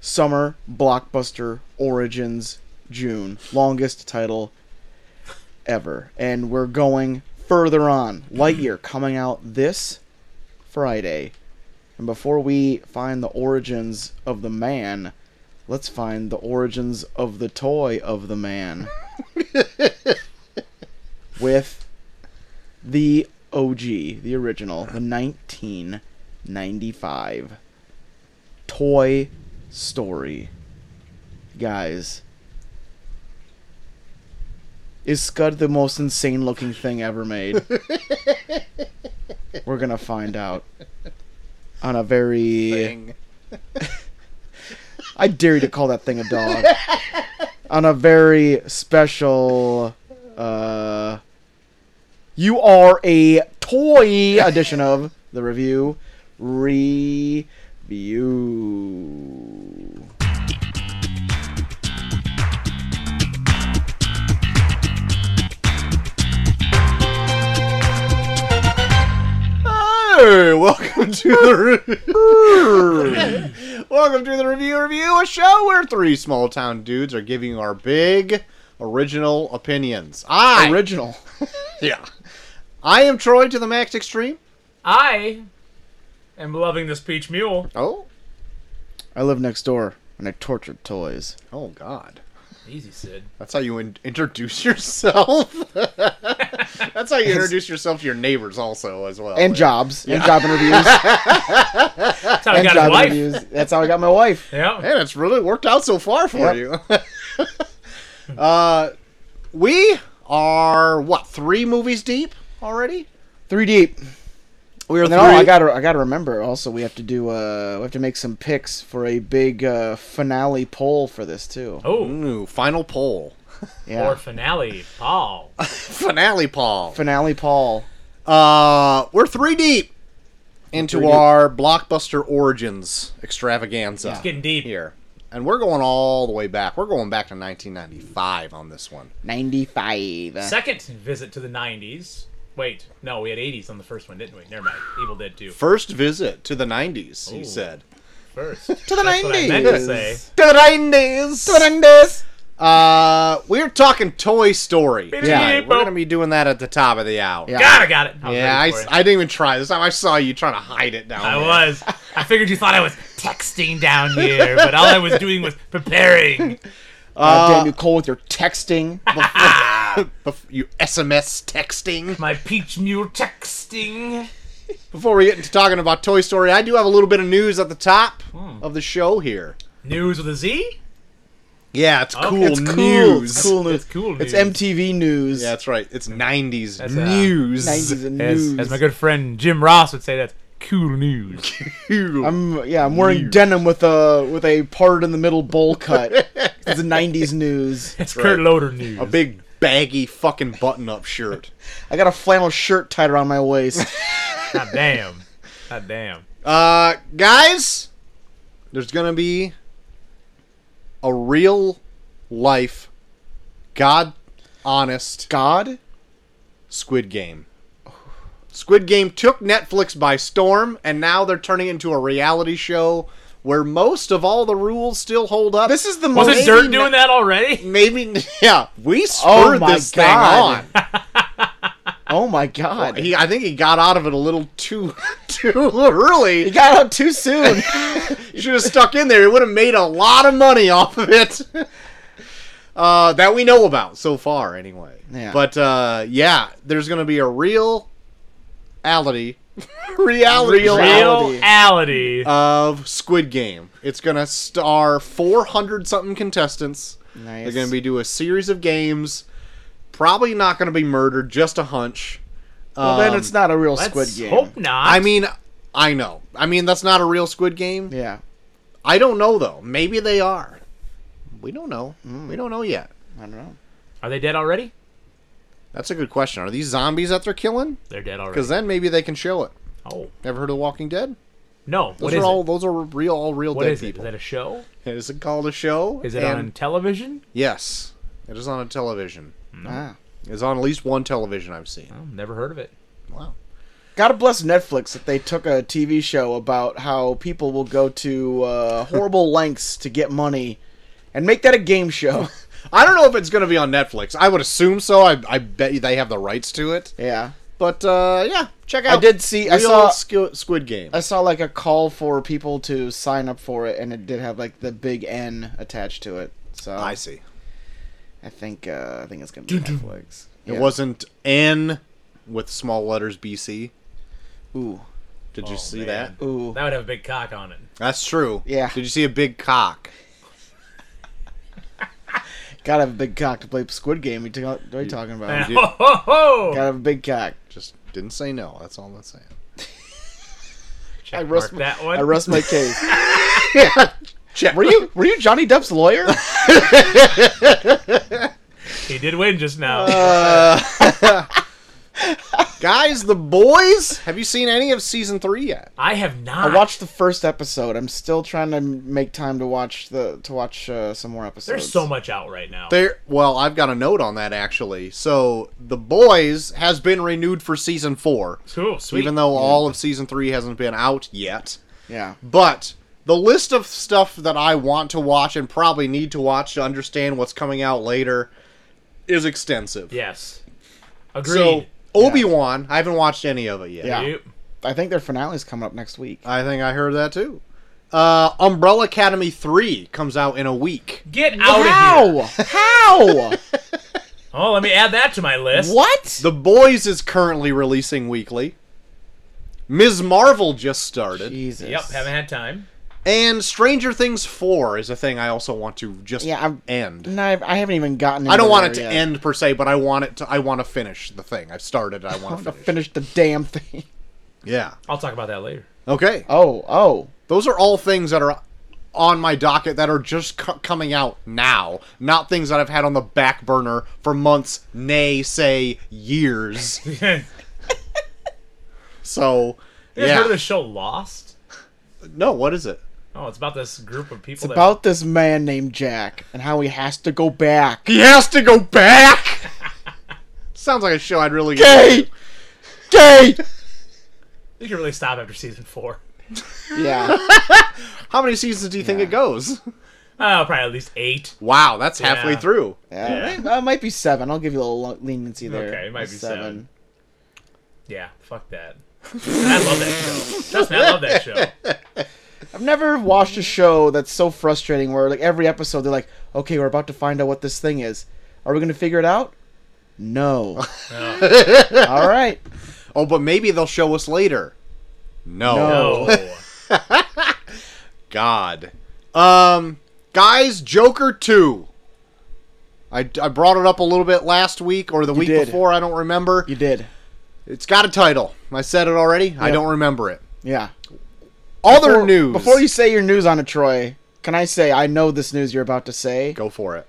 Summer, Blockbuster, Origins, June. Longest title ever. And we're going further on. Lightyear coming out this Friday. And before we find the origins of the man, let's find the origins of the toy of the man. With the OG, the original, the 1995 Toy Story. Guys, is Scud the most insane looking thing ever made? We're gonna find out on a very. Thing. I dare you to call that thing a dog. On a very special, uh, you are a toy edition of the review review. Hey, welcome to the re- welcome to the review review, a show where three small town dudes are giving you our big original opinions. I Original. yeah, I am Troy to the max extreme. I am loving this peach mule. Oh, I live next door and I tortured toys. oh God, Easy, Sid. that's how you in- introduce yourself. that's how you introduce yourself to your neighbors, also as well. And jobs. And job interviews. That's how I and got job his wife. interviews. That's how I got my wife. Yeah. Man, it's really worked out so far for Yep. you. uh, we are what three movies deep already? Three deep. We are No, I gotta, I gotta remember. Also, we have to do, uh, we have to make some picks for a big uh, finale poll for this too. Oh, Ooh, final poll, yeah, or finale, Paul. finale poll. finale poll. Uh, we're three deep into Three deep. our blockbuster origins extravaganza. It's getting deep. here, and we're going all the way back. We're going back to 1995 on this one. Ninety-five. Second visit to the 90s. Wait, no, we had 80s on the first one, didn't we? Never mind. Evil Dead 2. First visit to the 90s, he Ooh. said. First. To To the That's what I meant to say. nineties. To the 90s. Uh, we're talking Toy Story. Yeah, we're gonna be doing that at the top of the hour. Yeah. God, I got it. I was yeah. I, ready for it. I didn't even try this time. I saw you trying to hide it down. I there. was. I figured you thought I was texting down here, but all I was doing was preparing. Goddamn you, Cole, with your texting. Bef- you SMS texting. My peach mule texting. Before we get into talking about Toy Story, I do have a little bit of news at the top Hmm. of the show here. News with a Z? Yeah, it's cool Oh, it's cool. news. It's cool news. It's cool news. It's MTV news. Yeah, that's right. It's 90s That's, uh, news. Nineties and As, news. as my good friend Jim Ross would say, that's cool news. Cool. I'm yeah, I'm wearing denim with a with a part in the middle bowl cut. it's the '90s news. It's right. Kurt Loder news. a big baggy fucking button-up shirt. I got a flannel shirt tied around my waist. God damn. God damn. Uh, guys, there's gonna be a real life, God honest God, Squid Game. Squid Game took Netflix by storm, and now they're turning it into a reality show where most of all the rules still hold up. this is the Was most. it Dirt doing that already? Maybe, yeah, we Oh spurred my this God. thing Oh my God! on. He, I think he got out of it a little too, too early. He got out too soon. You should have stuck in there. It would have made a lot of money off of it. Uh, that we know about so far, anyway. Yeah. But uh, yeah, there's going to be a real reality, reality, Uh, Reality. Reality. of Squid Game. It's going to star 400 something contestants. nice. They're going to be do a series of games. Probably not going to be murdered. Just a hunch. Well, then Um, it's not a real Let's Squid Game. hope not. I mean, I know. I mean, that's not a real Squid Game. Yeah, I don't know though. Maybe they are. We don't know. Hmm. We don't know yet. I don't know. are they dead already? That's a good question. Are these zombies that they're killing? They're dead already. Because then maybe they can show it. Oh Ever heard of The Walking Dead? no! Those What are is all it? those are real all real What dead is it? Is people. that a show? It is it called a show? Is it And- on television? Yes. It is on a television. Hmm. Ah. It's on at least one television I've seen. Oh, never heard of it. Wow. Gotta bless Netflix that they took a TV show about how people will go to uh, horrible lengths to get money, and make that a game show. I don't know if it's going to be on Netflix. I would assume so. I, I bet you they have the rights to it. yeah, But uh, yeah, check out. I did see- I saw- Real Squ- Squid Game. I saw like a call for people to sign up for it, and it did have like the big N attached to it. So I see. I think uh, I think it's gonna be Netflix. It Yeah. wasn't N with small letters BC. Ooh, Did Oh, you see man. that? ooh. That would have a big cock on it. That's true. Yeah. Did you see a big cock? Gotta have a big cock to play Squid Game. You talk- What are you talking about? did. Ho, ho, ho! Gotta have a big cock. Just didn't say no. That's all I'm saying. I Check rest mark that one. I rest my case. Check. Were you were you Johnny Depp's lawyer? He did win just now. Uh, guys? The boys. Have you seen any of season three yet? I have not. I watched the first episode. I'm still trying to make time to watch the to watch uh, some more episodes. There's so much out right now. There. Well, I've got a note on that actually. So the boys has been renewed for season four, Cool, sweet. even though all of season three hasn't been out yet. Yeah. But the list of stuff that I want to watch and probably need to watch to understand what's coming out later is extensive. yes. So Agreed. Obi Wan, I haven't watched any of it yet. Yeah. Yep. I think their finale's coming up next week. I think I heard that too. Uh, Umbrella Academy three comes out in a week. Get out of here. How? How? Oh, let me add that to my list. what? The Boys is currently releasing weekly. Ms. Marvel just started, Jesus. Yep, haven't had time. and Stranger Things four is a thing I also want to just Yeah, I'm- end. No, I I haven't even gotten. I don't into want it to there yet. end per se, but I want it to. I want to finish the thing. I've started. I I want want to to finish. finish the damn thing. Yeah. I'll talk about that later. Okay. Oh, oh. Those are all things that are on my docket that are just co- coming out now, not things that I've had on the back burner for months, nay, say years. yeah. So, Heard of yeah. the show Lost? No, what is it? Oh, it's about this group of people. It's that, about this man named Jack and how he has to go back. He has to go back. Sounds like a show I'd really get. Gay, into. gay. You can really stop after season four. Yeah. How many seasons do you think it goes? Oh, probably at least eight. Wow, that's halfway Yeah. through. Yeah, Uh, It might- it might be seven. I'll give you a little lo- leniency there. Okay, it might be seven. Yeah, fuck that. I love that show. Trust me, I love that show. I've never watched a show that's so frustrating where like every episode they're like, okay, we're about to find out what this thing is. Are we gonna figure it out? No. All right. Oh, but maybe they'll show us later. No. No. Oh. God. Um, guys, Joker 2. I, I brought it up a little bit last week or the week did. before. I don't remember. You did. It's got a title. I said it already. I Yeah. don't remember it. Yeah. Other Before- news. Before you say your news on it, Troy, can I say I know this news you're about to say? go for it.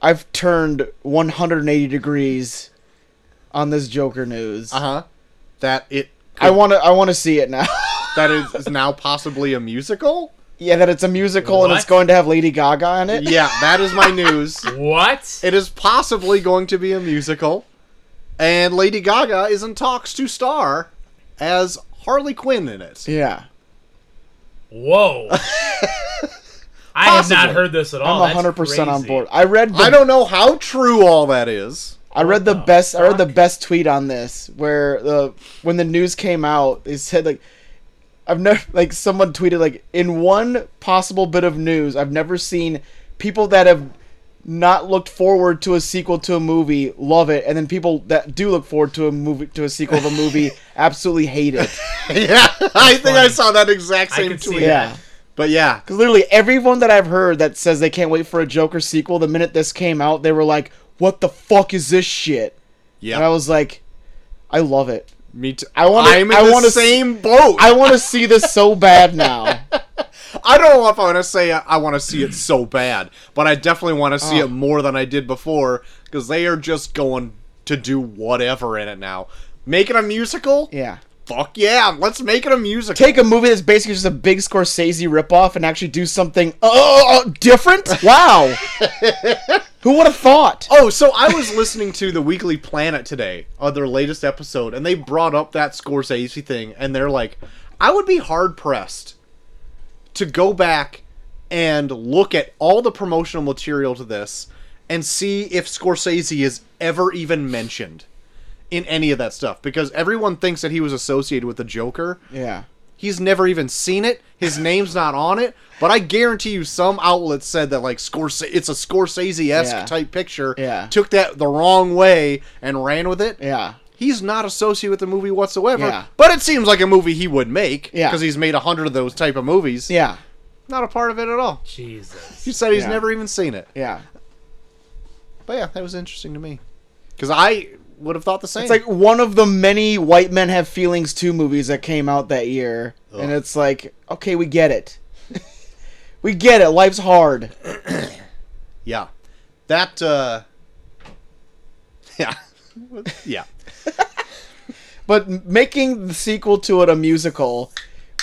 I've turned 180 degrees on this Joker news. Uh huh. That it. I want to. I want to see it now. that is, is now possibly a musical. yeah, that it's a musical and it's What? going to have Lady Gaga in it. Yeah, that is my news. What? It is possibly going to be a musical, and Lady Gaga is in talks to star as Harley Quinn in it. Yeah. Whoa. I have Possibly. not heard this at all. I'm That's 100 percent on crazy. board. I read. The, Oh, I I, don't know how true all that is. read the, the best. I read the fuck? best tweet on this where the when the news came out, they said like, I've never like someone tweeted like in one possible bit of news, I've never seen people that have not looked forward to a sequel to a movie love it, and then people that do look forward to a movie to a sequel of a movie absolutely hate it. yeah, I think I funny. saw that exact I same could see tweet. that. Yeah. But yeah, Because literally everyone that I've heard that says they can't wait for a Joker sequel, the minute this came out, they were like, "What the fuck is this shit?" And I yeah, was like, "I love it. me too. I wanna- I'm in I the wanna s- same boat. I want to see this so bad now." I don't know if I want to say uh, I, I want to see it so bad, but I definitely want to see Oh. it more than I did before because they are just going to do whatever in it now. Make it a musical? Yeah. Fuck yeah, let's make it a musical. Take a movie that's basically just a big Scorsese ripoff and actually do something uh, uh, uh, different. Wow. Who would have thought? Oh, so I was listening to the Weekly Planet today on their latest episode, and they brought up that Scorsese thing, and they're like, I would be hard pressed to go back and look at all the promotional material to this and see if Scorsese is ever even mentioned in any of that stuff because everyone thinks that he was associated with the Joker. Yeah. He's never even seen it. His name's not on it. But I guarantee you, some outlet said that like Scorsese, it's a Scorsese esque Yeah. type picture. Yeah. took that the wrong way and ran with it. Yeah. He's not associated with the movie whatsoever. Yeah. But it seems like a movie he would make. Yeah. because he's made a hundred of those type of movies. Yeah. not a part of it at all. Jesus. He said he's Yeah. never even seen it. Yeah. But yeah, that was interesting to me because I would have thought the same. It's like one of the many White Men Have Feelings 2 movies that came out that year. And Ugh. it's like, okay, we get it. we get it. Life's hard. Yeah. That uh Yeah. yeah. But m- making the sequel to it a musical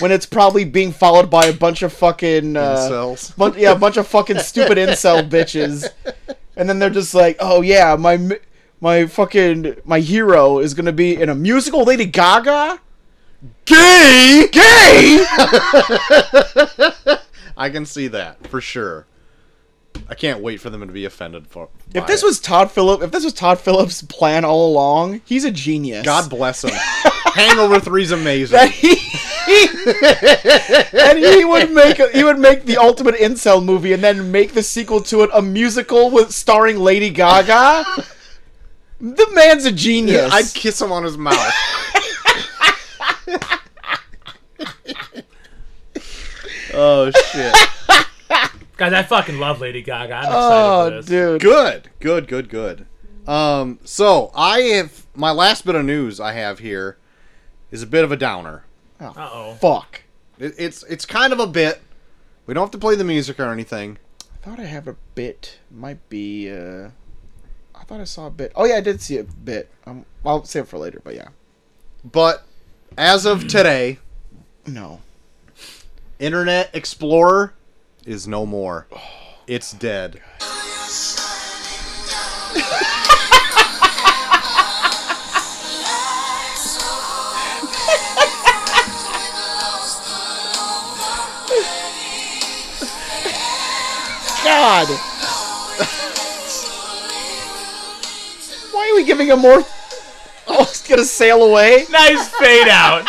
when it's probably being followed by a bunch of fucking. Uh, Incels. bun- yeah, a bunch of fucking stupid incel bitches. And then they're just like, oh, yeah, my. m- My fucking my hero is gonna be in a musical Lady Gaga? Gay Gay! I can see that for sure. I can't wait for them to be offended for If by this it. was Todd Phillips, if this was Todd Phillips' plan all along, he's a genius. God bless him. Hangover three's amazing. that he, and he would make he would make the ultimate incel movie, and then make the sequel to it a musical with starring Lady Gaga. the man's a genius. I'd kiss him on his mouth. oh shit. Guys, I fucking love Lady Gaga. I'm excited oh, for this. dude. good good good good um so i have my last bit of news i have here is a bit of a downer Uh-oh. Fuck. it, it's it's kind of a bit we don't have to play the music or anything I thought I have a bit. Might be. uh I thought I saw a bit. Oh yeah, I did see a bit. Um, I'll save it for later. But yeah. but as of today No. internet explorer is no more it's dead God. Why are we giving him more? Oh, it's gonna sail away. Nice fade out.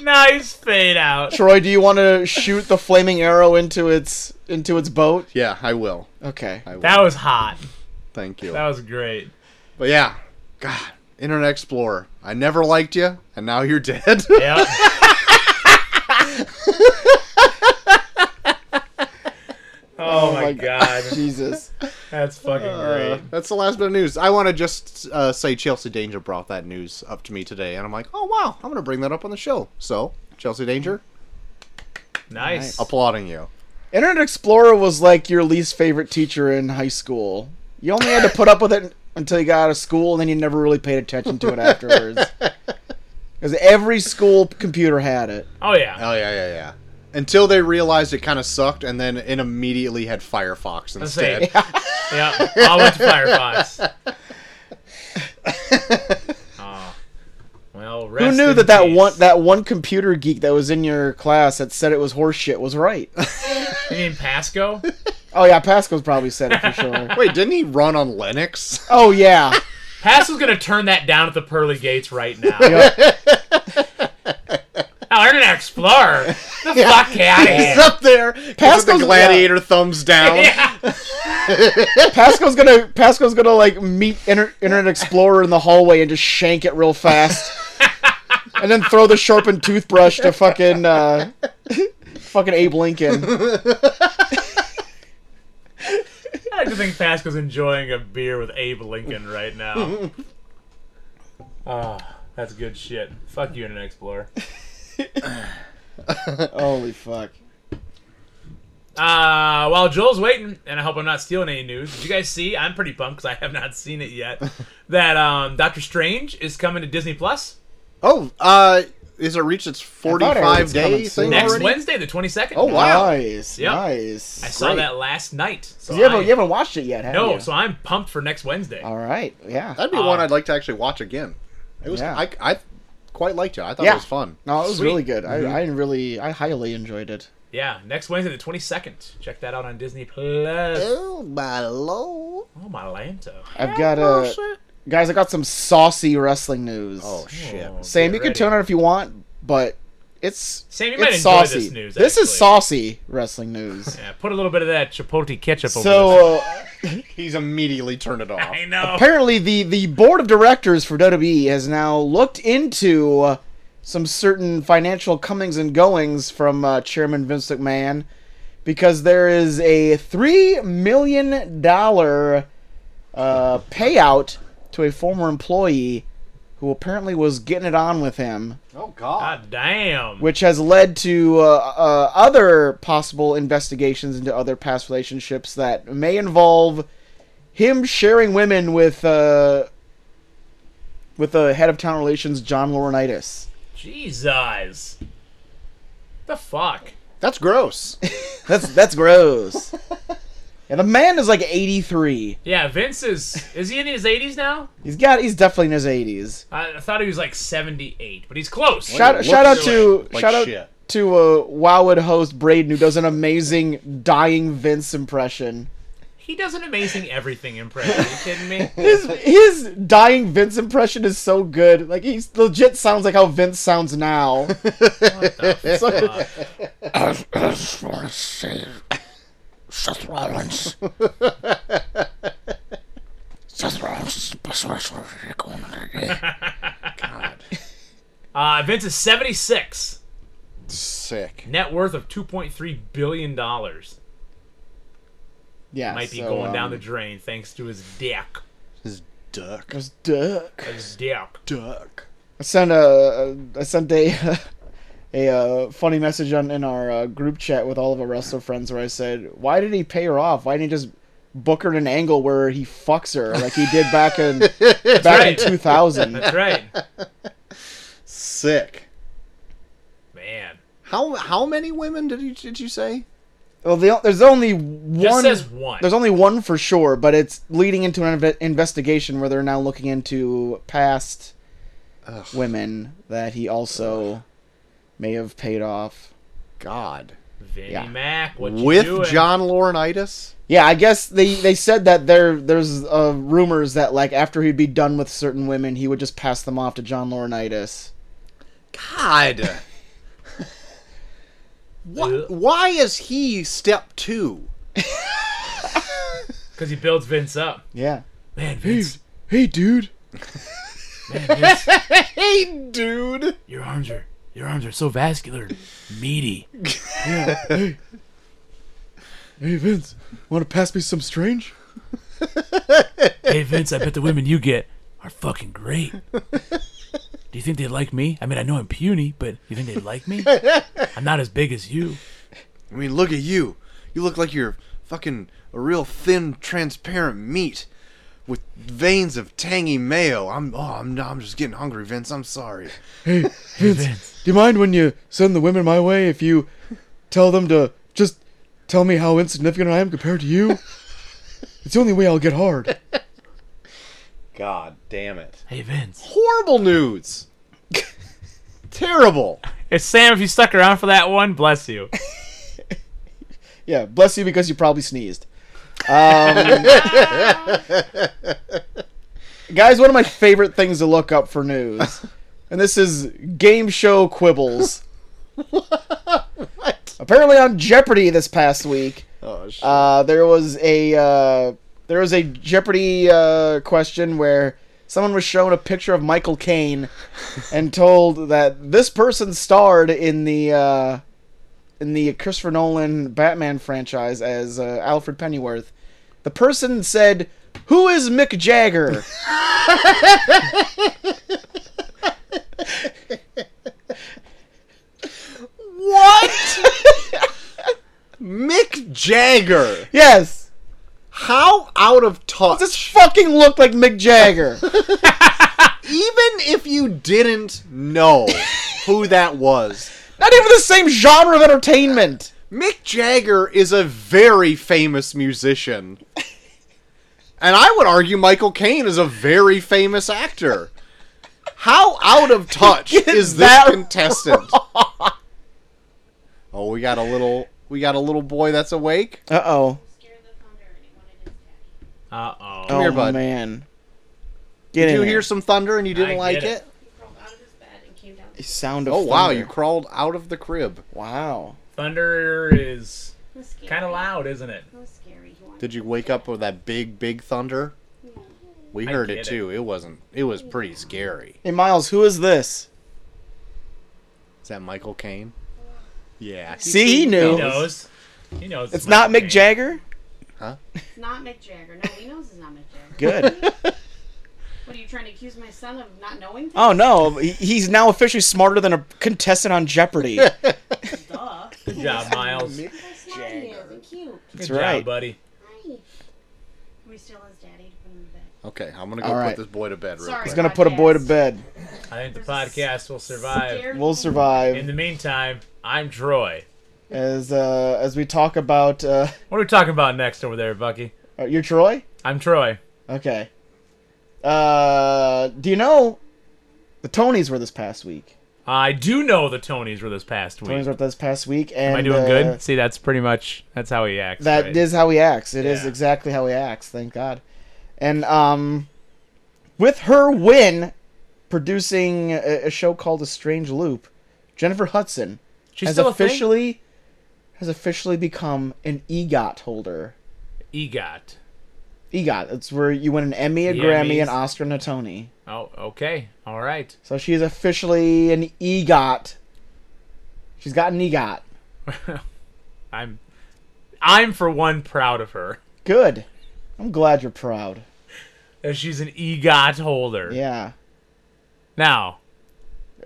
nice fade out. Troy, do you want to shoot the flaming arrow into its into its boat? yeah i will Okay. i will That was hot. thank you That was great. but yeah god internet explorer i never liked you and now you're dead Yep. oh, my my god. Jesus. That's fucking Uh, great. that's the last bit of news. I want to just uh, say Chelsea Danger brought that news up to me today, and I'm like, oh wow, I'm gonna bring that up on the show. So Chelsea Danger, Nice. applauding you. Internet Explorer was like your least favorite teacher in high school. You only had to put up with it until you got out of school, and then you never really paid attention to it afterwards. Because every school computer had it. Oh yeah. Oh yeah, yeah, yeah. Until they realized it kind of sucked, and then it immediately had Firefox Let's see. instead. yeah. I went to Firefox. oh. Well, rest Who knew in that that peace. one that one computer geek that was in your class that said it was horseshit was right? You mean Pasco? oh yeah, Pasco's probably said it for sure. Wait, didn't he run on Linux? oh yeah, Pasco's gonna turn that down at the pearly gates right now. Yep. Oh, Internet Explorer. The fuck out of He's here. up there. Gives it Pascal's- the gladiator thumbs down. Yeah. Pasco's gonna Pasco's gonna like meet Inter- Internet Explorer in the hallway and just shank it real fast, and then throw the sharpened toothbrush to fucking uh, fucking Abe Lincoln. I like to think Pasco's enjoying a beer with Abe Lincoln right now. Oh, that's good shit. Fuck you, Internet Explorer. Holy fuck! Uh, while Joel's waiting, and I hope I'm not stealing any news, did you guys see? I'm pretty pumped because I have not seen it yet. that um, Doctor Strange is coming to Disney Plus. Oh, uh, is it reached its thought it was 45 day coming soon. thing Next already? Wednesday, the 22nd. Oh, wow. Nice, Yep. nice. I saw Great. that last night. So You haven't, I- you haven't watched it yet, have no, you? so I'm pumped for next Wednesday. All right, yeah. That'd be Uh, one I'd like to actually watch again. It was Yeah. I, I quite liked it. I thought Yeah. it was fun. no, it was Sweet. Mm-hmm. really good. I, I really, I highly enjoyed it. Yeah, next Wednesday, the 22nd. Check that out on Disney Plus. Oh my lord! Oh, my Lanto. I've got a guys. I got some saucy wrestling news. Oh shit! Oh, Sam, get you can ready. turn it if you want, but it's Sam, you it's might enjoy this saucy. news, is actually. saucy wrestling news. Yeah, put a little bit of that chipotle ketchup over this. so uh, He's immediately turned it off. I know. apparently, the the board of directors for WWE has now looked into uh, some certain financial comings and goings from uh, Chairman Vince McMahon because there is a three million dollar uh, payout to a former employee who apparently was getting it on with him Oh god! God damn. which has led to uh, uh, other possible investigations into other past relationships that may involve him sharing women with uh, with the head of town relations John Laurinaitis. Jesus. The fuck? That's gross. That's that's gross. and the man is like 83. Yeah, Vince is. Is he in his 80s now? He's got he's definitely in his 80s. I, I thought he was like 78, but he's close. Shout, Looks shout out to like shout out shit. to uh, Wowwood host Braden who does an amazing dying Vince impression. He does an amazing everything impression. Are you kidding me? his his dying Vince impression is so good. Like he legit sounds like how Vince sounds now. So- I just want to save Seth Rollins. Seth Rollins is the best wrestler you're going to get. Uh, Vince is 76. Sick. Net worth of 2.3 billion dollars. yeah, Might be so, going um, down the drain thanks to his dick. His duck. There's duck. His dick. Duck. I sent a I sent a a uh, funny message on in our uh, group chat with all of our wrestler friends where I said, "Why did he pay her off? Why didn't he just book her in an angle where he fucks her like he did back in back right. in 2000?" That's right. Sick. Man. How how many women did you did you say? Well, the, there's only Just one. says one. There's only one for sure, but it's leading into an inve- investigation where they're now looking into past Ugh. women that he also may have paid off. God. Vinnie yeah. Mac, what you With doing? John Laurinaitis. Yeah, I guess they, they said that there there's uh, rumors that like after he'd be done with certain women, he would just pass them off to John Laurinaitis. God. Ugh. Wh- why is he step two? Because he builds Vince up. Yeah. Man, Vince. Hey, dude. Man, Vince. Hey, dude. Your arms are your arms are so vascular, and meaty. Hey, Vince. Want to pass me some strange? Hey Vince, I bet the women you get are fucking great. Do you think they like me? I mean, I know I'm puny, but you think they like me? I'm not as big as you. I mean, look at you. You look like you're fucking a real thin, transparent meat with veins of tangy mayo. I'm oh, I'm I'm just getting hungry, Vince. I'm sorry. Hey, Vince. Do you mind when you send the women my way if you tell them to just tell me how insignificant I am compared to you? It's the only way I'll get hard. God damn it. Hey Vince. Horrible news. Terrible. Hey Sam, if you stuck around for that one, bless you. Yeah, bless you because you probably sneezed. Um, guys, one of my favorite things to look up for news, and this is game show quibbles. Apparently on Jeopardy this past week. Oh shit. Uh, there was a uh, there was a Jeopardy uh, question where someone was shown a picture of Michael Caine and told that this person starred in the uh, in the Christopher Nolan Batman franchise as uh, Alfred Pennyworth. The person said, "Who is Mick Jagger?" what? Mick Jagger. yes, How out of touch. this fucking looked like Mick Jagger. Even if you didn't know, who that was. Not even the same genre of entertainment. Mick Jagger is a very famous musician. And I would argue Michael Caine is a very famous actor. How out of touch is this that contestant? Oh, we got a little we got a little boy that's awake. Uh oh. scared the thunder and he wanted his daddy. Uh oh. Oh here, bud. man. Get Did in you there. hear some thunder and you didn't I like it? get it. He crawled out of his bed and came down. sound of Oh wow, thunder. you crawled out of the crib. wow. Thunder is It was scary. kind of loud, isn't it? It was scary. He wanted Did you wake up with that big big thunder? We I heard it get it. too. It wasn't it was pretty scary. Hey Miles, who is this? Is that Michael Caine? Yeah. See, he He knew. knows. He knows. It's not Michael Mick Caine. Jagger. It's not Mick Jagger. No, he knows it's not Mick Jagger. Good. What are you trying to accuse my son of not knowing? Things? Oh no, he- he's now officially smarter than a contestant on Jeopardy. Duh. Good job, Miles. Good How smart he is and cute. That's job, right. buddy. Hi. Can we steal his daddy to put him to bed? Okay, I'm gonna go All right. put this boy to bed real Sorry. quick. He's gonna put a boy to bed. I think the podcast will survive. Scared We'll little In survive the meantime, I'm Troy. as uh, as we talk about. Uh, What are we talking about next over there, Bucky? uh, you're Troy. I'm Troy. Okay. Uh, do you know the Tonys were this past week? I do know the Tonys were this past week. Tonys were this past week, and Am I doing uh, good? See, that's pretty much that's how he acts. That is right? how he acts. It is Yeah. exactly how he acts. Thank God. And um, with her win, producing a, a show called A Strange Loop, Jennifer Hudson She's has still officially officially has officially become an EGOT holder. EGOT. EGOT. It's where you win an Emmy, a The Grammy, Emmys. an Oscar, and a Tony. Oh, okay, all right. So she is officially an EGOT. She's got an EGOT. I'm, I'm for one proud of her. Good. I'm glad you're proud. That She's an EGOT holder. Yeah. Now,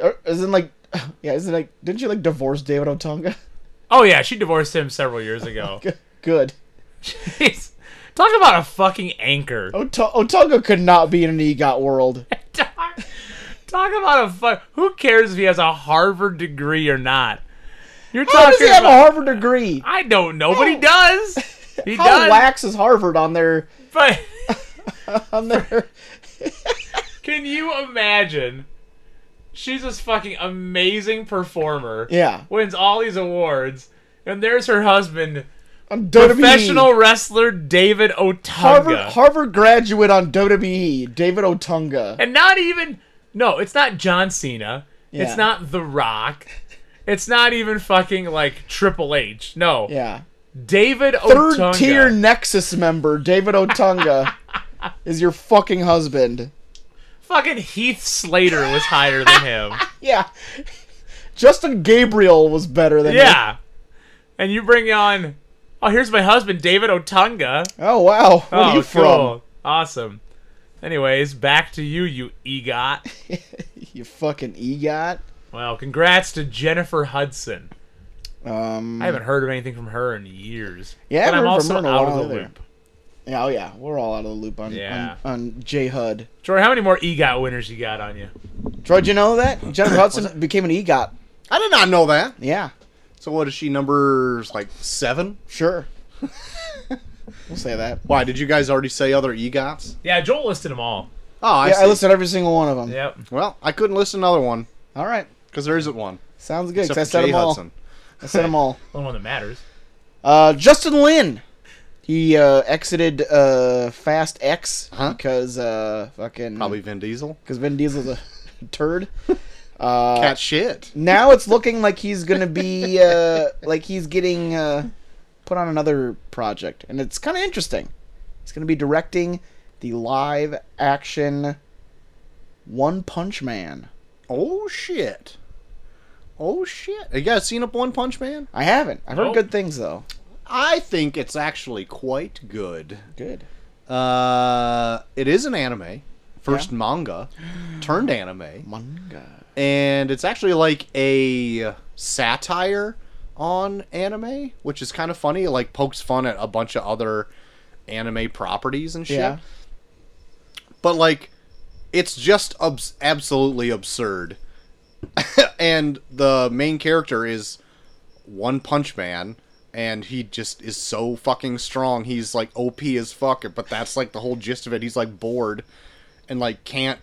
Er, Isn't like, yeah, isn't like, didn't you like divorce David Otunga? oh yeah, she divorced him several years ago. Good. Good. Jeez. Talk about a fucking anchor. Ota- Otunga could not be in an E EGOT world. Talk, talk about a fuck. Who cares if he has a Harvard degree or not? You're How does talking he have a about. Harvard degree? I don't know, but he does. He How does. lax is Harvard on their but on their? can you imagine? She's this fucking amazing performer. Yeah, Wins all these awards, and there's her husband, on WWE. professional wrestler David Otunga. Harvard Harvard graduate on WWE. David Otunga. And not even no, it's not John Cena. Yeah. It's not The Rock. It's not even fucking like Triple H. No, Yeah, David third tier Otunga. Nexus member David Otunga is your fucking husband. Fucking Heath Slater was higher than him. Yeah, Justin Gabriel was better than him. yeah, and you bring on. Oh, here's my husband, David Otunga. Oh wow, where oh, are you cool. Awesome. Anyways, back to you, you egot. from? You fucking E EGOT. Well, congrats to Jennifer Hudson. Um, I haven't heard of anything from her in years. Yeah, I but I'm haven't heard also from her in a out of while the either. loop. yeah, oh yeah, we're all out of the loop on Yeah. on, on J HUD. Troy, how many more EGOT winners you got on you? Troy, did you know that Jennifer Hudson became an EGOT? I did not know that. Yeah, So what is she numbers like seven? sure. we'll say that. Why did you guys already say other EGOTs? Yeah, Joel listed them all. Oh, I, yeah, see. I listened to every single one of them. Yep. Well, I couldn't list another one All right, because there isn't one. sounds good. 'cause Except I for said Jay them all. Hudson. I said them all. Only one that matters. Uh, Justin Lin. He uh, exited uh, Fast X Huh? because uh, fucking Probably Vin Diesel. because Vin Diesel's a turd. Uh, Cat shit. Now it's looking like he's gonna be uh, like he's getting uh, put on another project, and it's kind of interesting. He's gonna be directing the live action One Punch Man. Oh shit. Oh shit. You guys seen up One Punch Man? I haven't. I've heard Nope. good things though. I think it's actually quite good. Good. Uh, it is an anime, first manga turned anime, Manga. and it's actually like a satire on anime, which is kind of funny. It like pokes fun at a bunch of other anime properties and shit. Yeah. But like, it's just abs- absolutely absurd and the main character is One Punch Man, and he just is so fucking strong. He's like OP as fuck, but that's like the whole gist of it. He's like bored and like can't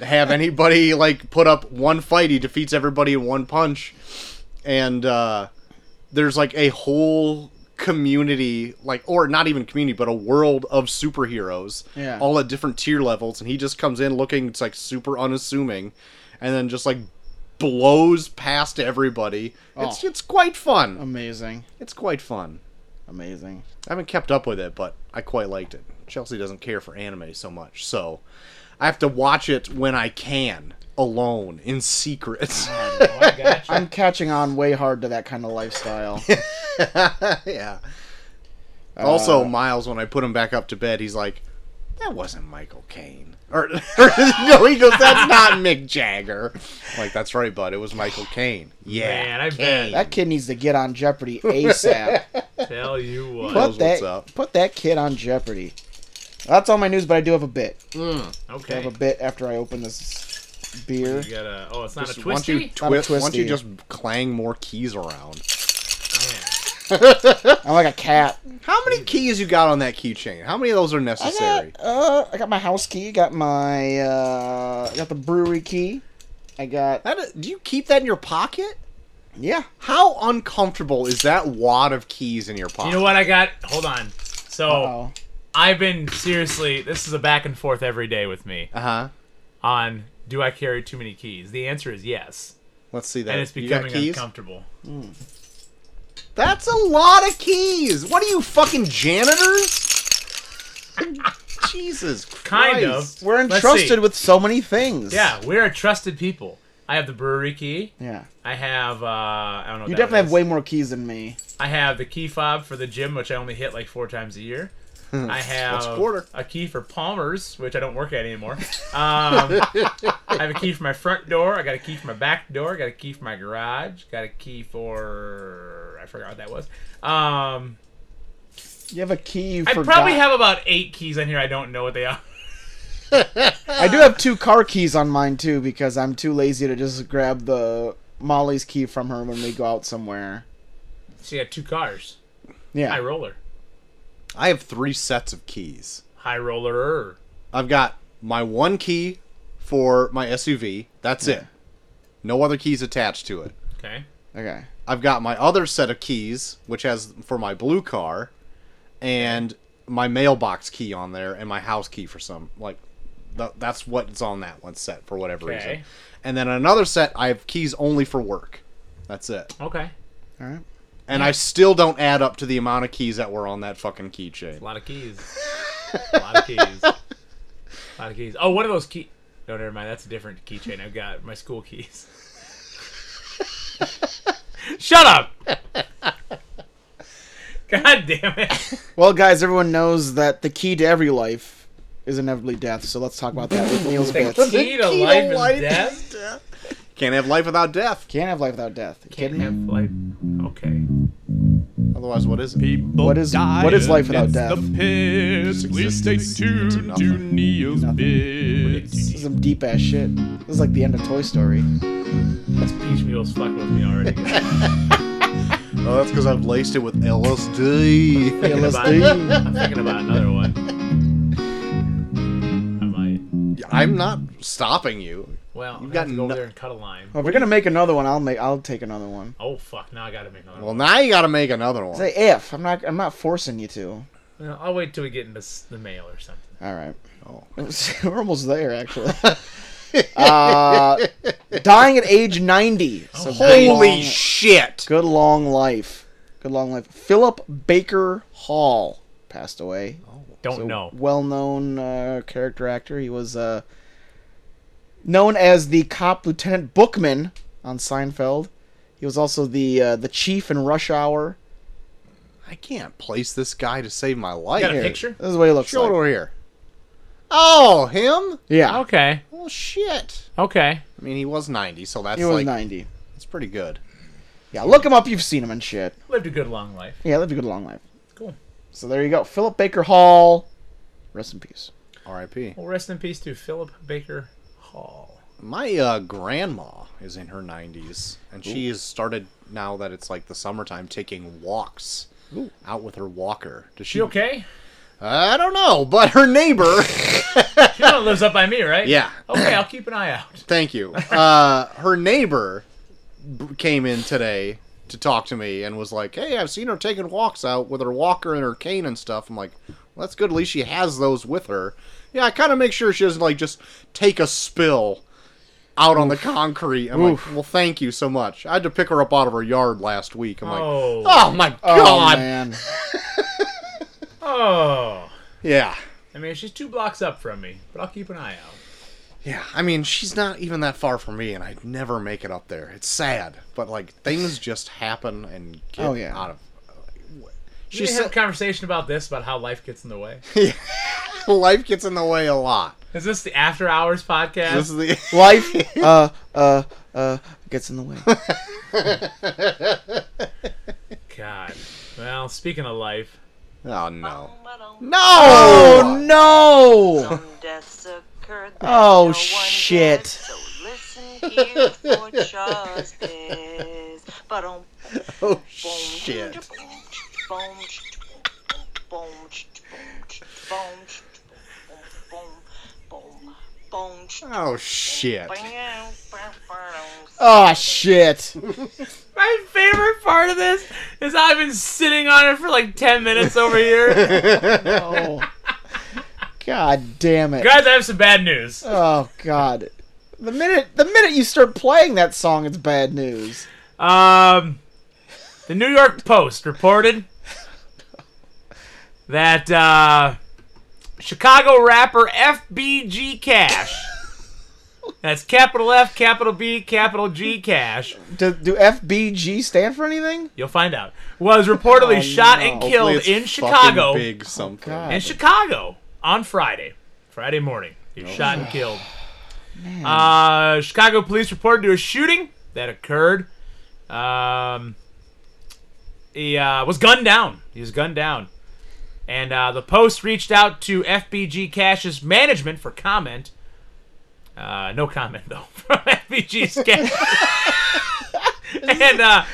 have anybody like put up one fight. He defeats everybody in one punch, and uh, there's like a whole community like or not even community but a world of superheroes Yeah. all at different tier levels and he just comes in looking it's like super unassuming and then just like blows past everybody it's Oh. it's quite fun Amazing. it's quite fun Amazing. I haven't kept up with it, but I quite liked it. Chelsea doesn't care for anime so much, so I have to watch it when I can, alone, in secret. I'm catching on way hard to that kind of lifestyle. yeah. Uh, also, Miles, when I put him back up to bed, he's like, "That wasn't Michael Caine." Or, no, he goes, "That's not Mick Jagger." I'm like, that's right, bud. It was Michael Caine. Yeah, Man, I bet. Caine. That kid needs to get on Jeopardy ASAP. Tell you what. Knows put that what's up. put that kid on Jeopardy. That's all my news, but I do have a bit. I Okay. have a bit after I open this beer. You got a. Oh, it's not a Just why don't twisty. you Not a twist? Why don't you twisty. just clang more keys around? I'm like a cat. How many keys you got on that keychain? How many of those are I necessary? got uh, I got my house key. Got my uh, I got the brewery key. I got That do you keep that in your pocket? yeah. How uncomfortable is that wad of keys in your pocket? You know what I got? Hold on. So Oh, I've been seriously. This is a back and forth every day with me Uh huh. on do I carry too many keys? The answer is yes, Let's see that. and it's Uh, You got becoming keys. uncomfortable. That's a lot of keys. What are you fucking janitors? Jesus Christ. Kind of. we're Let's entrusted see. with so many things. Yeah, we are trusted people. I have the brewery key. yeah. I have. uh I don't know. what You that definitely have is. way more keys than me. I have the key fob for the gym, which I only hit like four times a year. I have Once a quarter. a key for Palmer's, which I don't work at anymore. Um, I have a key for my front door. I got a key for my back door. I got a key for my garage. Got a key for I forgot what that was. Um, You have a key. You I forgot. probably have about eight keys on here. I don't know what they are. I do have two car keys on mine too because I'm too lazy to just grab the Molly's key from her when we go out somewhere. So you got two cars. Yeah. High roller. I have three sets of keys. High roller. I've got my one key for my SUV. That's it. No other keys attached to it. Okay. Okay. I've got my other set of keys, which has for my blue car, and my mailbox key on there, and my house key for some like th- that's what's on that one set for whatever Okay. reason. And then another set, I have keys only for work. That's it. Okay. All right. And I still don't add up to the amount of keys that were on that fucking A keychain. lot of keys. a lot of keys. A lot of keys. Oh, one of those key. No, never mind. That's a different keychain. I've got my school keys. Shut up. God damn it. Well, guys, everyone knows that the key to every life is inevitably death. So let's talk about that with Neil's bits. The key to life is death. Can't have life without death. Can't have life without death. You Can't kidding me? have life. Okay. Otherwise, what is it? People What is- dying. what is life without it's death? The pit. Please stay tuned existence. to Nothing. Neil's bits. This is some deep ass shit. This is like the end of Toy Story. This peach meal's fucking with me already. Thinking Oh, that's because I've laced it with LSD. Yeah, let's about- do. I'm thinking about another one. I might. I'm not stopping you. Well, I've got got to go over no- there and cut a line. Well, if we're gonna make another one, I'll make. I'll take another one. Oh fuck! Now I gotta make another one. Well, now you got to make another one. Say if I'm not. I'm not forcing you to. You know, I'll wait till we get into s- the mail or something. All right. Oh. we're almost there actually. uh, dying at age 90. So good long- Holy shit! Good long life. Good long life. Philip Baker Hall passed away. Don't So, know. Well-known uh, character actor. He was uh, known as the cop Lieutenant Bookman on Seinfeld. He was also the uh, the chief in Rush Hour. I can't place this guy to save my life. You got a Here, picture? This is what he looks Show it like. over here. Oh, him? Yeah, Okay. Well, shit. Okay. I mean, he was 90, so that's he was like, ninety. that's pretty good. Yeah, look him up. You've seen him and shit. Lived a good long life. Yeah, lived a good long life. Cool. So there you go. Philip Baker Hall. Rest in peace. R.I.P. Well, rest in peace to Philip Baker Hall. My uh, grandma is in her 90s, and she has started now that it's like the summertime taking walks out with her walker. Does she? She okay? I don't know, but her neighbor. She kinda lives up by me, right? Yeah. Okay, I'll keep an eye out. Thank you. Uh, her neighbor b- came in today to talk to me and was like, "Hey, I've seen her taking walks out with her walker and her cane and stuff." I'm like, well, "That's good. At least she has those with her." Yeah, I kind of make sure she doesn't like just take a spill out on the concrete. I'm like, "Well, thank you so much." I had to pick her up out of her yard last week. I'm like, Oh. "Oh my Oh god." man. Oh. Yeah. I mean, she's two blocks up from me, but I'll keep an eye out. Yeah, I mean, she's not even that far from me, and I'd never make it up there. It's sad, but like things just happen and get Oh, yeah. out of. She She had a said conversation about this, about how life gets in the way. life gets in the way a lot. Is this the After Hours podcast? This is the Life uh uh uh gets in the way. God. Well, speaking of life, oh no No. no Oh no. Deaths occurred that Oh, no one shit. guessed, So listen here for Charles is. But um, oh shit oh shit Oh shit. my favorite part of this is I've been sitting on it for like 10 minutes over here. Oh. God damn it. Guys, I have some bad news. Oh god. The minute the minute you start playing that song it's bad news. Um, the New York Post reported that uh, Chicago rapper FBG Cash. That's capital F, capital B, capital G Cash. Do, do FBG stand for anything? You'll find out. Was reportedly Oh, shot no. and Hopefully Hopefully killed it's in fucking Chicago. Big something. God. In Chicago on Friday, Friday morning, he was shot and killed. Uh, Chicago police reported to a shooting that occurred. Um, he uh, was gunned down. He was gunned down. And uh, the Post reached out to FBG Cash's management for comment. Uh, no comment, though, from FBG's Cash. and uh,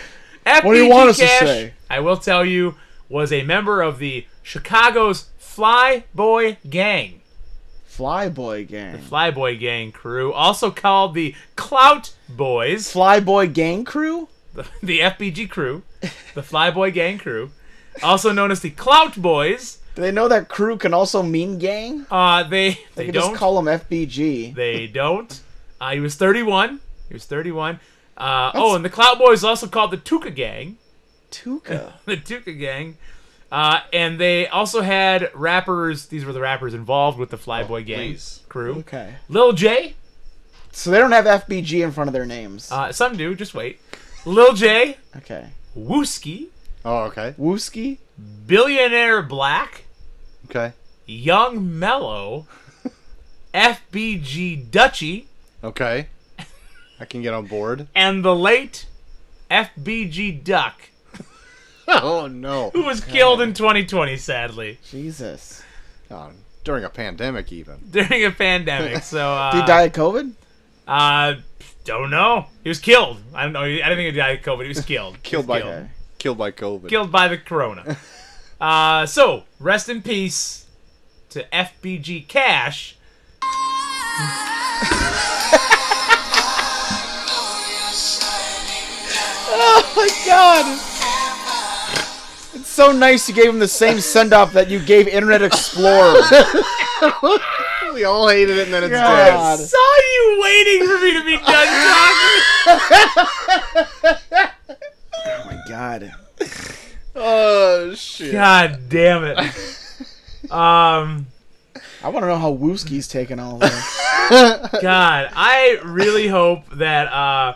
FBG do you want us to Cash, say? I will tell you, was a member of the Chicago's Fly Boy Gang. Flyboy gang. Fly Boy Gang crew, also called the Clout Boys. Flyboy gang crew? the FBG crew, the Flyboy Gang crew, also known as the Clout Boys. Do they know that crew can also mean gang? Uh, they They they could don't just call them FBG. they don't. Uh, he was 31. He was 31. Uh, oh, and the Clout Boys also called the Tuca Gang, Tuca. the Tuca Gang, uh, and they also had rappers. These were the rappers involved with the Flyboy Gang please. crew. Okay. Lil J, So they don't have FBG in front of their names. uh, some do. Just wait. Lil J, okay. Wooski, Oh okay Wooski? Billionaire Black, okay Young Mellow, FBG Dutchy, okay. I can get on board. and the late FBG Duck, Oh no! who was killed in 2020, sadly, Jesus. Oh, during a pandemic, even. during a pandemic. So, uh, Did he die of COVID? Uh, don't know. He was killed. I don't know. I don't think he died of COVID. He was killed. Killed by killed. killed by COVID. killed by the corona. Uh, so rest in peace to FBG Cash. Oh my god! It's so nice you gave him the same send off that you gave Internet Explorer. We all hated it, and then it's dead. God. Saw you waiting for me to be done talking. Oh my god. Oh shit! God damn it. Um. I want to know how Wooski's taking all this. God, I really hope that uh,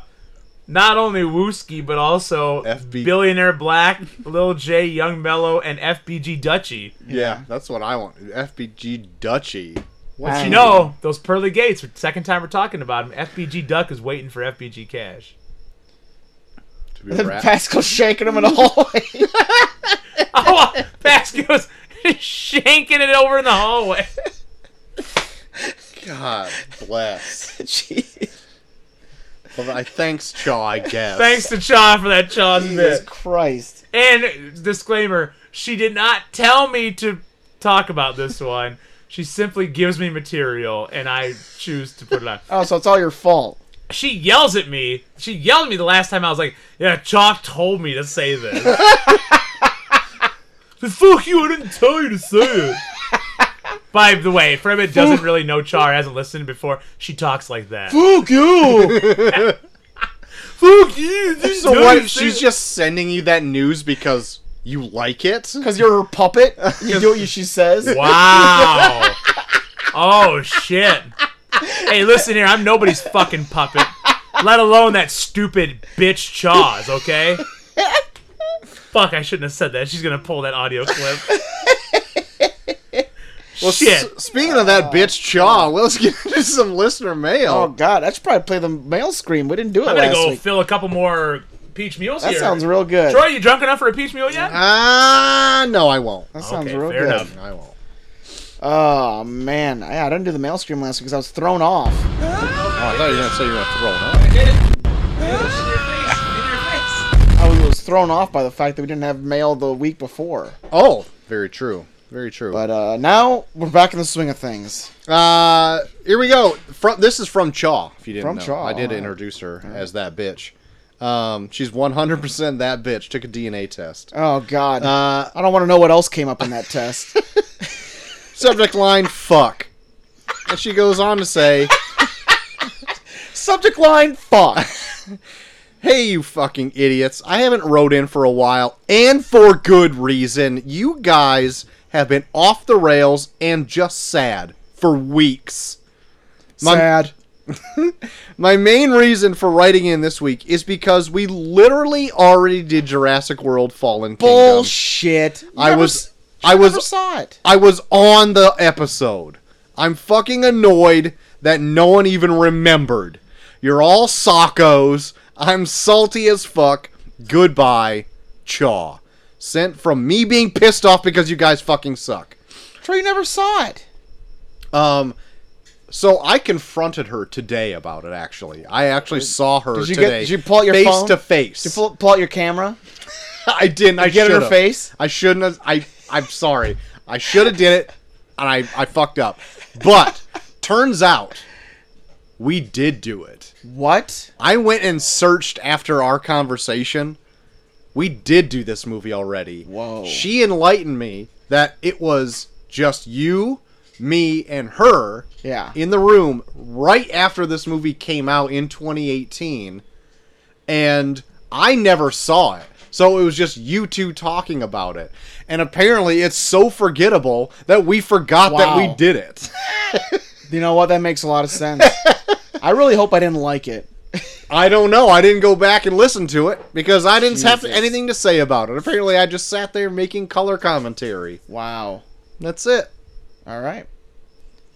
not only Wooski, but also FB. Billionaire Black, Lil J, Young Mello, and FBG Dutchy. Yeah, that's what I want. FBG Dutchy. Wow. You know, those pearly gates, second time we're talking about him, FBG Duck is waiting for FBG Cash. To be And then rap- Pascal's shanking him in the hallway. Oh, Pasco's shanking it over in the hallway. God bless. Jeez. Well, I thanks Shaw, I guess. Thanks to Cha for that Cha's Jesus bit. Christ. And disclaimer: she did not tell me to talk about this one. She simply gives me material, and I choose to put it on. Oh, so it's all your fault. She yells at me. She yelled at me the last time I was like, "Yeah, Chalk told me to say this." the fuck you! I didn't tell you to say it. By the way, for everyone that doesn't really know Char, hasn't listened before, she talks like that. Fuck you. Fuck you! I didn't So tell you what? to say She's that. just sending you that news because you like it. Because you're her puppet. You do what she says. Wow. oh shit. Hey, listen here. I'm nobody's fucking puppet, let alone that stupid bitch Chaws. Okay. Fuck! I shouldn't have said that. She's gonna pull that audio clip. Well, shit. s- speaking of that bitch Shaw, well, let's get into some listener mail. Oh God, I should probably play the male scream. We didn't do it I'm gonna last go week. fill a couple more peach mules That here. sounds real good. Troy, you drunk enough for a peach mule yet? Ah, no, I won't. that sounds okay, real fair good. enough. I won't. Oh man, yeah, I didn't do the male scream last week because I was thrown off. Oh, I thought you were gonna say you were gonna throw it up. I was thrown off by the fact that we didn't have mail the week before. Oh, very true. Very true. But uh, now we're back in the swing of things. Uh, here we go. From this is from Chaw. If you didn't From know, Chaw, I did alright. introduce her as that bitch. Um, she's 100% that bitch. Took a DNA test. Oh God, Uh, I don't want to know what else came up in that test. subject line: fuck. And she goes on to say, Subject line: Fuck. "Hey, you fucking idiots! I haven't wrote in for a while, and for good reason. You guys have been off the rails and just sad for weeks." My- Sad. My main reason for writing in this week is because we literally already did Jurassic World Fallen Kingdom. Bullshit. You I never was s- I you never was saw it. I was on the episode. I'm fucking annoyed that no one even remembered. You're all sockos. I'm salty as fuck. Goodbye, Chaw. Sent from me being pissed off because you guys fucking suck. Troy, you never saw it. Um, so I confronted her today about it. Actually, I actually saw her Did you get- today. did you pull out your face phone? to face. Did you pull, pull out your camera? I didn't. I Get in her should've. face. I shouldn't have. I I'm sorry. I should have did it, and I I fucked up. But turns out we did do it. What? I went and searched after our conversation. We did do this movie already. Whoa. She enlightened me that it was just you, me, and her Yeah. in the room right after this movie came out in 2018 and I never saw it. So it was just you two talking about it. And apparently it's so forgettable that we forgot that we Wow. did it. You know what? That makes a lot of sense. I really hope I didn't like it. I don't know. I didn't go back and listen to it because I didn't have Jesus. anything to say about it. Apparently I just sat there making color commentary. Wow. That's it. All right.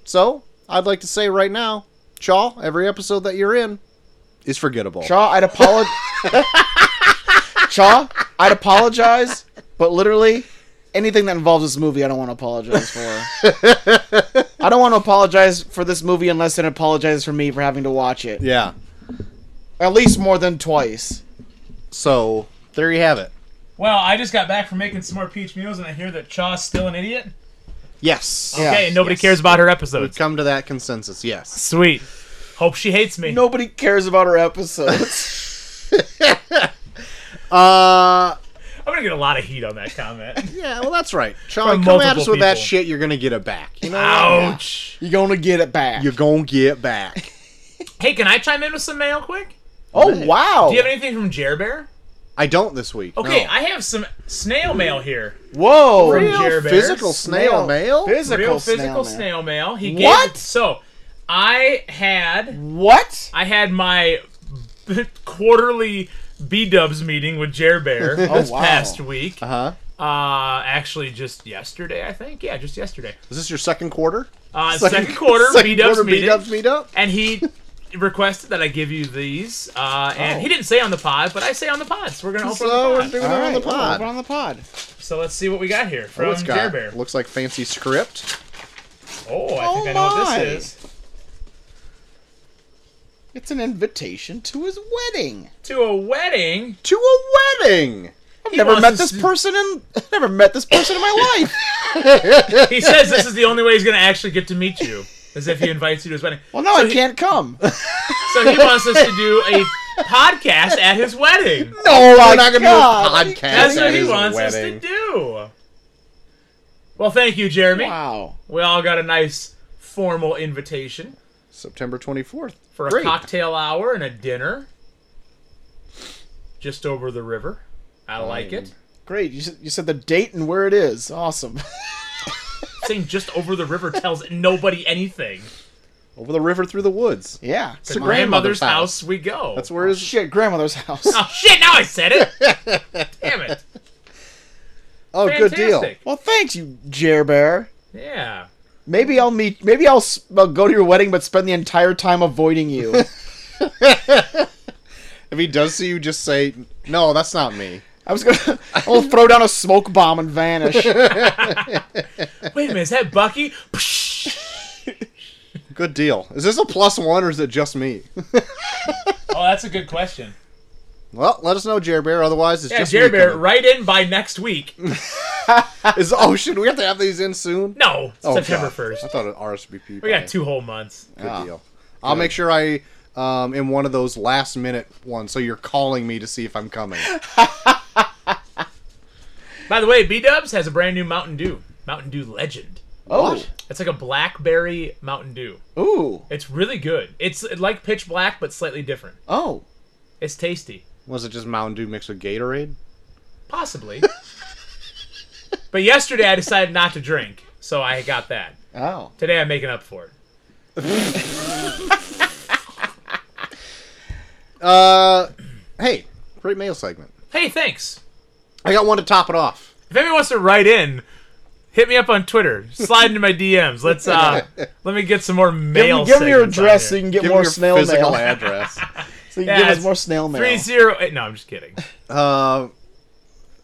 So, I'd like to say right now, Chaw, every episode that you're in is forgettable. Shaw, I'd apologize. Shaw, I'd apologize, but literally anything that involves this movie, I don't want to apologize for. I don't want to apologize for this movie unless it apologizes for me for having to watch it. Yeah. At least more than twice. So, there you have it. Well, I just got back from making some more peach mules, and I hear that Chaw's still an idiot. Yes. Yeah. Okay, and nobody Yes. cares about her We've episodes. come to that consensus, yes. Sweet. Hope she hates me. Nobody cares about our episodes. Uh, I'm gonna get a lot of heat on that comment. yeah, well, that's right. Sean, From come at multiple us with that people. shit, you're gonna get it back. You know? Ouch. You're gonna get it back. You're gonna get back. Hey, can I chime in with some mail quick? oh wow! Do you have anything from Jer Bear? I don't this week. Okay, no. Oh, I have some snail mail here. Whoa! Real Jer Bear. physical snail mail. Physical, Real physical snail, mail. snail mail. He gave, What? So, I had What? I had my quarterly B Dubs meeting with Jer Bear this wow. past week. Uh huh. Uh, actually, just yesterday, I think. Yeah, just yesterday. Is this your second quarter? Uh, second, quarter second B Dubs quarter meeting. B-dubs meetup. and he requested that I give you these. Uh, and he didn't say on the pod, but I say on the pod, so we're gonna open So the we're pod. doing it All on the right, oh, pod. we're on the pod. so let's see what we got here from What's Jer got? Bear. Looks like fancy script. Oh, I think Oh I know what my. this is. It's an invitation to his wedding. to a wedding. To a wedding. I've He never wants met to this s- person in never met this person in my life. He says this is the only way he's going to actually get to meet you, as if he invites you to his wedding. Well, Oh, no, so I can't come. No, He, so he wants us to do a podcast at his wedding. we're my not gonna God. do a podcast. That's at what he his wants wedding. us to do. Well, thank you, Jeremy. Wow. We all got a nice formal invitation September 24th. for a Great. cocktail hour and a dinner just over the river. I like it. Great. You said, you said the date and where it is. Awesome. Saying just over the river tells nobody anything. Over the river through the woods. Yeah. It's a Grandmother's house we go. That's where his Shit, grandmother's house. Oh shit, now I said it. Damn it. Oh, good deal. Fantastic. Well, thanks you, Jer Bear. Yeah. Maybe I'll meet. Maybe I'll, s- I'll go to your wedding, but spend the entire time avoiding you. If he does see you, just say, "No, that's not me." I was gonna. I'll throw down a smoke bomb and vanish. Wait a minute, is that Bucky? Psh. Good deal. Is this a plus one or is it just me? Oh, that's a good question. Well, let us know, Jer Bear. Otherwise, it's Yeah, just Jerry me Bear, coming. right in by next week. Is oh shoot, we have to have these in soon. No, Oh, September God. I first. thought it RSVP. We got two whole months. Good deal. I'll make sure I um am one of those last minute ones, so you're calling me to see if I'm coming. By the way, B Dubs has a brand new Mountain Dew. Mountain Dew Legend. oh, It's like a blackberry Mountain Dew. ooh, It's really good. It's like pitch black, but slightly different. oh. It's tasty. Was it just Mountain Dew mixed with Gatorade? Possibly. but yesterday I decided not to drink, so I got that. Oh. Today I'm making up for it. Uh, hey, great mail segment. Hey, thanks. I got one to top it off. If anyone wants to write in, hit me up on Twitter. Slide into my DMs. Let's uh let me get some more mail. Give me your segments on address so here. you can get Give more me your snail physical mail. address. So you Yeah, can give us it's more snail mail. Three zero eight. No, I'm just kidding. Uh,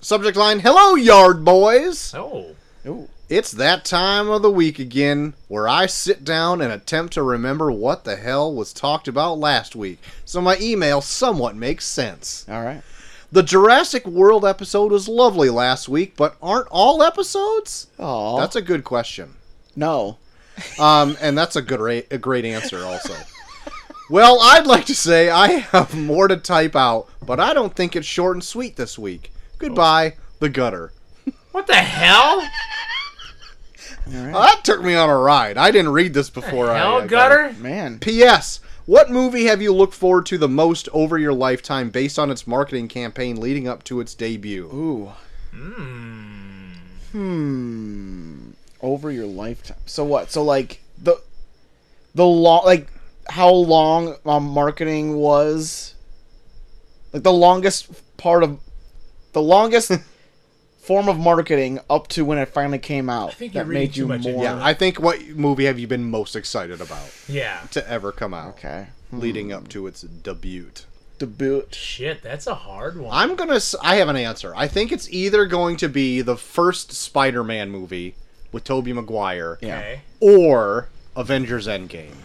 subject line: Hello, yard boys. Oh, Ooh. It's that time of the week again where I sit down and attempt to remember what the hell was talked about last week, so my email somewhat makes sense. All right. The Jurassic World episode was lovely last week, but aren't all episodes? Oh. That's a good question. no. Um, and that's a good ra- a great answer also. well, I'd like to say I have more to type out, but I don't think it's short and sweet this week. Goodbye, the gutter. what the hell? That took me on a ride. I didn't read this before. I- I Hell got it. gutter. Man. P.S. What movie have you looked forward to the most over your lifetime based on its marketing campaign leading up to its debut? Ooh. Hmm. Over your lifetime. So what? So like the the long like how long um, marketing was like the longest part of the longest form of marketing up to when it finally came out I think you're that reading made too you much into more Yeah, I think what movie have you been most excited about Yeah. to ever come out okay leading up to its debut? debut Shit, that's a hard one. I'm gonna. s- I have an answer. I think it's either going to be the first Spider-Man movie with Tobey Maguire, yeah okay. or Avengers Endgame.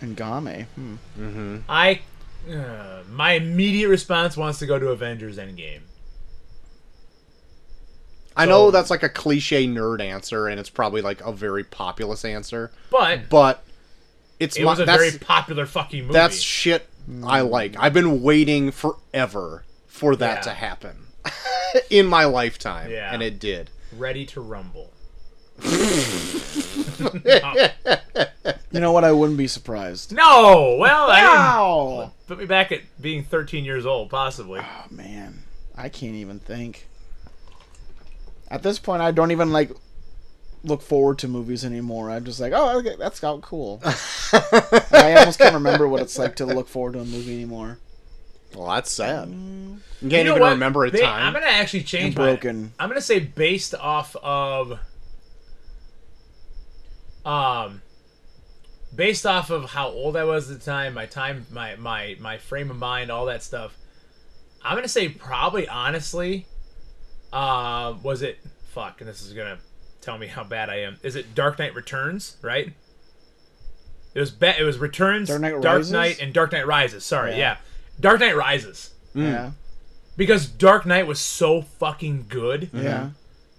and Game hmm. I uh, my immediate response wants to go to Avengers Endgame. I So- know that's like a cliche nerd answer, and it's probably like a very populous answer, But but it's it my, was a that's, very popular fucking movie. that's shit I like. I've been waiting forever for that Yeah. to happen in my lifetime, Yeah. and it did. Ready to Rumble. you know what I wouldn't be surprised No, well, I wow didn't put me back at being 13 years old, possibly. Oh man, I can't even think. At this point, I don't even like look forward to movies anymore. I'm just like, oh, okay, that's out cool. I almost can't remember what it's like to look forward to a movie anymore. Well, that's sad. You can't Mm. You know even what? remember a Ba- time. I'm gonna actually change I'm mine. broken. I'm gonna say based off of, um, based off of how old I was at the time, my time, my my my frame of mind, all that stuff. I'm gonna say probably honestly, uh, was it fuck? And this is gonna tell me how bad I am. Is it Dark Knight Returns? Right? It was Bat. It was Returns, Dark Dark Knight Knight, Rises? and Dark Knight Rises. Sorry, Yeah. yeah. Dark Knight Rises Yeah. because Dark Knight was so fucking good, Mm. Yeah.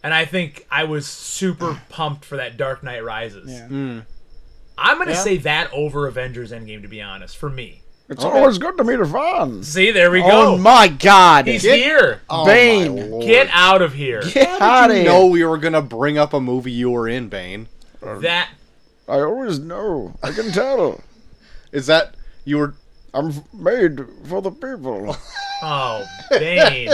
and I think I was super pumped for that Dark Knight Rises. Yeah. I'm gonna Mm. Yeah. say that over Avengers Endgame, to be honest, for me. It's always good to meet a Vaughn. See, there we go. Oh my God! He's Get here. Oh, Bane. my lord. Get out of here. out of You here! know we were gonna bring up a movie you were in, Bane. That I always know. I can tell. Is that you were? I'm f- made for the people. oh Bane.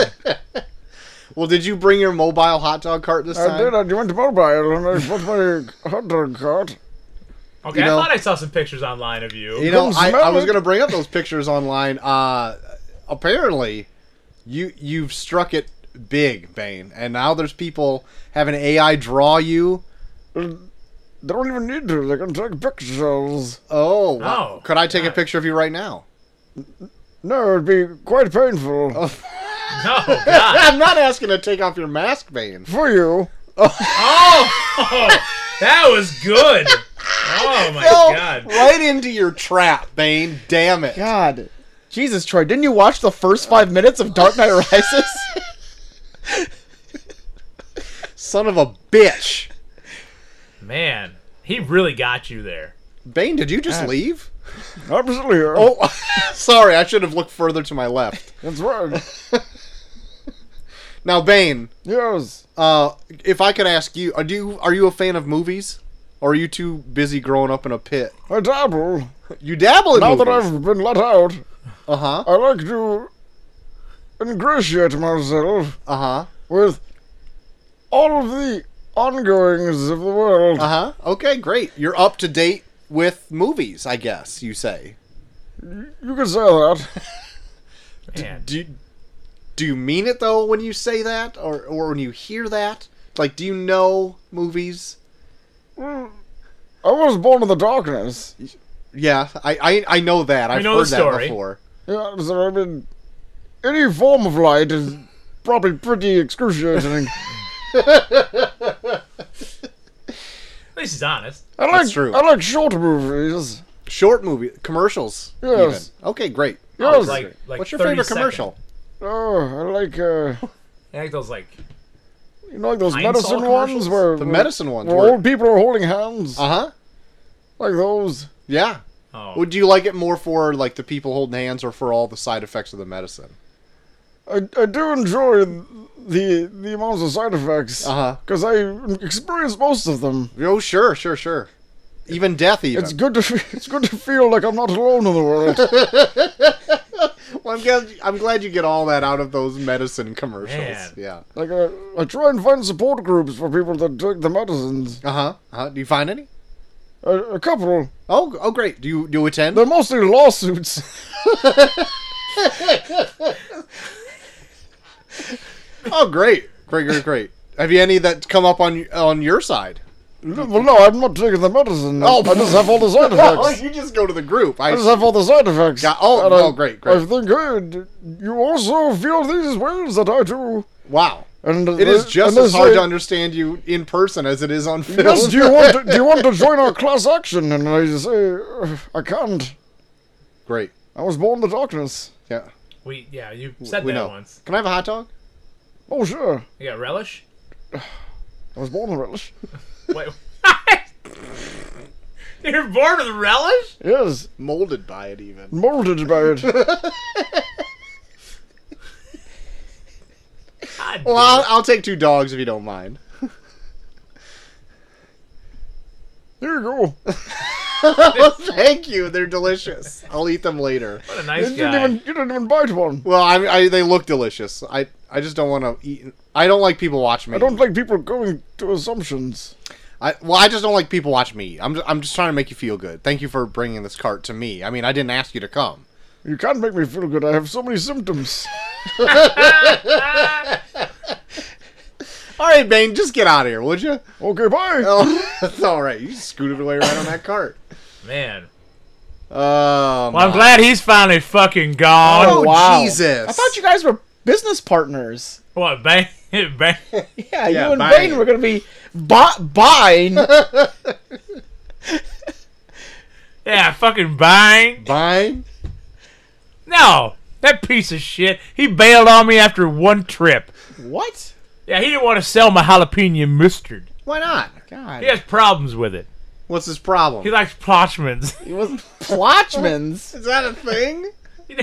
Well, did you bring your mobile hot dog cart this I time? did. I went to mobile and I put my hot dog cart. Okay, You know- I thought I saw some pictures online of you. You know, Couldn't I, smell I was it. gonna bring up those pictures online. Uh, apparently, you you've struck it big, Bane, and now there's people having AI draw you. They don't even need to. They can take pictures. Oh, wow. Oh, could I take a God. picture of you right now? No, it'd be quite painful Uh, No, God. I'm not asking to take off your mask, Bane. for you. Oh, that was good. Oh my Fell God. right into your trap, Bane. Damn it. God. Jesus, Troy, didn't you watch the first five minutes of Dark Knight Rises? Son of a bitch. Man, he really got you there. Bane, did you Ah. just leave? Absolutely. Oh, Oh, sorry. I should have looked further to my left. that's right. Now, Bane, Yes. uh, if I could ask you, are you are you a fan of movies, or are you too busy growing up in a pit? I dabble. You dabble in Now that movies. I've been let out, Uh huh. I like to ingratiate myself Uh huh. with all of the ongoings of the world. Uh huh. Okay, great. You're up to date with movies, I guess you say. You can say that. Man. do you, do you mean it though when you say that or or when you hear that like do you know movies I was born in the darkness. yeah i i, I know that i've know heard the that story. before Yeah, so I mean, any form of light is probably pretty excruciating. At least he's honest. I like, That's true. I like short movies. short movie commercials Yes. even. okay great Oh, Yes. like, like what's your 30 favorite second. commercial Oh, I like uh, I think those like you know, like those Pine medicine Sol ones commercials? where the where- medicine ones where were, old people are holding hands, uh-huh like those. yeah oh would you like it more for like the people holding hands or for all the side effects of the medicine I, I do enjoy the the amounts of side effects uh-huh because I experienced most of them. oh sure sure sure even death even It's good to f- it's good to feel like I'm not alone in the world. well, I'm, glad, I'm glad you get all that out of those medicine commercials Man. yeah like I, I try and find support groups for people that take the medicines. uh-huh uh-huh do you find any A, a couple, Oh, g- oh, great. Do you do you attend? they're mostly lawsuits. Oh, great, great, great, great. Have you any that come up on y- on your side? No, Well, no, I'm not taking the medicine. Oh. I just have all the side Oh, effects. you just go to the group. I I just have all the side effects. Got- oh, And oh, I- great, great. I think, hey, d- you also feel these ways that I do. wow. And It is just as hard hard to understand you in person as it is on film. Yes, do you want to, do you want to join our class action? And I say, "Uh, I can't. Great. I was born in the darkness. Yeah. we yeah you said We that know. once. Can I have a hot dog? Oh sure, You got relish? I was born in relish. Wait. You're born with relish? Yes, Molded by it, even. molded by it. God Well, damn I'll, it. I'll take two dogs if you don't mind. Here you go. Thank you. They're delicious. I'll eat them later. what a You nice didn't guy. even you didn't even bite one. Well, I, I they look delicious. I I just don't want to eat. I don't like people watch me. I don't like people going to assumptions. I well, I just don't like people watch me. I'm I'm just trying to make you feel good. Thank you for bringing this cart to me. I mean, I didn't ask you to come. You can't make me feel good. I have so many symptoms. All right, Bane, just get out of here, would you? Okay, bye. Oh, that's all right. You scooted away right on that cart. Man. Um, Well, I'm glad he's finally fucking gone. Oh, Wow. Jesus! I thought you guys were business partners. What, bang? bang? Yeah, Yeah, you and buying. Bane were going to be bu- buying. Yeah, fucking Bang. Bang. No, that piece of shit. He bailed on me after one trip. What? Yeah, he didn't want to sell my jalapeno mustard. Why not? God. He has problems with it. What's his He problem? likes Plotchmans. It wasn't Plotchman's. Is that a thing? you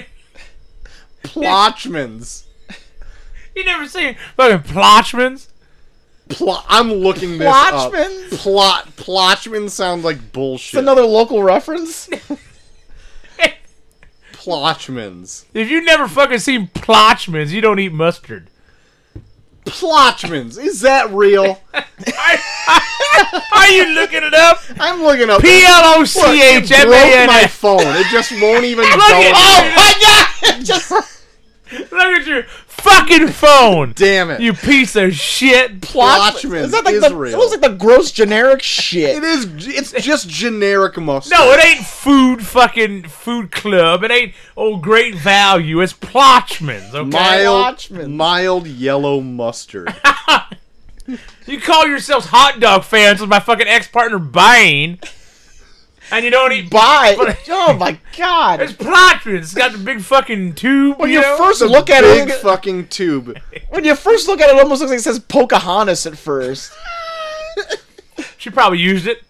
Plotchmans. never seen fucking Plotchmans? Plot. I'm looking this Plotchmans? up. Plot. Plotchman sounds like bullshit. It's another local reference. Plotchmans. If you never fucking seen Plotchmans, you don't eat mustard. Plotchmans. Is that real? Are you looking it up? I'm looking up. P L O C Look, it H M A broke N my S. phone. It just won't even Look go. at Oh up. Look at your fucking phone. Damn it. You piece of shit. Plotchman Is that like is the, real. It looks like the gross generic shit. It is. It's just generic mustard. No, it ain't food fucking food club. It ain't oh great value. It's Plotchmans, okay? mild, Plotchmans. mild yellow mustard. You call yourselves hot dog fans with my fucking ex partner Bane, and you don't eat. Bye. Oh my god. It's Plotchmans. It's got the big fucking tube. When you you know? first The look at big it, fucking tube. when you first look at it, it almost looks like it says Pocahontas at first. She probably used it.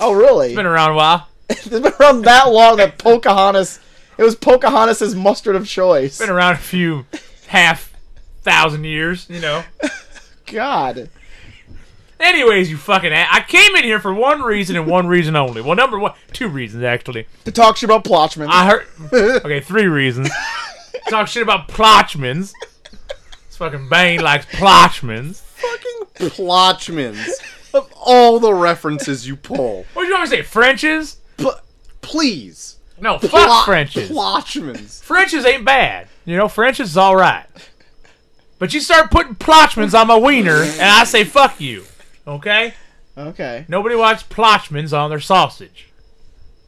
Oh really? Been around a while. It's been around that long that Pocahontas. It was Pocahontas' mustard of choice. Been around a few half thousand years, you know. God. Anyways, you fucking. A- I came in here for one reason and one reason only. Well, number one, two reasons actually. To talk shit about Plotchman. I heard. Okay, three reasons. Talk shit about Plotchmans. This fucking Bane likes Plotchmans. Fucking Plotchmans. Of all the references you pull, What do you want me to say? Frenches? Pl- please. No, fuck Plot- Frenches. Plotchmans. Frenches ain't bad. You know, Frenches is all right. But you start putting Plotchmans on my wiener, and I say fuck you. Okay? okay. Nobody wants Plotchmans on their sausage.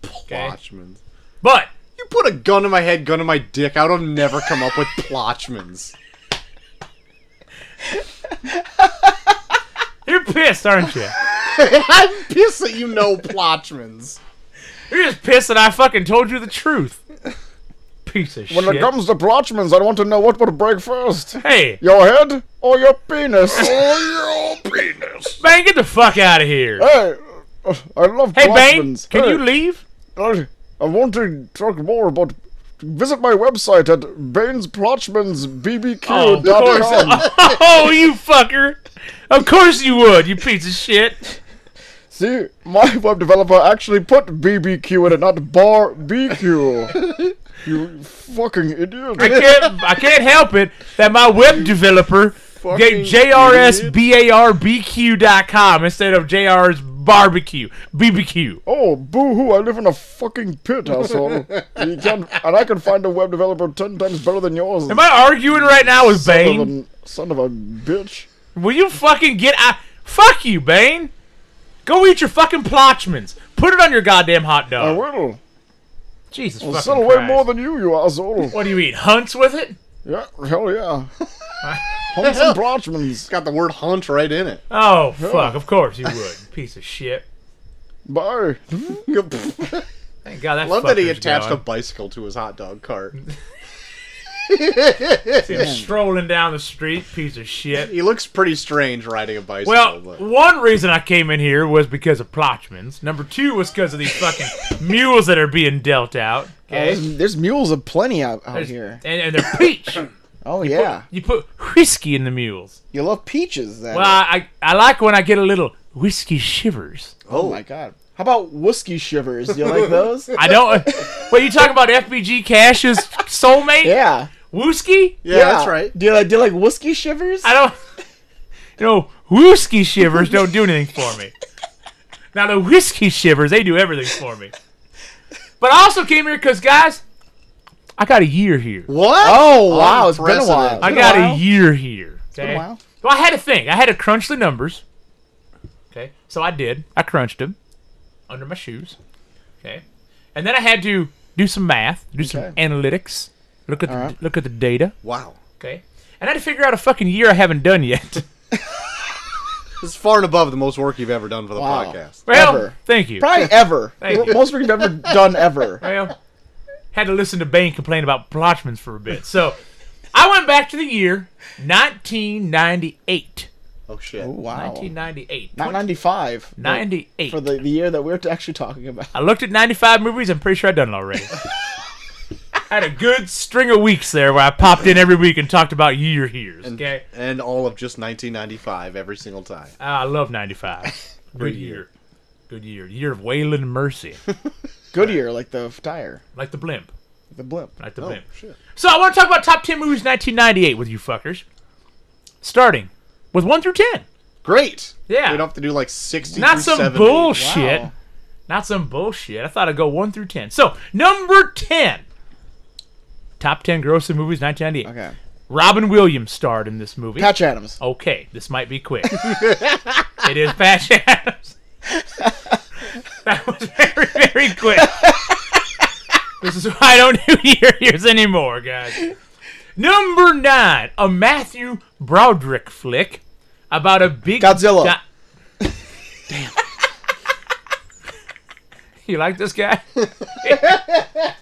Plotchmans. But You put a gun to my head, gun to my dick. I would have never come up with Plotchmans. you're pissed, aren't you? I'm pissed that you know Plotchmans. You're just pissed that I fucking told you the truth. Piece of When shit. it comes to Plotchmans, I want to know what would break first. hey, Your head or your penis? Bang, get the fuck out of here. hey, uh, I love hey, Bane, Plotchmans. can Hey, you leave? I, I want to talk more about. Visit my website at Oh, of BainesPlotchmansBBQ.com. course. Oh, you fucker. Of course you would, you piece of shit. See, my web developer actually put BBQ in it, not bar BQ. you fucking I idiot. can't, I can't help it that my web developer Fucking gave jrsbarbq.com instead of jr's barbecue bbq. Oh, boo hoo, I live in a fucking pit, asshole. You can and I can find a web developer ten times better than yours. Am I arguing right now with son of, Bane? a, son of a bitch. Will you fucking get out? Fuck you, Bane. Go eat your fucking plotchmans. Put it on your goddamn hot I dog. will. Jesus I'll fucking sell away Christ. more than you, you asshole. What do you eat? Hunts with it? Yeah, hell yeah. Hunts and Plotchmans. It's got the word hunt right in it. Oh fuck! Of course you would. Piece of shit. Bye. Thank God that. Love that he fucker's attached a gone. bicycle to his hot dog cart. See him strolling down the street. Piece of shit. He looks pretty strange riding a bicycle. Well, but- one reason I came in here was because of Plotchmans. Number two was because of these fucking mules that are being dealt out. Oh, Okay. There's, there's mules aplenty out, out There's- here. And, and they're peach. Oh yeah. You put whiskey in the mules. You love peaches then. Well, I, I like when I get a little whiskey shivers. oh my god. How about whiskey shivers? Do you like those? I don't. Wait, you talking about FBG Cash's soulmate? yeah. Whiskey? yeah, that's right. Do you like do you like whiskey shivers? I don't. You know, whiskey shivers don't do anything for me. Now the whiskey shivers, they do everything for me. But I also came here because, guys, I got a year here. What? Oh wow, it's been a Unprecedented. while. I Been a got a, while. year here. Okay? a while. So I had to think. I had to crunch the numbers. Okay. So I did. I crunched them under my shoes. Okay. And then I had to do some math, do some Okay. analytics, look at the, Alright. look at the data. Wow. Okay. And I had to figure out a fucking year I haven't done yet. This is far and above the most work you've ever done for the Wow. podcast. Well, Ever. thank you. Probably ever. Thank you. Most work you've ever done ever. Well, had to listen to Bane complain about Blotchmans for a bit. So I went back to the year 1998. Oh shit. Oh, wow. 1998. Not 95. but 98. For the, the year that we're actually talking about. I looked at 95 movies. I'm pretty sure I'd done it already. I had a good string of weeks there where I popped in every week and talked about year years. Okay. And all of just 1995 every single time. Ah, I love 95. Good year. Good year. Year of Wayland Mercy. Goodyear, like the f- tire. Like the blimp. The blimp. Like the blimp. shit. So I want to talk about top 10 movies 1998 with you fuckers. Starting with 1 through 10. Great. Yeah. We'd have to do like 60. Not through some 70. bullshit. Wow. Not some bullshit. I thought I'd go 1 through 10. So, number 10. Top 10 grossing movies 1998. Okay. Robin Williams starred in this movie. Patch Adams. Okay, this might be quick. it is Patch Adams. that was very, very quick. this is why I don't do year years anymore, guys. Number nine, a Matthew Broderick flick about a big Godzilla. Damn. you like this guy?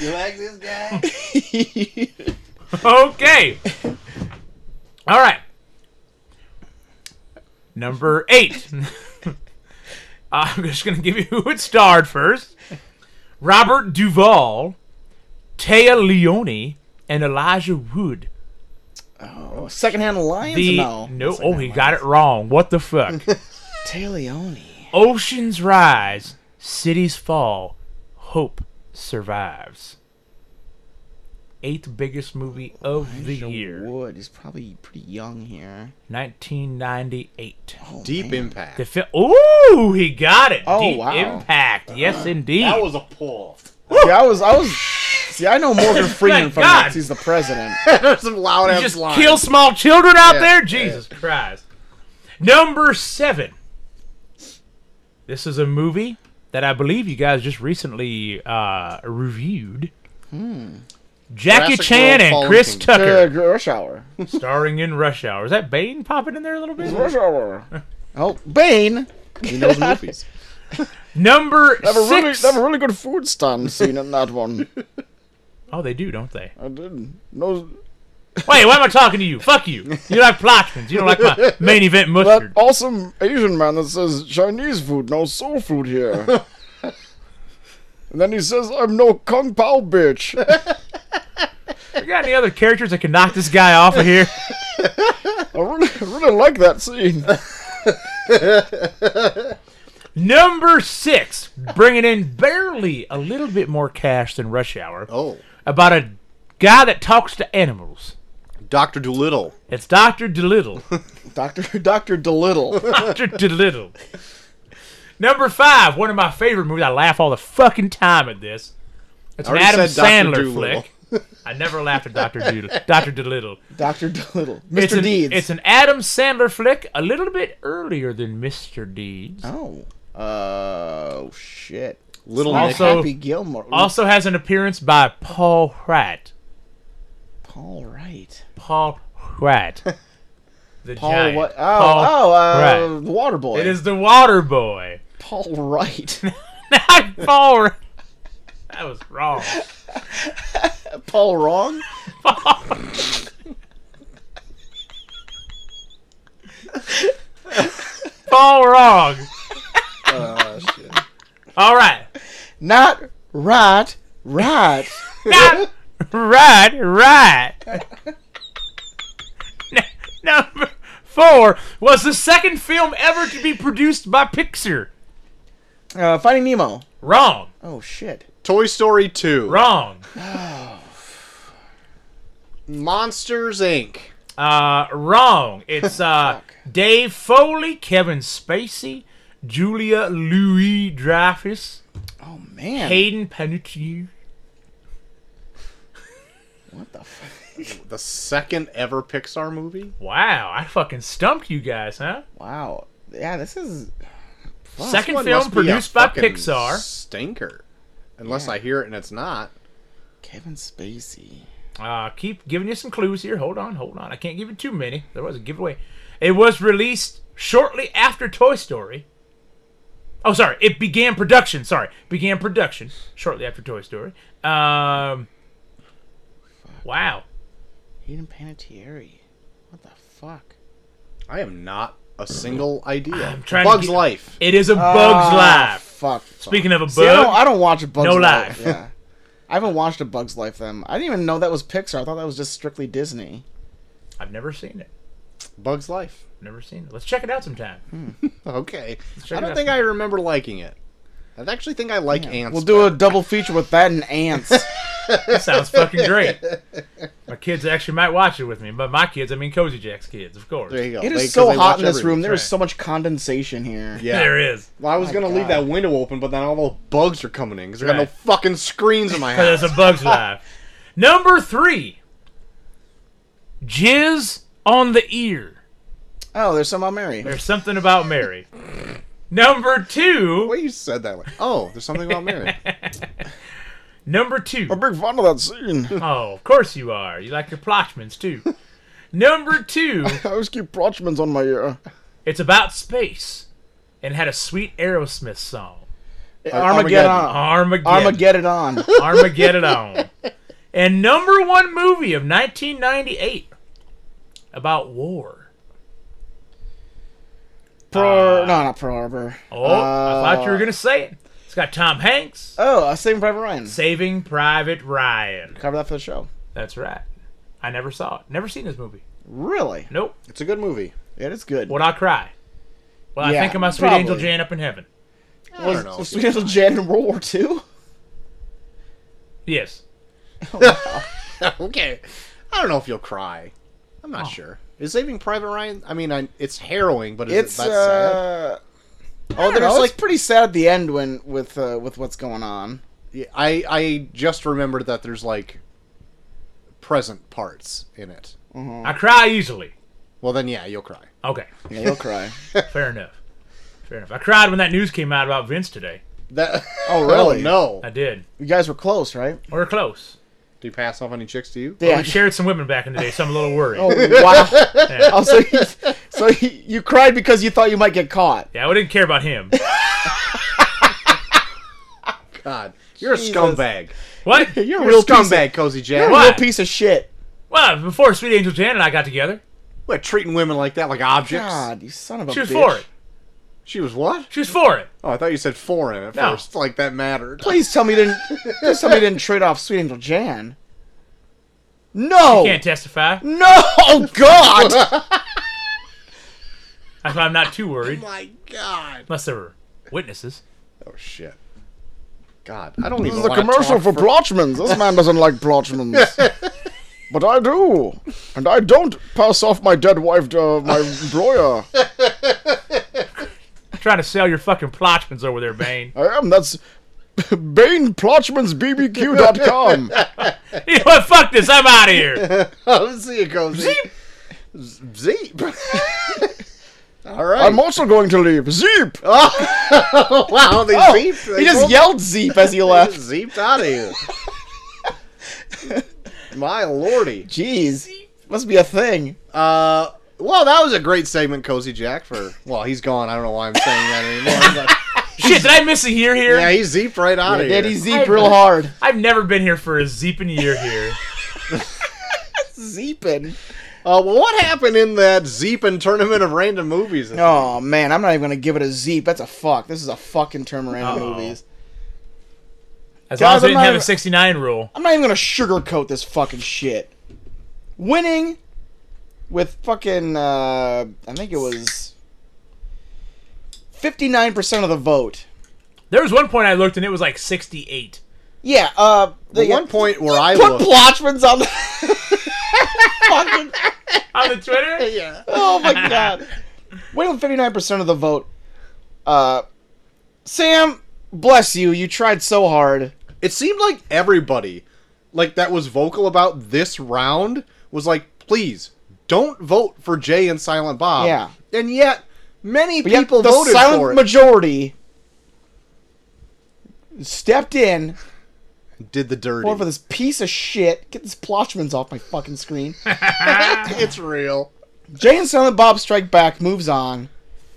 You like this guy? Okay. All right. Number eight. I'm just going to give you who it starred first Robert Duvall, Taya Leone, and Elijah Wood. Oh, secondhand alliance? The, no. no, oh, he got it wrong. What the fuck? Taleone. Oceans rise, cities fall, hope survives. Eighth biggest movie of the year, Wood is probably pretty young here. 1998. Deep impact. The fi- Ooh, he got it. Oh, Deep wow. impact. Yes, indeed. Uh, That was a pull. Yeah, I was, I was. See, I know Morgan Freeman Thank from God. that. He's the president. There's some loud You ass just lines. kill small children out Yeah, there? Jesus Christ. Number seven. This is a movie that I believe you guys just recently uh, reviewed. Jackie Hmm. Jurassic Chan World and Fallen Chris Kingdom. Uh, Tucker, rush hour. starring in Rush Hour. Is that Bane popping in there a little bit? Rush hour. Oh, Bane. He knows movies. Number They have a really, six. they have a really good food stand scene in that one. Oh, they do, don't they? I didn't. No, Wait, why am I talking to you? Fuck you. You like Plotchmans. You don't like my main event that mustard. oh. awesome Asian man that says Chinese food, no soul food here. and then he says, "I'm no kung pao bitch." You got any other characters that can knock this guy off of here? I really, really like that scene. Number six, bringing in barely a little bit more cash than Rush Hour, Oh. about a guy that talks to animals. Dr. Doolittle. It's Doctor Dolittle. Doctor Doctor Dolittle. Doctor Dolittle. Number five, one of my favorite movies. I laugh all the fucking time at this. It's I an already Adam said Dr. Sandler Dolittle. flick. I never laughed at Doctor Doodle, Doctor Dolittle. Doctor Dolittle. Mr. It's an, Deeds. It's an Adam Sandler flick, a little bit earlier than Mr. Deeds. oh. Oh shit. Little Nick. Also- Happy Gilmore. Ooh, Also has an appearance by Paul Pratt. Paul Wright. Paul Pratt. The Paul giant. what? Oh, Paul oh, uh, Wright. the Water Boy. It is the Water Boy. Paul Wright. Not Paul. Ra- That was wrong. Paul Wrong. Paul. Paul wrong. Oh, shit. All right. Not right. Right. Not right. Right. N- number four was the second film ever to be produced by Pixar. Uh, Finding Nemo. Wrong. Oh shit. Toy Story 2. Wrong. Monsters, Inc. Uh, wrong. It's uh, Dave Foley, Kevin Spacey, Julia Louis Dreyfus, Oh man. Hayden Panettiere. What the fuck? The second ever Pixar movie? Wow, I fucking stumped you guys, huh? Wow. Yeah, this is. This Second one film must be a produced by fucking Pixar. Stinker. Unless I hear it and it's not. Kevin Spacey. Uh, keep giving you some clues here. Hold on, hold on. I can't give you too many. There was a giveaway. It was released shortly after Toy Story. Oh, sorry, it began production. Sorry, began production shortly after Toy Story. Um, wow, Hayden Panettiere. What the fuck? I have not a single idea. I'm trying to Bug's get- Life. it is a Bug's Ah, Life. Fuck. Speaking of a bug, See, I don't, I don't watch a Bug's No Life. life. Yeah. I haven't watched a Bug's Life them. I didn't even know that was Pixar. I thought that was just strictly Disney. I've never seen it. Bug's Life. Never seen it. Let's check it out sometime. Okay. check I it don't out. think I remember liking it. I actually think I like ants. We'll do a double feature with that and ants. That sounds fucking great. My kids actually might watch it with me, but my kids, I mean Cozy Jack's kids, of course. There you go. It They- is 'cause so they hot watch in this room. everything. There is right. so much condensation here. Yeah. There is. Well, I was gonna God. leave that window open, but then all the bugs are coming in because I got no Right. fucking screens in my Because house. it's a bug's life. Number three. Jizz on the ear. Oh, there's some on Mary. There's something about Mary. Number the two. way you said that, like, oh, there's something about Mary. Number two. big fan of that scene. Oh, of course you are. You like your Plotchmans too. Number two. I always keep Protchmans on my uh, ear. It's about space, and had a sweet Aerosmith song. Armageddon. Armageddon. Armageddon on. Armageddon on. And number one movie of 1998 about war. Pearl, Uh, no, not Pearl Harbor. Oh, I thought you Uh, were going to say it. It's got Tom Hanks Oh, uh, Saving Private Ryan. saving Private Ryan. Cover that for the show. That's right. I never saw it. Never seen this movie. Really? Nope. It's a good movie. It is good. Would I cry? Well, Yeah, I think of my sweet angel probably. Jan up in heaven. I don't know. Was Sweet Little Jan in World War II? Yes. okay. I don't know if you'll cry. I'm Oh. not sure. Is Saving Private Ryan? I mean, I, it's harrowing, but is It's it that sad? uh. Oh, don't there's know, it's- like pretty sad at the end when with uh, with what's going on. Yeah, I I just remembered that there's like present parts in it. I cry easily. Well, then yeah, you'll cry. Okay. Yeah, you'll cry. Fair enough. Fair enough. I cried when that news came out about Vince today. That. Oh, really? no. I did. you guys were close, right? We were close. Do you pass off any chicks to you? Yeah. We shared some women back in the day, so I'm a little worried. Oh, wow. Oh, so you, so you, you cried because you thought you might get caught. Yeah, we didn't care about him. God, you're a scumbag. What? You're a You're a real piece of, scumbag, Cozy Jack. you're a Why? real piece of shit. Well, before Sweet Angel Jan and I got together, What, treating women like that, like objects? God, you son of a she was Oh, bitch. for it. She was what? She was for it. Oh, I thought you said foreign at No. first. Like that mattered. Please tell me you didn't. Please tell me you didn't trade off Sweet Angel Jan. No. Can't testify. No. Oh God. That's why I'm not too worried, my God. unless there were witnesses. Oh shit. God, I don't This even. is a wanna commercial talk for Protchmans. This man doesn't like Protchmans. But I do, and I don't pass off my dead wife to my employer. trying to sell your fucking plotchmans over there, Bane. I am. That's BanePlotchmansBBQ.com. you know what? Fuck this. I'm out of here. Oh, see it goes. Zeep. Zeep. All right. I'm also going to leave. Zeep! wow, they Oh, zeeped. They he just both yelled "zeep" as he just left. zeeped out of here. my lordy. Jeez, must be a thing. Uh, well, that was a great segment, Cozy Jack. For well, he's gone. I don't know why I'm saying that anymore. but- Shit, did I miss a year here? yeah, he zeeped right out of Did here. he zeep real hard? I've never been here for a zeeping year here. Zeeping. Uh, well, what happened in that zeeping tournament of random movies? Oh man, I'm not even gonna give it a zeep. That's a fuck. This is a fucking turnaround of Uh-oh. movies. As Guys, long as we I'm didn't have not- a 69 rule. I'm not even gonna sugarcoat this fucking shit. Winning with fucking uh, I think it was 59% of the vote. There was one point I looked and it was like 68. Yeah, uh, The they one point where I put looked, Plotchman's on the fucking. On the Twitter? yeah, Oh my god! Winning with 59% of the vote. Uh, Sam, bless you. You tried so hard. it seemed like everybody, like that was vocal about this round, was like, please don't vote for Jay and Silent Bob. Yeah. and yet many But yet people the voted silent for it. majority stepped in Did the dirty? voted for this piece of shit. Get this Plotchman's off my fucking screen. it's real. Jay and Silent Bob Strike Back moves on.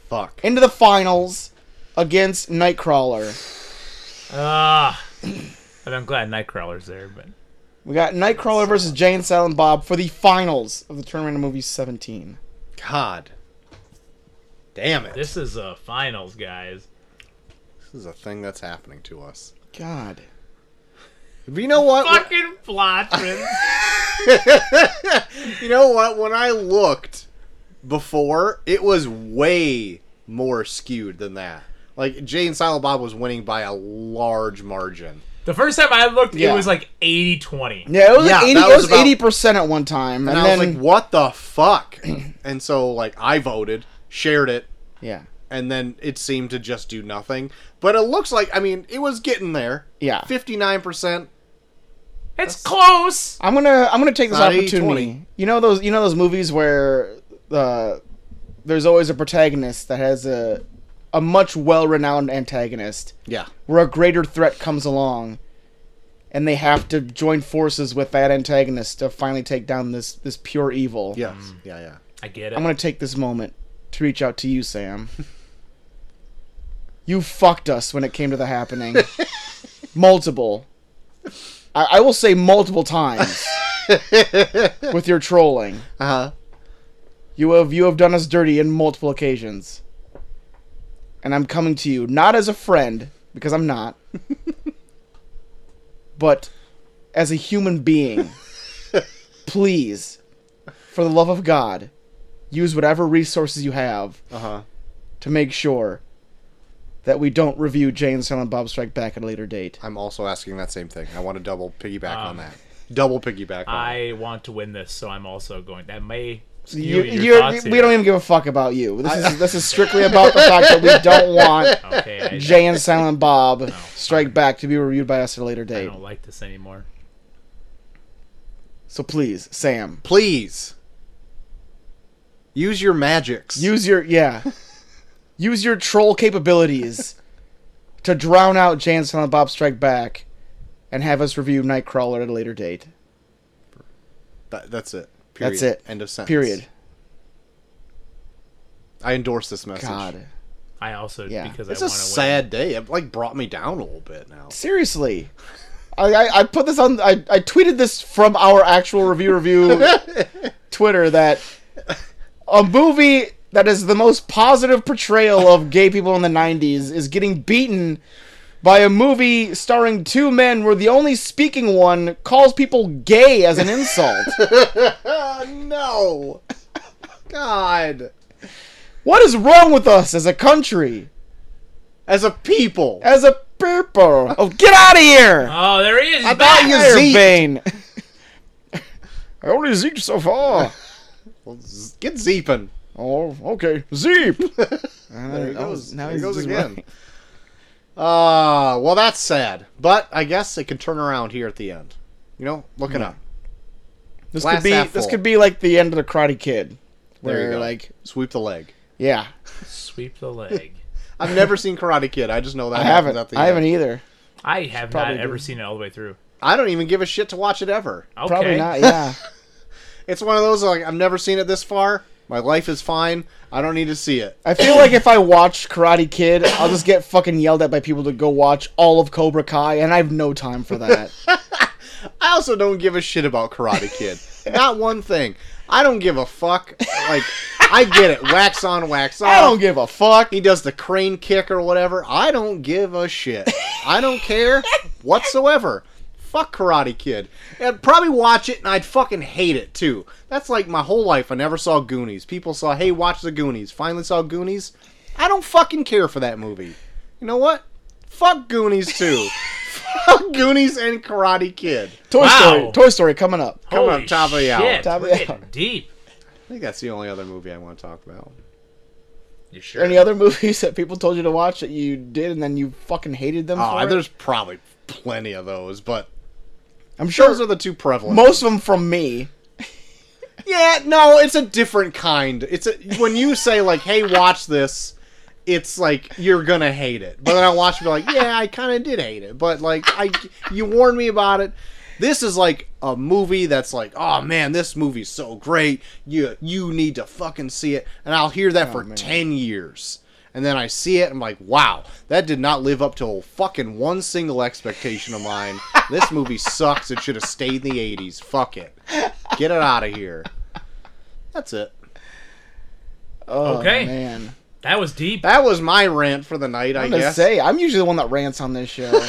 Fuck. into the finals against Nightcrawler. Ah. and I'm glad Nightcrawler's there, but We got Nightcrawler versus Jay and Silent Bob for the finals of the tournament of movies 17. God. Damn it. this is a finals, guys. This is a thing that's happening to us. God. But you know what? Fucking Plotman. You know what? When I looked before, it was way more skewed than that. Like Jay and Silent Bob was winning by a large margin. the first time I looked, Yeah. it was like 80-20. Yeah, it was like Yeah, 80, that it was was about- 80% at one time. And, And, I was then, like, "What the fuck?" and so like I voted, shared it, yeah. and then it seemed to just do nothing. But it looks like I mean, it was getting there. Yeah. 59%. It's close. I'm gonna I'm gonna take this Not 80, opportunity. 20. You know those you know those movies where uh, there's always a protagonist that has a a much well renowned antagonist Yeah. where a greater threat comes along and they have to join forces with that antagonist to finally take down this this pure evil. Yes. Yeah, yeah. I get it. I'm gonna take this moment to reach out to you, Sam. you fucked us when it came to the happening. multiple. I, I will say multiple times with your trolling. Uh-huh. You have you have done us dirty in multiple occasions. And I'm coming to you not as a friend because I'm not, but as a human being. Please, for the love of God, use whatever resources you have Uh-huh. to make sure that we don't review Jane Silent Bob Strike Back at a later date. I'm also asking that same thing. I want to double piggyback on Um, that. Double piggyback on that. I want to win this, so I'm also going. That may skew You, your you're- thoughts we here. don't even give a fuck about you. This is this is strictly about the fact that we don't want Okay, I, Jay and Silent Bob Strike Back to be reviewed by us at a later I date. don't like this anymore. So please, Sam, Please. Use your magics. use your yeah, use your troll capabilities to drown out Jay and Silent Bob Strike Back, and have us review Nightcrawler at a later date. That, that's it. Period. That's it. End of sentence. Period. I endorse this message. God, I also Yeah. because It's I a want to sad day. It like brought me down a little bit now. seriously. I, I, I put this on. I, I tweeted this from our actual review review Twitter that a movie that is the most positive portrayal of gay people in the 90s is getting beaten by a movie starring two men where the only speaking one calls people gay as an insult. Oh no. God. what is wrong with us as a country? As a people. As a people? Oh, get out of here! Oh, there he is. He's thought back. you Fire Zeke. Bane. I only zeeked so far. Well, z- Get zeeping. Oh, okay. Zeep! There he goes. oh, now there he's he goes just again. Ah, well, that's sad. But I guess it can turn around here at the end. You know, looking up. This Glass could be half this full. could be like the end of the Karate Kid, There where you go. like Sweep the leg. yeah, Sweep the leg. I've never seen Karate Kid. I just know that I happens haven't At the I end. haven't e- either. I have not probably ever good. seen it all the way through. I don't even give a shit to watch it ever. Okay. Probably not. Yeah, It's one of those like I've never seen it this far. My life is fine. I don't need to see it. I feel like if I watch Karate Kid, I'll just get fucking yelled at by people to go watch all of Cobra Kai, and I have no time for that. I also don't give a shit about Karate Kid. Not one thing. I don't give a fuck. Like I get it. Wax on, wax off. I don't give a fuck. He does the crane kick or whatever. I don't give a shit. I don't care whatsoever. Fuck Karate Kid. I'd probably watch it and I'd fucking hate it too. That's like my whole life. I never saw Goonies. People saw, hey, watch the Goonies. Finally saw Goonies. I don't fucking care for that movie. You know what? Fuck Goonies too. Fuck Goonies and Karate Kid. Toy Wow. Story, Toy Story coming up. Come Holy on, top of the hour. shit, Top of we're the getting hour. deep. I think that's the only other movie I want to talk about. You sure? Any other movies that people told you to watch that you did and then you fucking hated them? Oh, for it? there's probably plenty of those, but I'm sure those are the two prevalent. most of them from me. Yeah, no, it's a different kind. It's a, when you say like, "Hey, watch this," it's like you're gonna hate it. But then I watch it, and be like, "Yeah, I kind of did hate it," but like, I you warned me about it. This is like a movie that's like, oh man, this movie's so great. You you need to fucking see it. And I'll hear that for ten years. And then I see it, I'm like, wow, that did not live up to fucking one single expectation of mine. this movie sucks. It should have stayed in the eighties. Fuck it. Get it out of here. That's it. Oh, Okay. man. That was deep. That was my rant for the night, I I'm gonna guess. say I'm usually the one that rants on this show.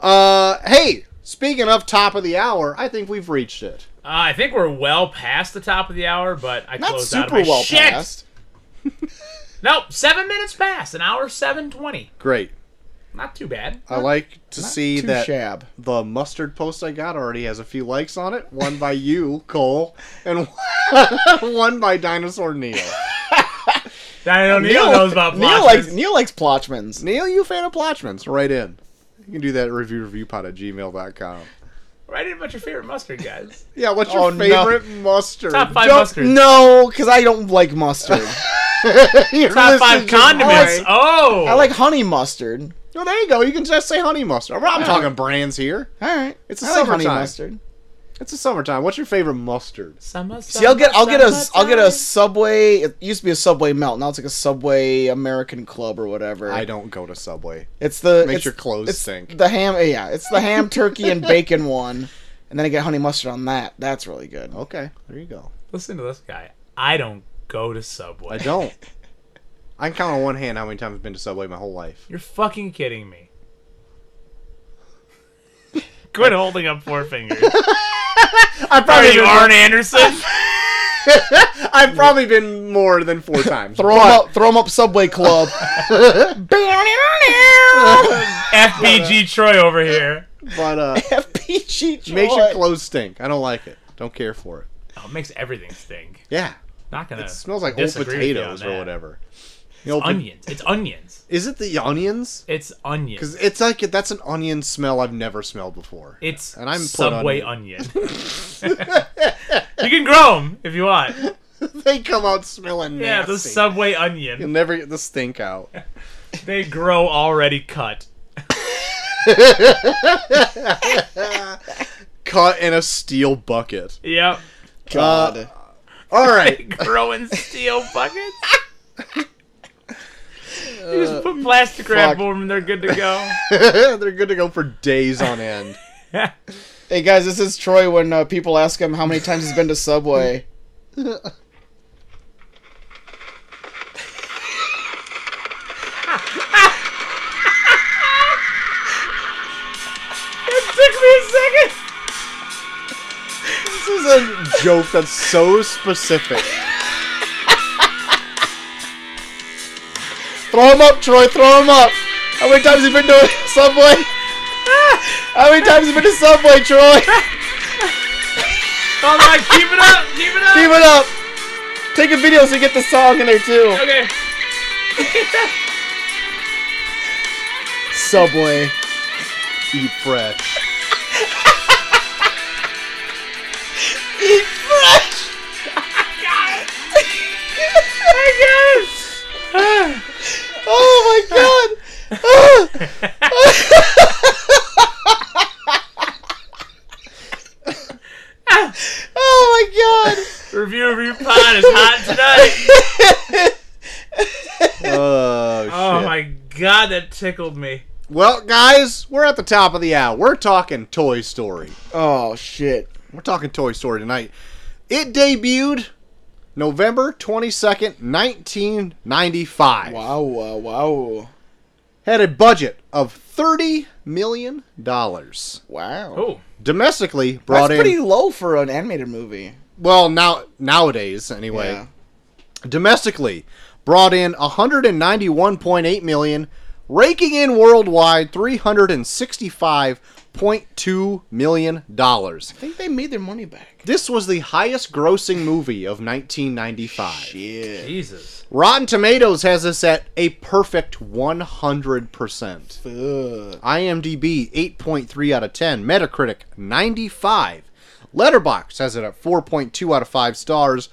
Uh, hey, speaking of top of the hour, I think we've reached it. Uh, I think we're well past the top of the hour, but I Not closed out of super my well shit. past. Nope, seven minutes past. An hour seven twenty. Great. Not too bad. I like to see Too that shab. the mustard post I got already has a few likes on it. One by you, Cole, and one by Dinosaur Neil. Dino Neil, knows about Neil plotches. likes Neil likes Plotchmans. Neil, you a fan of Plotchmans? Write in. You can do that at review reviewpod at gmail.com. Write in about your favorite mustard, guys. Yeah, what's your Oh, no. favorite mustard? Top five Don't- mustard. No, because I don't like mustard. Your Top list is five just- condiments. Oh, Oh, I like honey mustard. well, Oh, there you go. You can just say honey mustard. I'm talking brands here. All right, it's a like honey summertime. mustard. It's the summertime. What's your favorite mustard? Summer, See, I'll get I'll get a Uh, I'll get a summertime. Subway. It used to be a Subway melt. Now it's like a Subway American Club or whatever. I don't go to Subway. It's the Makes it's, your clothes it's stink. The ham, yeah, it's the ham, turkey, and bacon one, and then I get honey mustard on that. That's really good. Okay, there you go. Listen to this guy. I don't go to Subway. I don't. I can count on one hand how many times I've been to Subway my whole life. You're fucking kidding me. Quit holding up four fingers. I've Are probably you been, Arn Anderson? I've probably been more than four times. Throw 'em up, throw 'em up, Subway Club. FBG Troy over here. but uh, FPG Troy. makes your clothes stink. I don't like it. Don't care for it. Oh, it makes everything stink. Yeah, Not gonna. it smells like old disagree with you potatoes on or that. whatever. You know, but- Onions. It's onions. Is it the onions? It's Because onions. it's like that's an onion smell I've never smelled before. It's and I'm put Subway onion. you can grow them if you want. they come out smelling Yeah, nasty. the Subway You'll onion. never get the stink out. They grow already cut. Cut in a steel bucket. Yep. God. All right. Growing steel buckets. you just put Uh, plastic wrap fuck. over them and they're good to go. They're good to go for days on end. hey guys, this is Troy. When uh, people ask him how many times he's been to Subway, it took me a second. this is a joke that's so specific. throw 'em up, Troy. Throw 'em up. How many times have you been to Subway? how many times have you been to Subway, Troy? All right, keep it up. Keep it up. Keep it up. Take a video so you get the song in there too. Okay. Subway. Eat fresh. Oh my God. oh my God. Review of your pod is hot tonight. Oh, Oh shit. my god, that tickled me. Well, guys, we're at the top of the hour. We're talking Toy Story. Oh shit. We're talking Toy Story tonight. It debuted November 22nd, 1995. Wow, wow, uh, wow. Had a budget of $30 million. Domestically Wow. Oh, brought That's in pretty low for an animated movie. well, now nowadays anyway. Yeah. domestically brought in 191.8 million raking in worldwide 365.2 million dollars I think they made their money back. this was the highest grossing movie of 1995 Shit. Jesus. rotten tomatoes has this at a perfect 100% Ugh. IMDb 8.3 out of 10, Metacritic 95. Letterbox has it at 4.2 out of 5 stars.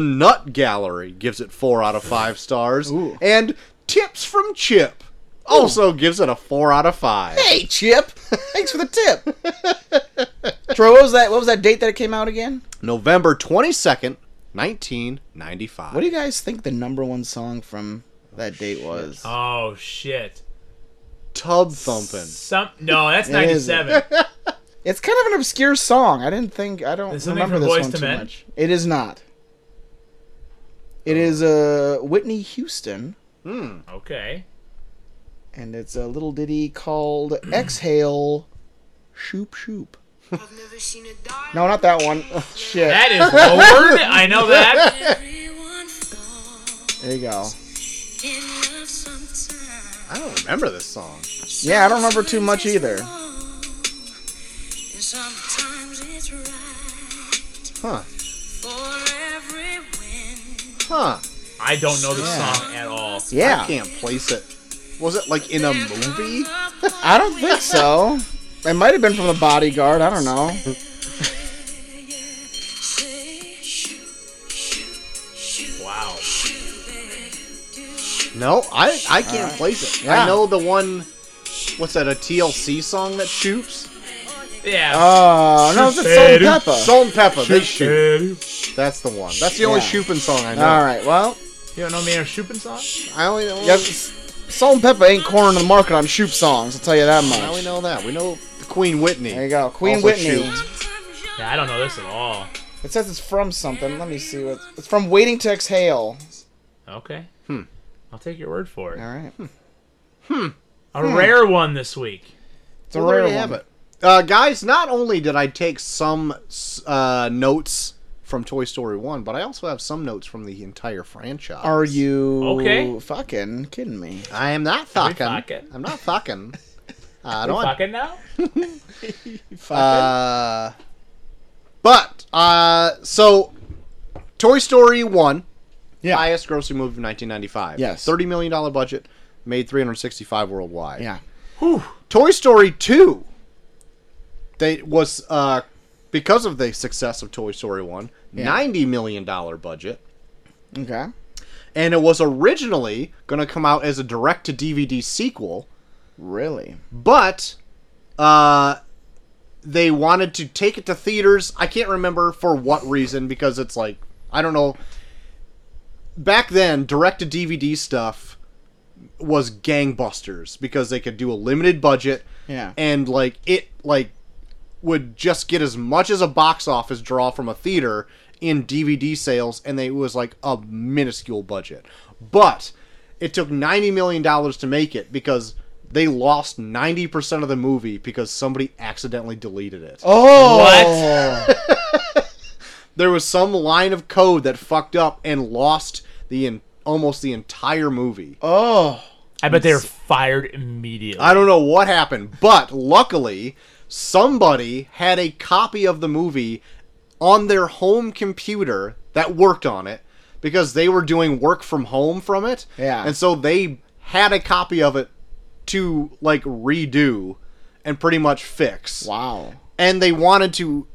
Nut Gallery gives it 4 out of 5 stars. Ooh. And Tips from Chip Also gives it a four out of five. Hey, Chip. Thanks for the tip. Troy, what was that? What was that date that it came out again? November twenty second, nineteen ninety five. What do you guys think the number one song from that date was? Oh shit. tub thumping? Some no, that's It ninety is. seven. It's kind of an obscure song. I didn't think I don't Is something remember this from Boyz one II too Men? much. It is not. Oh. It is uh, Whitney Houston, okay. and it's a little ditty called "Exhale, Shoop Shoop." No, not that one. Oh, shit. That is lowered. I know that. There you go. I don't remember this song. Yeah, I don't remember too much either. Sometimes it's right Huh? for every win. Huh? I don't know this song at all. Yeah, I can't place it. Was it like in a movie? I don't think so. It might have been from The Bodyguard. I don't know. Say, shoot, shoot, shoot. Wow. No, I I can't place it. Uh, Yeah. I know the one. What's that? A TLC song that shoots? Yeah. Oh no, it's Salt and Pepper. Salt and Pepper. They shoot. you That's the one. That's the only Yeah. shooping song I know. All right, well, don't know me or Shoopin' song? I only know. yeah, Salt and Pepper ain't cornering the market on shoop songs. I'll tell you that Now we much. know that. We know Queen Whitney. There you go, Queen Also Whitney. shoot. Sometimes you're Yeah, I don't know this at all. It says it's from something. Let me see what it's from. Waiting to exhale. Okay. Hmm. I'll take your word for it. All right, Hmm. A rare one this week. it's a Well, there rare you have one. it. Uh, guys, not only did I take some s- uh, notes from Toy Story 1, but I also have some notes from the entire franchise. Are you Okay. fucking kidding me? I am not Are we fucking. fucking? I'm not fucking. Uh, I You don't want fucking now? Uh, but uh, so Toy Story one, Yeah. highest grossing movie of 1995. Yes. thirty million dollar budget, made 365 worldwide. Yeah. Toy Story two, they was uh because of the success of Toy Story one, 90 million dollar budget. Okay. And it was originally going to come out as a direct to DVD sequel, Really? but uh, they wanted to take it to theaters. I can't remember for what reason because it's like I don't know. Back then, direct to DVD stuff was gangbusters because they could do a limited budget Yeah. and like it like would just get as much as a box office draw from a theater in DVD sales, and they, it was like a minuscule budget. But it took ninety million dollars to make it because they lost ninety percent of the movie because somebody accidentally deleted it. Oh. There was some line of code that fucked up and lost the en- almost the entire movie. Oh. I bet they were fired immediately. I don't know what happened, but luckily somebody had a copy of the movie on their home computer that worked on it because they were doing work from home from it. Yeah. And so they had a copy of it to like redo and pretty much fix. Wow. And they wanted to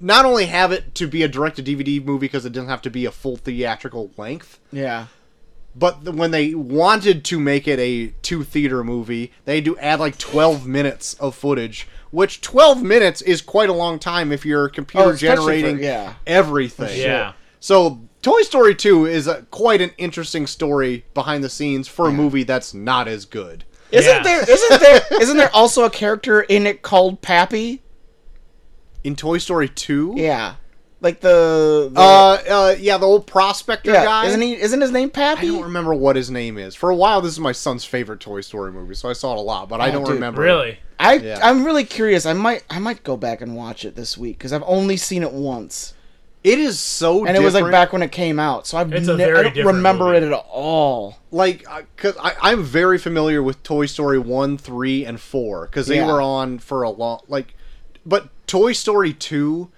not only have it to be a direct to DVD movie because it didn't have to be a full theatrical length, Yeah. but th- when they wanted to make it a two theater movie, they do add like 12 minutes of footage, which 12 minutes is quite a long time if you're computer Oh, especially generating for- yeah. everything. Yeah. So Toy Story 2 is a, quite an interesting story behind the scenes for a movie that's not as good. Isn't Yeah. there? Isn't there? Isn't there also a character in it called Pappy? In Toy Story 2? Yeah. Like the. the Uh, uh, yeah, the old prospector yeah. guy. Isn't he? Isn't his name I Pappy? don't remember what his name is. For a while, this is my son's favorite Toy Story movie, so I saw it a lot, but I Oh, don't dude. remember. Really? I Yeah. I'm really curious. I might I might go back and watch it this week because I've only seen it once, It is so and it was like different. back when it came out. So I've It's a ne- very I don't different remember movie. it at all. like because I'm very familiar with Toy Story one, three, and four because they Yeah. were on for a long like, but Toy Story two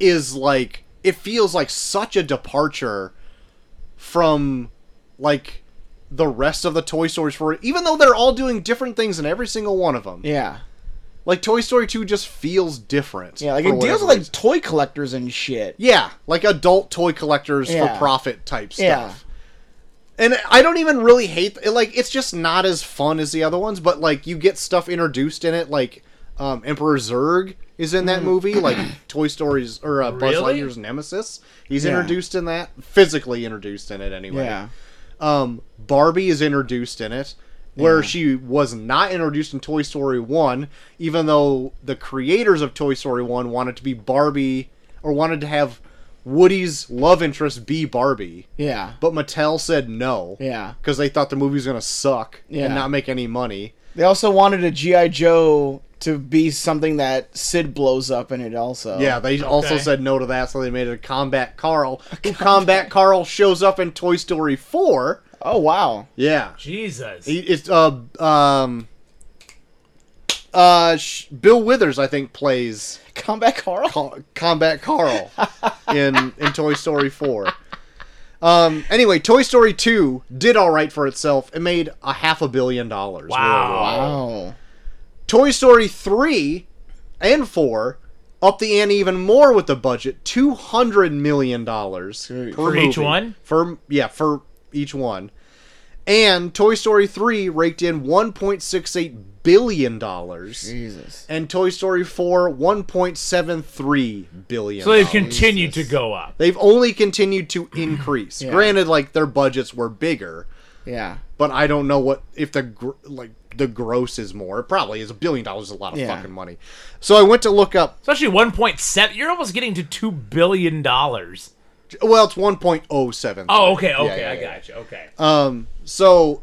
is like it feels like such a departure from like the rest of the Toy Stories for even though they're all doing different things in every single one of them. Yeah, Like Toy Story two just feels different. yeah. Like for it deals whatever with like reason. toy collectors and shit. yeah, like adult toy collectors Yeah. for profit type stuff. Yeah. And I don't even really hate it. Like, it's just not as fun as the other ones, but, like, you get stuff introduced in it. Like, um, Emperor Zurg is in Hmm. that movie. Like, Toy Story's, or uh, Buzz Really? Lightyear's Nemesis. He's Yeah. introduced in that. Physically introduced in it, anyway. Yeah. Um, Barbie is introduced in it, where she was not introduced in Toy Story 1, even though the creators of Toy Story 1 wanted to be Barbie, or wanted to have Woody's love interest be Barbie. Yeah. But Mattel said no. Yeah. Because they thought the movie was going to suck Yeah. and not make any money. They also wanted a GI Joe to be something that Sid blows up in it. Also. Yeah, they also Okay. said no to that, so they made it a Combat Carl. Who Combat Carl shows up in Toy Story 4. Oh wow. Yeah. Jesus. He, it's uh um uh sh- Bill Withers I think plays Combat Carl. Co- Combat Carl in in Toy Story 4. Um anyway, Toy Story 2 did all right for itself. It made a half a billion dollars. Wow. Wow. Toy Story 3 and 4 up the ante even more with the budget, 200 million dollars Sweet. For each one? For yeah, for each one. And Toy Story 3 raked in 1.68 billion dollars. Jesus. And Toy Story 4 1.73 billion. So they've dollars. continued to go up. They've only continued to increase. Granted like their budgets were bigger, Yeah. but I don't know what if the gr- like the gross is more. It probably is a billion dollars is a lot of Yeah. fucking money. So I went to look up. Especially 1.7. You're almost getting to $2 billion. dollars. Well, it's one point oh seven. Oh, okay, okay. yeah, I yeah. got you. Okay. Um, so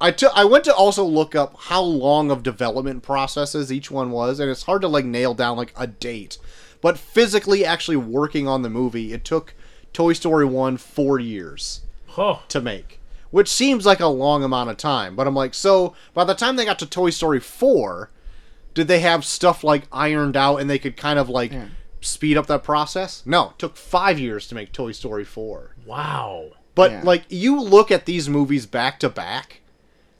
I took I went to also look up how long of development processes each one was, and it's hard to like nail down like a date. But physically, actually working on the movie, it took Toy Story one four years. oh. to make, which seems like a long amount of time. But I'm like, so by the time they got to Toy Story 4, did they have stuff like ironed out and they could kind of like speed up that process? No, it took five years to make Toy Story 4. Wow. But Yeah. like, you look at these movies back to back,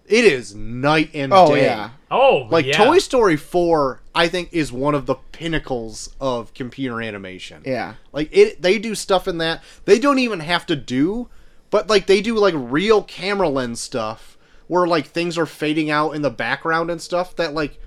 it is night and Oh day. yeah. Oh, Like yeah. Toy Story 4, I think is one of the pinnacles of computer animation. Yeah. Like it they do stuff in that they don't even have to do, but like they do like real camera lens stuff where like things are fading out in the background and stuff that like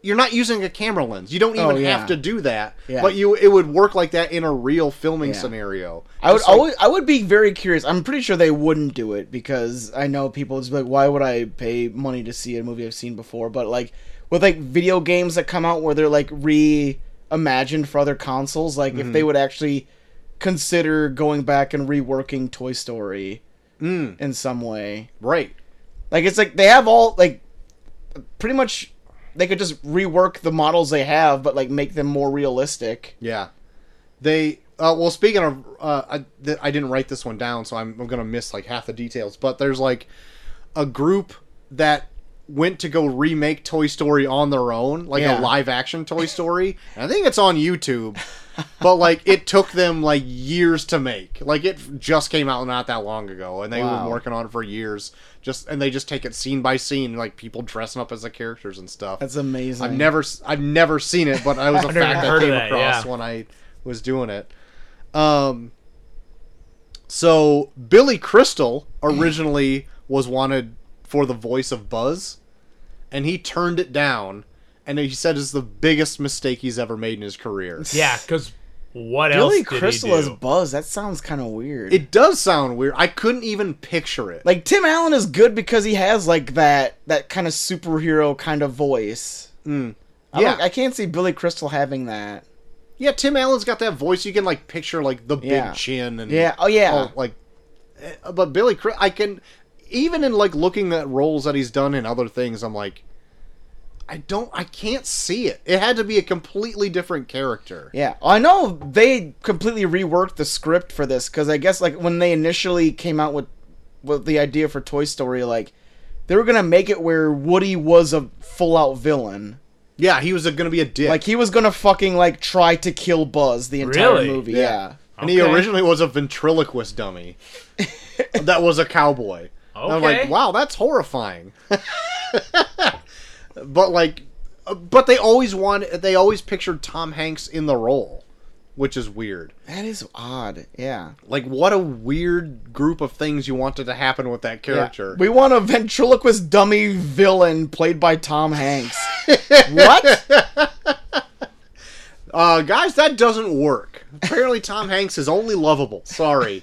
you're not using a camera lens. You don't Oh, even yeah. have to do that. Yeah. But you it would work like that in a real filming Yeah. scenario. I would, Just I like- would I would be very curious. I'm pretty sure they wouldn't do it because I know people would just be like, why would I pay money to see a movie I've seen before? But like with like video games that come out where they're like reimagined for other consoles, like if they would actually consider going back and reworking Toy Story in some way. right. Like it's like they have all like pretty much they could just rework the models they have but like make them more realistic. Yeah. They uh, well, speaking of, uh, I, th- I didn't write this one down, so I'm, I'm gonna miss like half the details. But there's like a group that went to go remake Toy Story on their own, like Yeah. a live action Toy Story. And I think it's on YouTube, but like it took them like years to make. Like it just came out not that long ago, and they Wow. were working on it for years. Just and they just take it scene by scene, like people dressing up as the characters and stuff. That's amazing. I've never s- I've never seen it, but I was a never fact I heard of came that, across yeah. when I was doing it. Um, so Billy Crystal originally was wanted for the voice of Buzz, and he turned it down, and he said it's the biggest mistake he's ever made in his career. Yeah, because what else Billy did Crystal he do? as Buzz. That sounds kind of weird. It does sound weird. I couldn't even picture it. like Tim Allen is good because he has like that that kind of superhero kind of voice. I Hmm. yeah, don't- I can't see Billy Crystal having that. yeah. Tim Allen's got that voice. You can like picture like the big Yeah. chin and Yeah. Oh yeah. Oh, like, eh, but Billy, Cri- I can even in like looking at roles that he's done in other things, I'm like, I don't, I can't see it. It had to be a completely different character. Yeah, Oh, I know they completely reworked the script for this because I guess like when they initially came out with with the idea for Toy Story, like they were gonna make it where Woody was a full out villain. Yeah, he was going to be a dick. Like he was gonna fucking like try to kill Buzz the entire Really? movie. Yeah. Yeah. and he Okay. originally was a ventriloquist dummy that was a cowboy. And I'm like, Okay. wow, that's horrifying. but like, uh, but they always want, they always pictured Tom Hanks in the role. which is weird. That is odd. Yeah. Like, what a weird group of things you wanted to happen with that character. We want a ventriloquist dummy villain played by Tom Hanks. what? Uh, guys, that doesn't work. Apparently, Tom Hanks is only lovable. Sorry.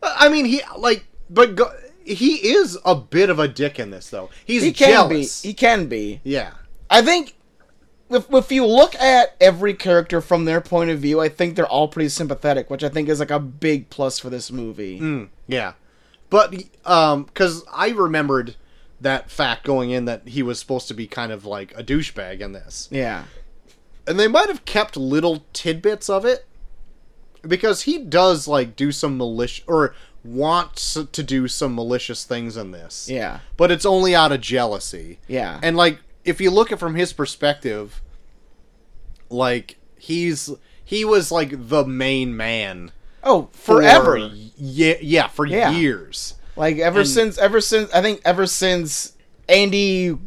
I mean, he like, but go, he is a bit of a dick in this, though. He's He can jealous. be. He can be. yeah, I think if, if you look at every character from their point of view, I think they're all pretty sympathetic, which I think is like a big plus for this movie. Hmm. yeah. But um, because I remembered that fact going in that he was supposed to be kind of like a douchebag in this, Yeah. and they might have kept little tidbits of it because he does like do some malicious or wants to do some malicious things in this. Yeah. but it's only out of jealousy. Yeah. And like if you look at from his perspective, like he's he was like the main man oh, for- forever. Yeah, yeah, for Yeah. years. Like ever since ever since I think ever since Andy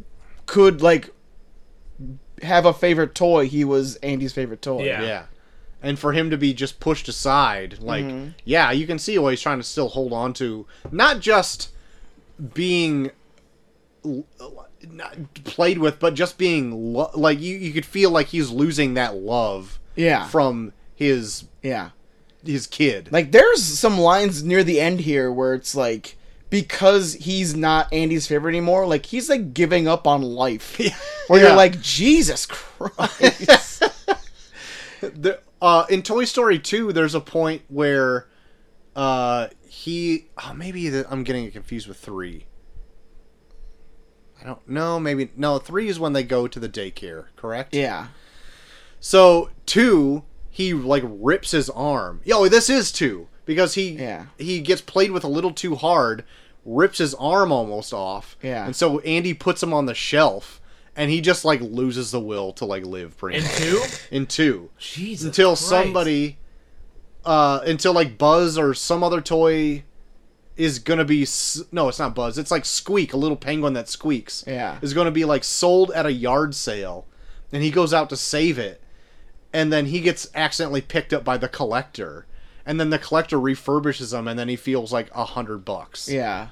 could like have a favorite toy, he was Andy's favorite toy. Yeah. Yeah. And for him to be just pushed aside, like Mm-hmm. yeah, you can see why he's trying to still hold on to not just being l- not played with, but just being lo- like you you could feel like he's losing that love Yeah. from his Yeah. his kid. Like there's some lines near the end here where it's like because he's not Andy's favorite anymore, like he's like giving up on life. Where Yeah. you're like, Jesus Christ. the, uh, in Toy Story 2, there's a point where uh, he. Oh, maybe the, I'm getting it confused with 3. I don't know. Maybe. No, 3 is when they go to the daycare, correct? yeah. So, 2, he, like, rips his arm. Yo, this is 2. Because he Yeah. he gets played with a little too hard, rips his arm almost off. Yeah. And so Andy puts him on the shelf, and he just, like, loses the will to, like, live pretty And much. two? In 2 Jesus. until Christ. somebody uh until like buzz or some other toy is gonna be s- no it's not buzz it's like squeak a little penguin that squeaks Yeah. is gonna be like sold at a yard sale and he goes out to save it and then he gets accidentally picked up by the collector and then the collector refurbishes him and then he feels like a hundred bucks Yeah.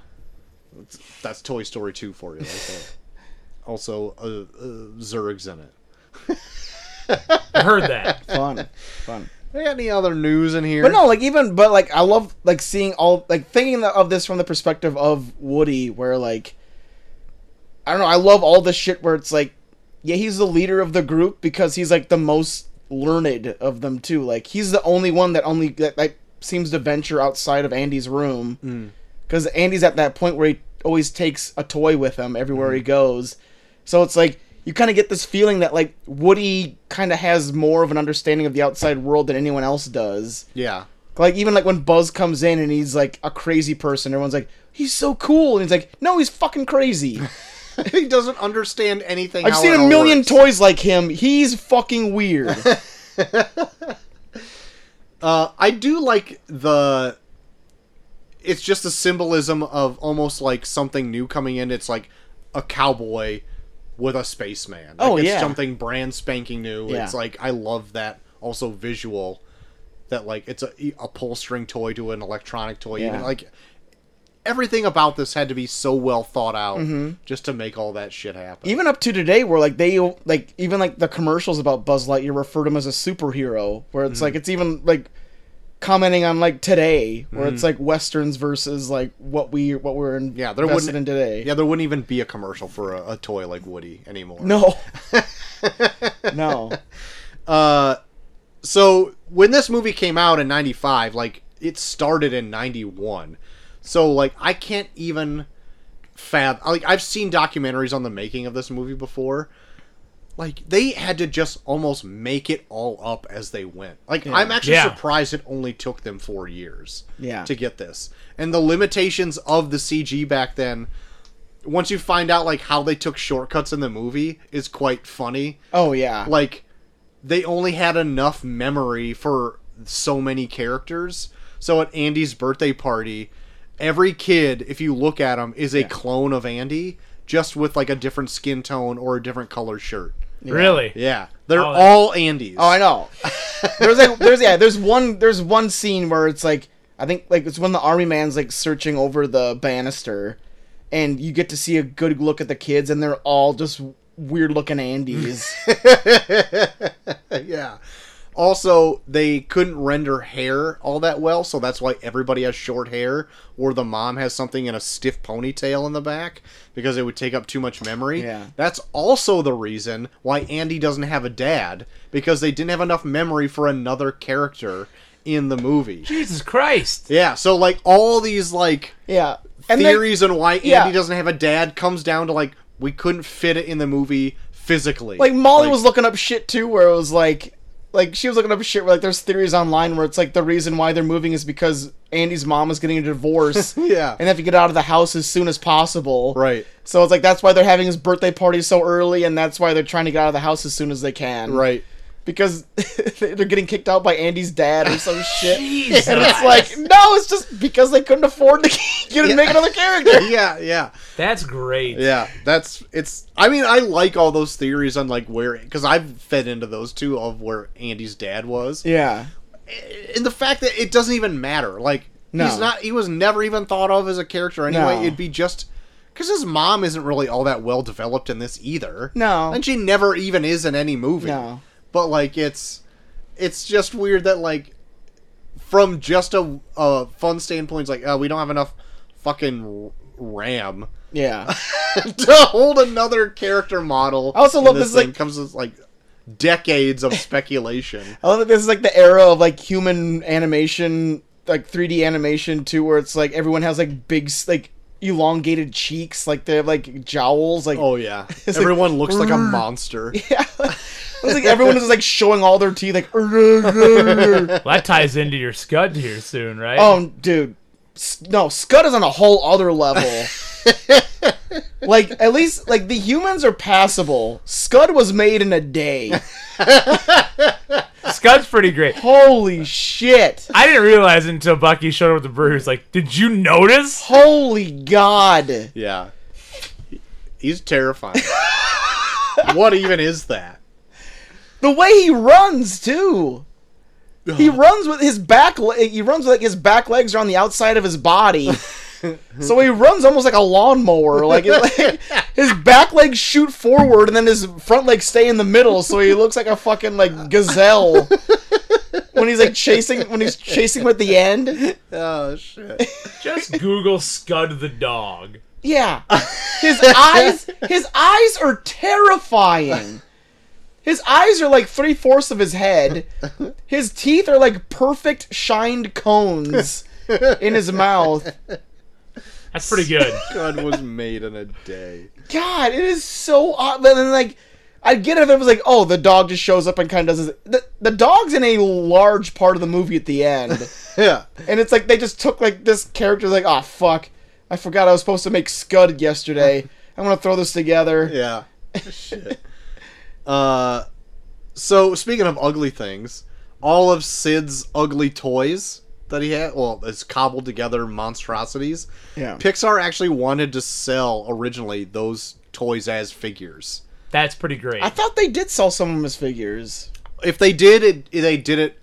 that's toy story 2 for you right there. also uh, uh, zurg's in it I heard that. Fun. Fun. They got any other news in here But no, like even but like I love like seeing all like thinking of this from the perspective of Woody, where like I don't know, I love all the shit where it's like, yeah, he's the leader of the group because he's like the most learned of them too. Like he's the only one that only that like seems to venture outside of Andy's room because Andy's at that point where he always takes a toy with him everywhere he goes. So it's like you kind of get this feeling that like Woody kind of has more of an understanding of the outside world than anyone else does. yeah Like even like when Buzz comes in and he's like a crazy person, everyone's like, "He's so cool," and he's like, "No, he's fucking crazy." he doesn't understand anything. I've how seen it a all million works. toys like him. He's fucking weird. Uh, I do like the. It's just the symbolism of almost like something new coming in. It's like a cowboy with a spaceman. Like, Oh, it's yeah. something brand spanking new. Yeah. It's like I love that also visual. That like it's a e, a pull string toy to an electronic toy. Yeah. Even, like everything about this had to be so well thought out just to make all that shit happen. even up to today, where like they like even like the commercials about Buzz Lightyear refer to him as a superhero, where it's Mm. like it's even like commenting on like today, where it's like westerns versus like what we what we're in Mm. yeah, there invested wouldn't in today. Yeah, there wouldn't even be a commercial for a, a toy like Woody anymore. No. no. so when this movie came out in 95 like it started in 91 so like i can't even fathom like i've seen documentaries on the making of this movie before like they had to just almost make it all up as they went like i'm actually Yeah. surprised it only took them four years Yeah. to get this and the limitations of the cg back then once you find out like how they took shortcuts in the movie is quite funny Oh yeah. like they only had enough memory for so many characters. So at Andy's birthday party, every kid, if you look at him, is a clone of Andy, just with like a different skin tone or a different color shirt. Really? Yeah, they're Oh, that's- all Andes. Oh, I know. There's like there's yeah there's one there's one scene where it's like I think like it's when the army man's like searching over the banister, and you get to see a good look at the kids, and they're all just weird looking Andes. yeah. Also, they couldn't render hair all that well, so that's why everybody has short hair, or the mom has something in a stiff ponytail in the back because it would take up too much memory. Yeah. That's also the reason why Andy doesn't have a dad because they didn't have enough memory for another character in the movie. Jesus Christ. Yeah, so like all these like yeah, and they- theories on why Andy yeah. doesn't have a dad comes down to like we couldn't fit it in the movie physically. like Molly was looking up shit too, where it was like, like she was looking up shit. Where like there's theories online where it's like the reason why they're moving is because Andy's mom is getting a divorce. Yeah. and they have to get out of the house as soon as possible. Right. So it's like that's why they're having his birthday party so early, and that's why they're trying to get out of the house as soon as they can. Right. Because they're getting kicked out by Andy's dad or some shit. And it's like, no, it's just because they couldn't afford to get and make another character. yeah, yeah, That's great. yeah. That's it's. I mean, I like all those theories on like where because I've fed into those too of where Andy's dad was, Yeah. and the fact that it doesn't even matter. Like No. he's not. He was never even thought of as a character anyway. No. It'd be just because his mom isn't really all that well developed in this either. No. and she never even is in any movie. No. but like it's it's just weird that like from just a, a fun standpoint, it's like uh, we don't have enough fucking ram Yeah. to hold another character model. I also in love this, thing like- comes with like decades of speculation. I love that this is like the era of like human animation, like 3D animation too, where it's like everyone has like big, s- like elongated cheeks, like they have like jowls, like Oh yeah, It's everyone looks like a monster. yeah. it's like everyone is like showing all their teeth, like. "Er, oh, Well, that ties into your scud here soon, right? Oh. um, dude, S- no, Scud is on a whole other level. like at least like the humans are passable. Scud was made in a day. Scud's pretty great. Holy shit. I didn't realize until Bucky showed up with the bruise. Like, did you notice? Holy god. Yeah, he's terrifying. what even is that? The way he runs too. He runs with his back. Le- he runs like his back legs are on the outside of his body, so he runs almost like a lawnmower. Like, it- like, his back legs shoot forward, and then his front legs stay in the middle, so he looks like a fucking like gazelle when he's like chasing when he's chasing with the end. Oh shit! Just Google Scud the dog. Yeah, his eyes his eyes are terrifying. His eyes are like three fourths of his head. His teeth are like perfect shined cones in his mouth. That's pretty good. God was made in a day. God, it is so odd. But then, like, I get it if it was like, oh, the dog just shows up and kind of does his. The, the dog's in a large part of the movie at the end. Yeah, And it's like they just took like this character, like, oh, fuck. I forgot I was supposed to make Scud yesterday. I'm going to throw this together. yeah. Shit. Uh, so speaking of ugly things, all of Sid's ugly toys that he had, well, it's cobbled together monstrosities. Yeah. Pixar actually wanted to sell originally those toys as figures. That's pretty great. I thought they did sell some of them as figures. If they did, it they did it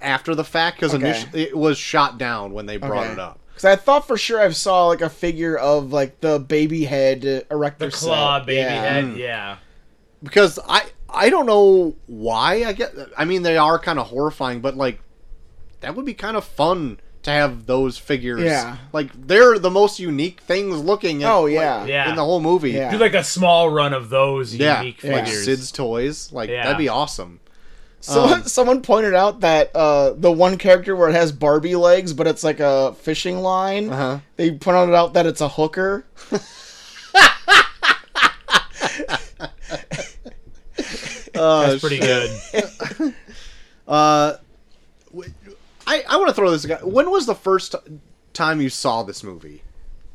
after the fact because Okay. initially it was shot down when they brought Okay. it up. Because I thought for sure I saw like a figure of like the baby head uh, erector the claw set. baby Yeah. Mm. head. Yeah. because I I don't know why I get I mean they are kind of horrifying but like that would be kind of fun to have those figures Yeah. like they're the most unique things looking at, Oh, like, yeah. Yeah. in the whole movie Yeah. Do like a small run of those yeah unique like figures. Sid's toys like Yeah. that'd be awesome Someone, Um, someone pointed out that uh, the one character where it has Barbie legs, but it's like a fishing line. Uh-huh. They pointed out that it's a hooker. That's pretty good. uh w- I I want to throw this guy when was the first t- time you saw this movie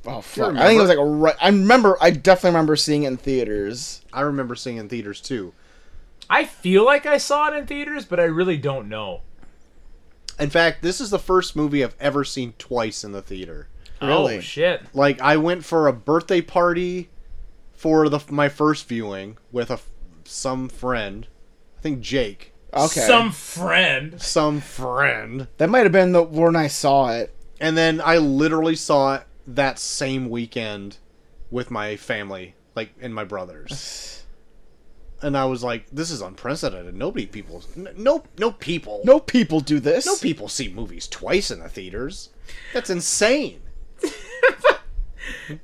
Oh fuck! I think it was like a re- I remember. I definitely remember seeing it in theaters. I remember seeing it in theaters too I feel like I saw it in theaters, but I really don't know. in fact this is the first movie I've ever seen twice in the theater Really? Oh shit. like I went for a birthday party for the my first viewing with a f- some friend. I think Jake. Okay. Some friend. Some friend. that might have been the when I saw it. And then I literally saw it that same weekend with my family, like and my brothers. And I was like, "This is unprecedented. Nobody people, n- no, no people, No people do this. no people see movies twice in the theaters. That's insane.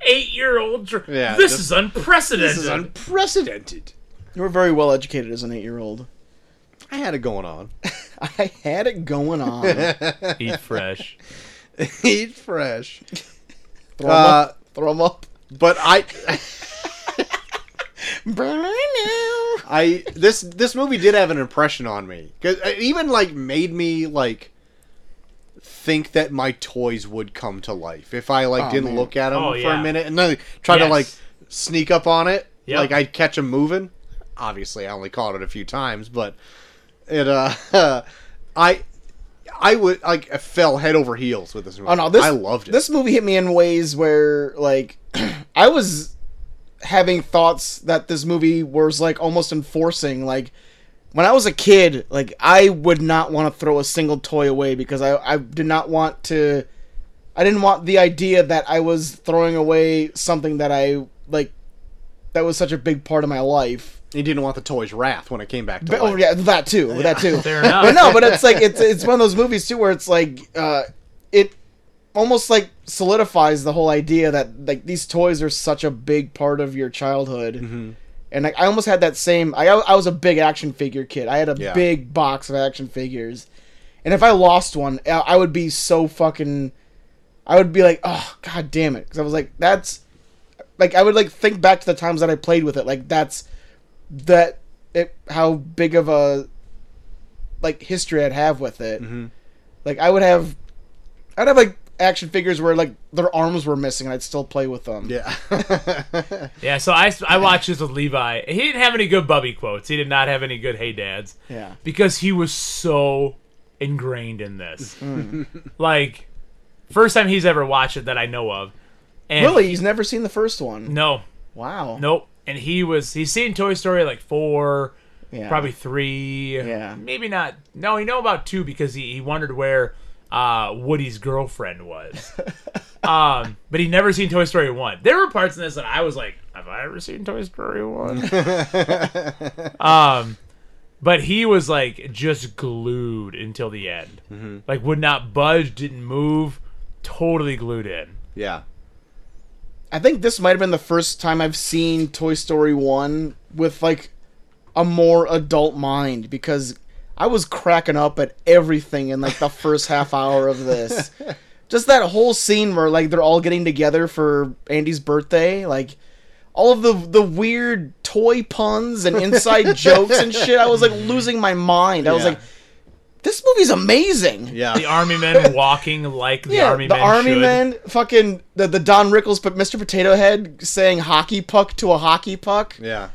Eight-year-old. Dr- Yeah, this, this- is unprecedented. This is unprecedented. You were very well educated as an eight-year-old. I had it going on. I had it going on. throw, 'em Eat fresh. Eat fresh. up, Uh, throw 'em up. but I, Burn now. I this this movie did have an impression on me. 'Cause It even like made me like think that my toys would come to life if I like Oh, didn't man. look at them Oh, for yeah. a minute and then try to Yes. like sneak up on it. Yep. Like I'd catch them moving. Obviously, I only caught it a few times, but it uh, I. I would like I fell head over heels with this movie. Oh no, this I loved it. This movie hit me in ways where like I was having thoughts that this movie was like almost enforcing like when I was a kid, like I would not want to throw a single toy away because I I did not want to I didn't want the idea that I was throwing away something that I like that was such a big part of my life. you didn't want the toys' wrath when it came back to But, life. oh yeah, that too. That too. Fair enough. but no, but it's like it's it's one of those movies too where it's like uh, it almost like solidifies the whole idea that like these toys are such a big part of your childhood. And like I almost had that same. I I was a big action figure kid. I had a Yeah. big box of action figures, and if I lost one, I- I would be so fucking. I would be like, oh god damn it, because I was like, that's like I would like think back to the times that I played with it. Like that's that it how big of a like history I'd have with it. Like I would have, I'd have like action figures where like their arms were missing and I'd still play with them. Yeah. Yeah, so I, I watched this with Levi. He didn't have any good Bubby quotes. He did not have any good Hey Dads. Yeah. Because he was so ingrained in this. like, first time he's ever watched it that I know of. And Really, he's never seen the first one. No, Wow. nope. And he was, he's seen Toy Story like four, Yeah. probably three. Yeah. Maybe not. No, he know about two because he, he wondered where uh, Woody's girlfriend was. um, but he never seen Toy Story 1. There were parts in this that I was like, have I ever seen Toy Story 1? um, but he was like just glued until the end. Mm-hmm. Like would not budge, didn't move, totally glued in. yeah. I think this might have been the first time I've seen Toy Story one with like a more adult mind because I was cracking up at everything in like the first half hour of this. Just that whole scene where like they're all getting together for Andy's birthday, like all of the the weird toy puns and inside jokes and shit. I was like losing my mind. I was Yeah. like, this movie's amazing. Yeah. The army men walking like the Yeah, army the men. army should. men, fucking the, the Don Rickles, but Mr. Potato Head saying hockey puck to a hockey puck. Yeah.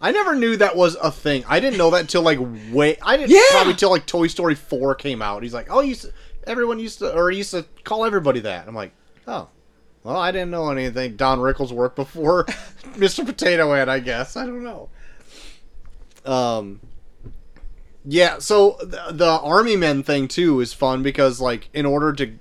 I never knew that was a thing. I didn't know that till like way. I didn't Yeah. probably till like Toy Story Four came out. He's like, oh, you used to- everyone used to or he used to call everybody that. I'm like, oh, well, I didn't know anything. Don Rickles worked before Mr. Potato Head. I guess I don't know. Um. Yeah, so the, the army men thing too is fun because like in order to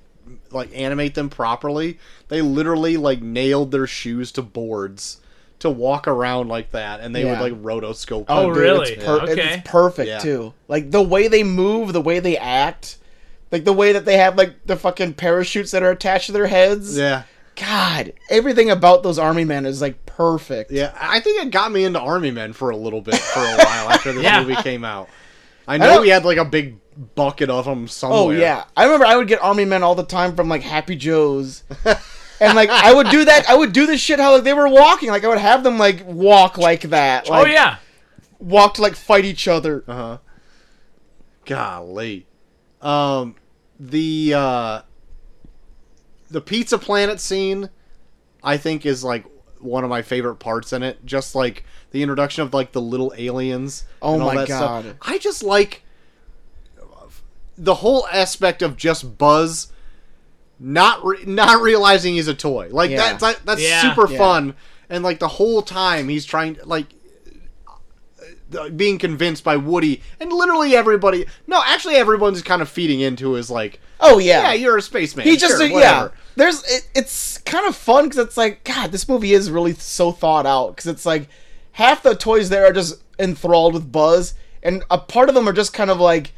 like animate them properly, they literally like nailed their shoes to boards to walk around like that, and they Yeah. would like rotoscope. Oh, them. Dude, really? It's, per- Okay. it's perfect Yeah. too. Like the way they move, the way they act, like the way that they have like the fucking parachutes that are attached to their heads. Yeah, God, everything about those army men is like perfect. yeah. I think it got me into army men for a little bit for a while after this Yeah. movie came out. I I know don't- we had like a big bucket of them somewhere. Oh yeah, I remember I would get army men all the time from like Happy Joe's, and like I would do that. I would do this shit how like they were walking. Like I would have them like walk like that. Oh Like, yeah. walk to like fight each other. Uh huh. Golly. Um, the uh, the Pizza Planet scene, I think, is like one of my favorite parts in it. Just like the introduction of like the little aliens. Oh and all my that stuff. God. I just like the whole aspect of just Buzz not re- not realizing he's a toy. Like Yeah. that's that, that's Yeah. super Yeah. fun. And like the whole time he's trying like the- being convinced by Woody and literally everybody. No, actually, everyone's kind of feeding into his like, Oh yeah, yeah, you're a spaceman. he just sure, yeah. whatever. There's it, it's kind of fun because it's like God, this movie is really so thought out because it's like half the toys there are just enthralled with Buzz, and a part of them are just kind of like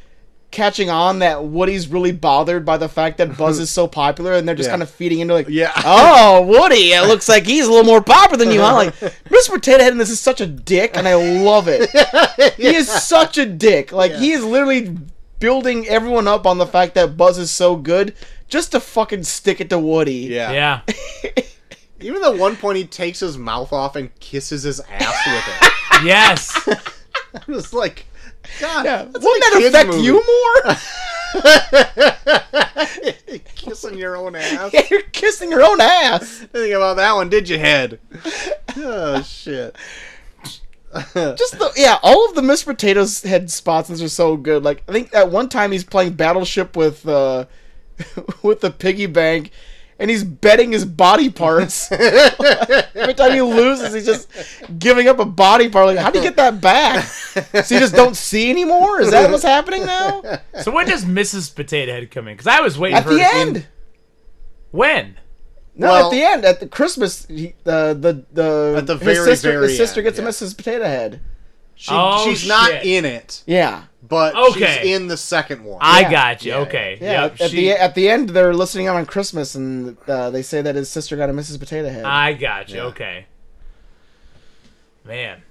catching on that Woody's really bothered by the fact that Buzz is so popular, and they're just Yeah. kind of feeding into like Yeah. oh Woody, it looks like he's a little more popular than you. I'm like Mr. Potato Head, and this is such a dick, and I love it. He is such a dick. Like he is literally building everyone up on the fact that Buzz is so good just to fucking stick it to Woody. yeah, Yeah. Even the one point he takes his mouth off and kisses his ass with it. yes. I'm just like, God, Yeah. that's Wouldn't that like kids affect movie. you more? Kissing your own ass. yeah, you're kissing your own ass. Think about that one, did you, head? oh shit. Just the yeah, all of the Miss Potatoes head spots are so good. Like I think at one time he's playing Battleship with uh with the piggy bank and he's betting his body parts. Every time he loses, he's just giving up a body part. Like, how do you get that back? So you just don't see anymore? Is that what's happening now? So when does Mrs. Potato Head come in? Because I was waiting At for the her to come- end. When? No, Well- at the end, at the Christmas, he, uh, the the At the his very, sister, very his sister end, gets yeah. a Mrs. Potato Head. She, Oh, she's not shit. in it, Yeah, but Okay. she's in the second one. I Yeah. got you. Yeah, okay. yeah. Yep, at, at she- the e- at the end, they're listening out on Christmas, and uh, they say that his sister got a Mrs. Potato Head. I got you. Okay. Man.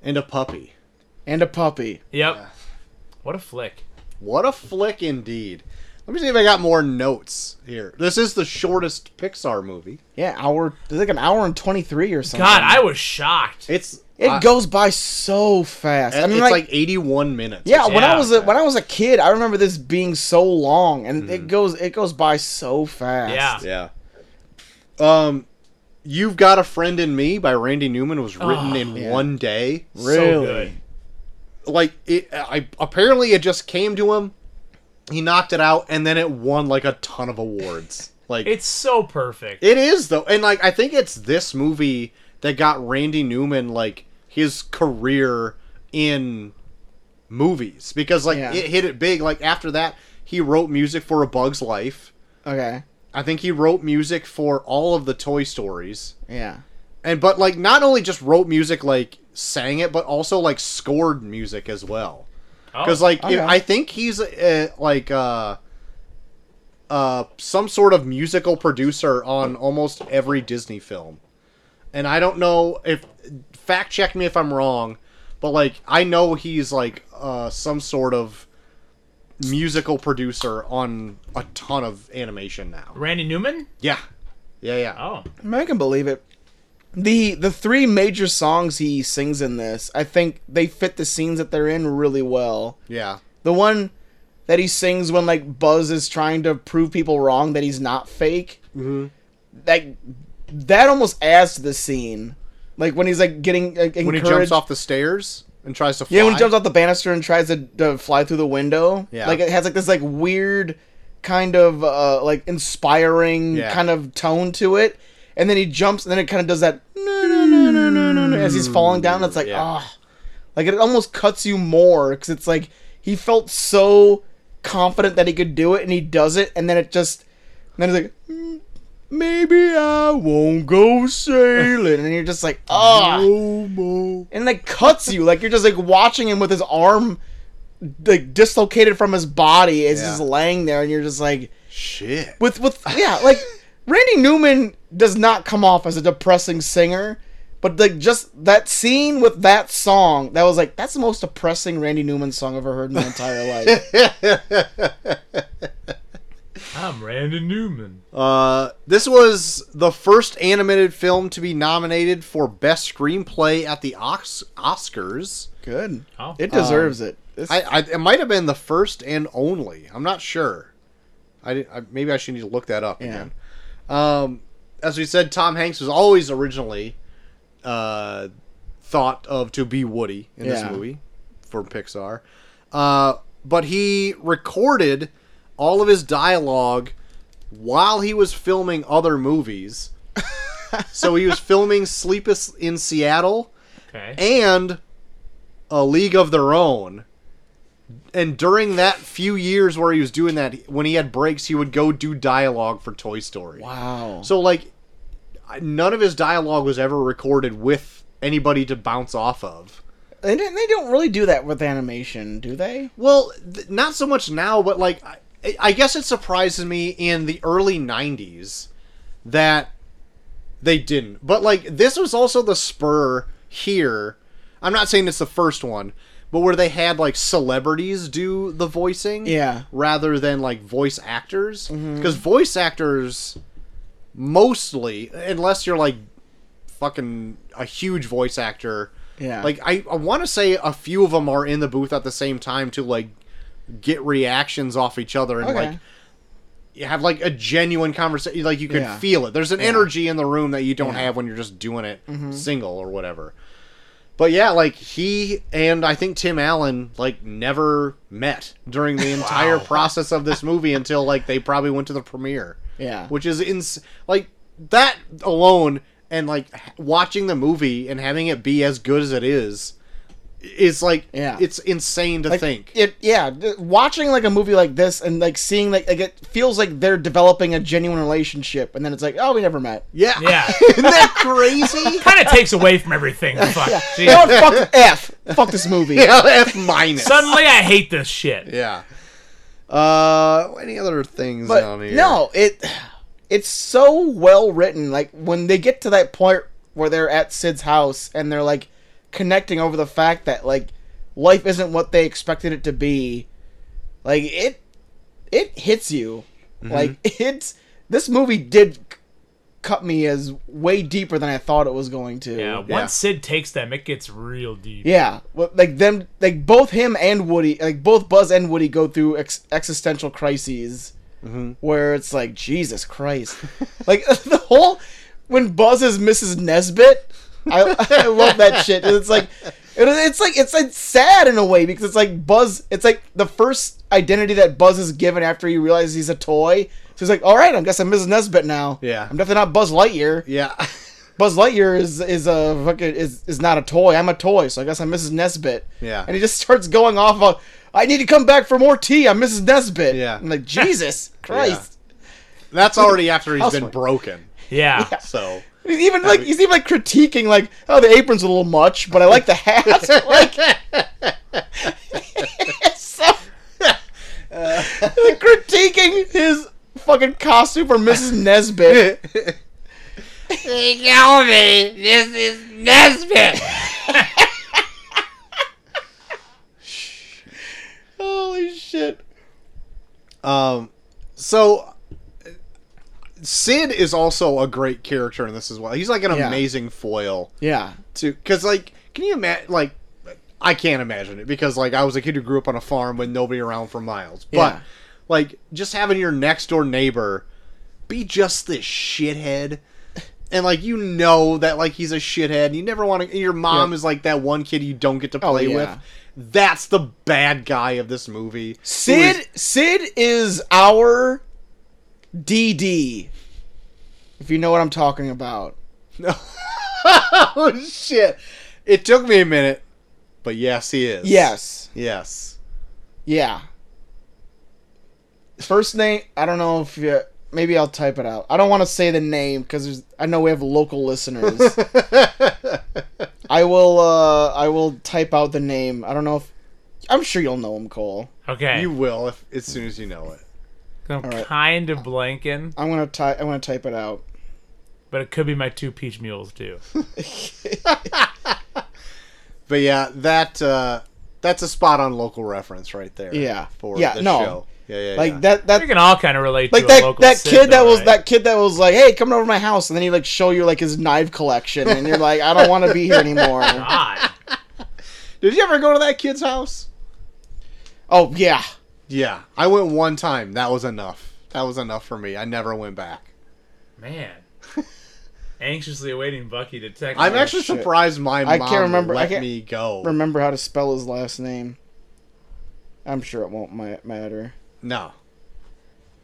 and a puppy. and a puppy. Yep. What a flick. What a flick indeed. Let me see if I got more notes here. This is the shortest Pixar movie. Yeah, hour. It's like an hour and twenty three or something. God, I was shocked. It's it I- goes by so fast. I mean, it's like, like, 81 minutes. yeah, when I Yeah. was a, when I was a kid, I remember this being so long, and it goes it goes by so fast. Mm-hmm. Yeah. Yeah. Um, You've Got a Friend in Me by Randy Newman was written Oh, in one day. So really. good. Like it, I apparently it just came to him. He knocked it out, and then it won like a ton of awards. Like It's so perfect. It is though, and like I think it's this movie that got Randy Newman like his career in movies because like Yeah. it hit it big. Like after that, he wrote music for A Bug's Life. Okay. I think he wrote music for all of the Toy Stories, Yeah. and but like not only just wrote music, like sang it, but also like scored music as well. Oh, Because like okay. if, I think he's uh, like uh, uh, some sort of musical producer on almost every Disney film, and I don't know if fact check me if I'm wrong, but like I know he's like uh, some sort of musical producer on a ton of animation now. Randy Newman? Yeah, yeah, yeah. Oh. I can believe it. The the three major songs he sings in this, I think they fit the scenes that they're in really well. Yeah. The one that he sings when like Buzz is trying to prove people wrong that he's not fake, mm-hmm. like that almost adds to the scene. Like when he's like getting like, encouraged. When he jumps off the stairs and tries to fly. yeah, when he jumps off the banister and tries to, to fly through the window. Yeah. like it has like this like weird kind of uh like inspiring Yeah. kind of tone to it, and then he jumps and then it kind of does that no no no no no no no as he's falling down. It's like Yeah. ah, like it almost cuts you more because it's like he felt so confident that he could do it and he does it, and then it just and then it's like. "Mm, Maybe I won't go sailing, and you're just like, ah, and like cuts you like you're just like watching him with his arm like dislocated from his body as Yeah. he's laying there and you're just like Shit. with with yeah like randy newman does not come off as a depressing singer but like just that scene with that song that was like that's the most depressing randy newman song i've ever heard in my entire life I'm Randy Newman. Uh, this was the first animated film to be nominated for best screenplay at the Ox- Oscars. good Oh. it deserves it This- I, I it might have been the first and only. I'm not sure. I, didn't- I maybe I should need to look that up Yeah. again. Um, as we said, Tom Hanks was always originally uh, thought of to be Woody in this Yeah. movie for Pixar, uh, but he recorded all of his dialogue while he was filming other movies. so he was filming Sleepless in Seattle Okay. and a league of their own. And during that few years where he was doing that, when he had breaks, he would go do dialogue for Toy Story. Wow. So like, I- none of his dialogue was ever recorded with anybody to bounce off of. They, didn't, they don't really do that with animation, do they? Well, th- not so much now, but like, I, I guess it surprises me in the early '90s that they didn't. But like, this was also the spur here. I'm not saying it's the first one, but where they had like celebrities do the voicing, Yeah. rather than like voice actors, because voice actors mostly, unless you're like fucking a huge voice actor, Yeah. like I, I want to say a few of them are in the booth at the same time to like get reactions off each other and Okay. like you have like a genuine conversation. Like you could Yeah. Mm-hmm. feel it. There's an energy in the room that you don't have when you're just doing it single or whatever. But yeah, like he and I think Tim Allen like never met during the entire process of this movie until like they probably went to the premiere Yeah. which is ins- like that alone and like h- watching the movie and having it be as good as it is is like Yeah. it's insane to Like, think It, yeah, th- watching like a movie like this and like seeing like, like it feels like they're developing a genuine relationship, and then it's like, oh, we never met. yeah Yeah. isn't that crazy kind of takes away from everything. Fuck. You know Jeez. what? Fuck F. Fuck this movie. yeah f minus Suddenly, I hate this shit. yeah uh any other things but on here no, it it's so well written. Like when they get to that point where they're at Sid's house and they're like connecting over the fact that like life isn't what they expected it to be. Like it it hits you. Like it's this movie did c- cut me as way deeper than I thought it was going to. Yeah. Once Yeah. Sid takes them, it gets real deep. Yeah, well, like them, like both him and Woody, like both Buzz and Woody go through ex- existential crises, Mm-hmm. where it's like Jesus Christ, like the whole when Buzz is Mrs. Nesbit, I, I love that shit. It's like it, it's like it's like sad in a way because it's like Buzz, it's like the first identity that Buzz is given after he realizes he's a toy. So he's like, all right, I guess I'm Mrs. Nesbit now. Yeah. I'm definitely not Buzz Lightyear. yeah Buzz Lightyear is is a fucking is, is not a toy. I'm a toy, so I guess I'm Mrs. Nesbit. Yeah. And he just starts going off on, I need to come back for more tea. I'm Mrs. Nesbit. Yeah. I'm like Jesus Christ. that's already after he's been Housewife. broken Yeah. so He's even like he's even like critiquing like, oh, the apron's a little much, but I like the hat. like, it's so, like critiquing his fucking costume for Mrs. Nesbit. Holy shit. Um, so uh, Sid is also a great character in this as well. He's like an Yeah. amazing foil Yeah. to because like can you imagine like I can't imagine it because like I was a kid who grew up on a farm with nobody around for miles. But Yeah. like just having your next door neighbor be just this shithead. And like you know that like he's a shithead. and You never want to. Your mom is like that one kid you don't get to play Oh, yeah. with. That's the bad guy of this movie. who is Sid Sid is our DD. If you know what I'm talking about. oh shit! It took me a minute, but yes, he is. Yes. Yes. Yeah. First name, I don't know if you maybe I'll type it out. I don't want to say the name cuz I know we have local listeners. I will uh I will type out the name. I don't know if I'm sure you'll know him, Cole. Okay. You will if as soon as you know it. I'm right. kind of blanking, I'm going to type I'm going to type it out. but it could be my two peach mules too. But yeah, that uh, that's a spot on local reference right there. Yeah. For Yeah, the no. show. Yeah, yeah. Like yeah. that that We can all kind of relate like to a that local that Sid, kid that though, was right? that kid that was like, "Hey, come over to my house," and then he like show you like his knife collection, and you're like, "I don't want to be here anymore." God. Did you ever go to that kid's house? oh yeah, Yeah, I went one time. That was enough. That was enough for me. I never went back. Man. Anxiously awaiting Bucky to text. I'm me. actually Oh, shit. surprised my mom I can't remember- I let can't me go. remember how to spell his last name. I'm sure it won't ma- matter. no.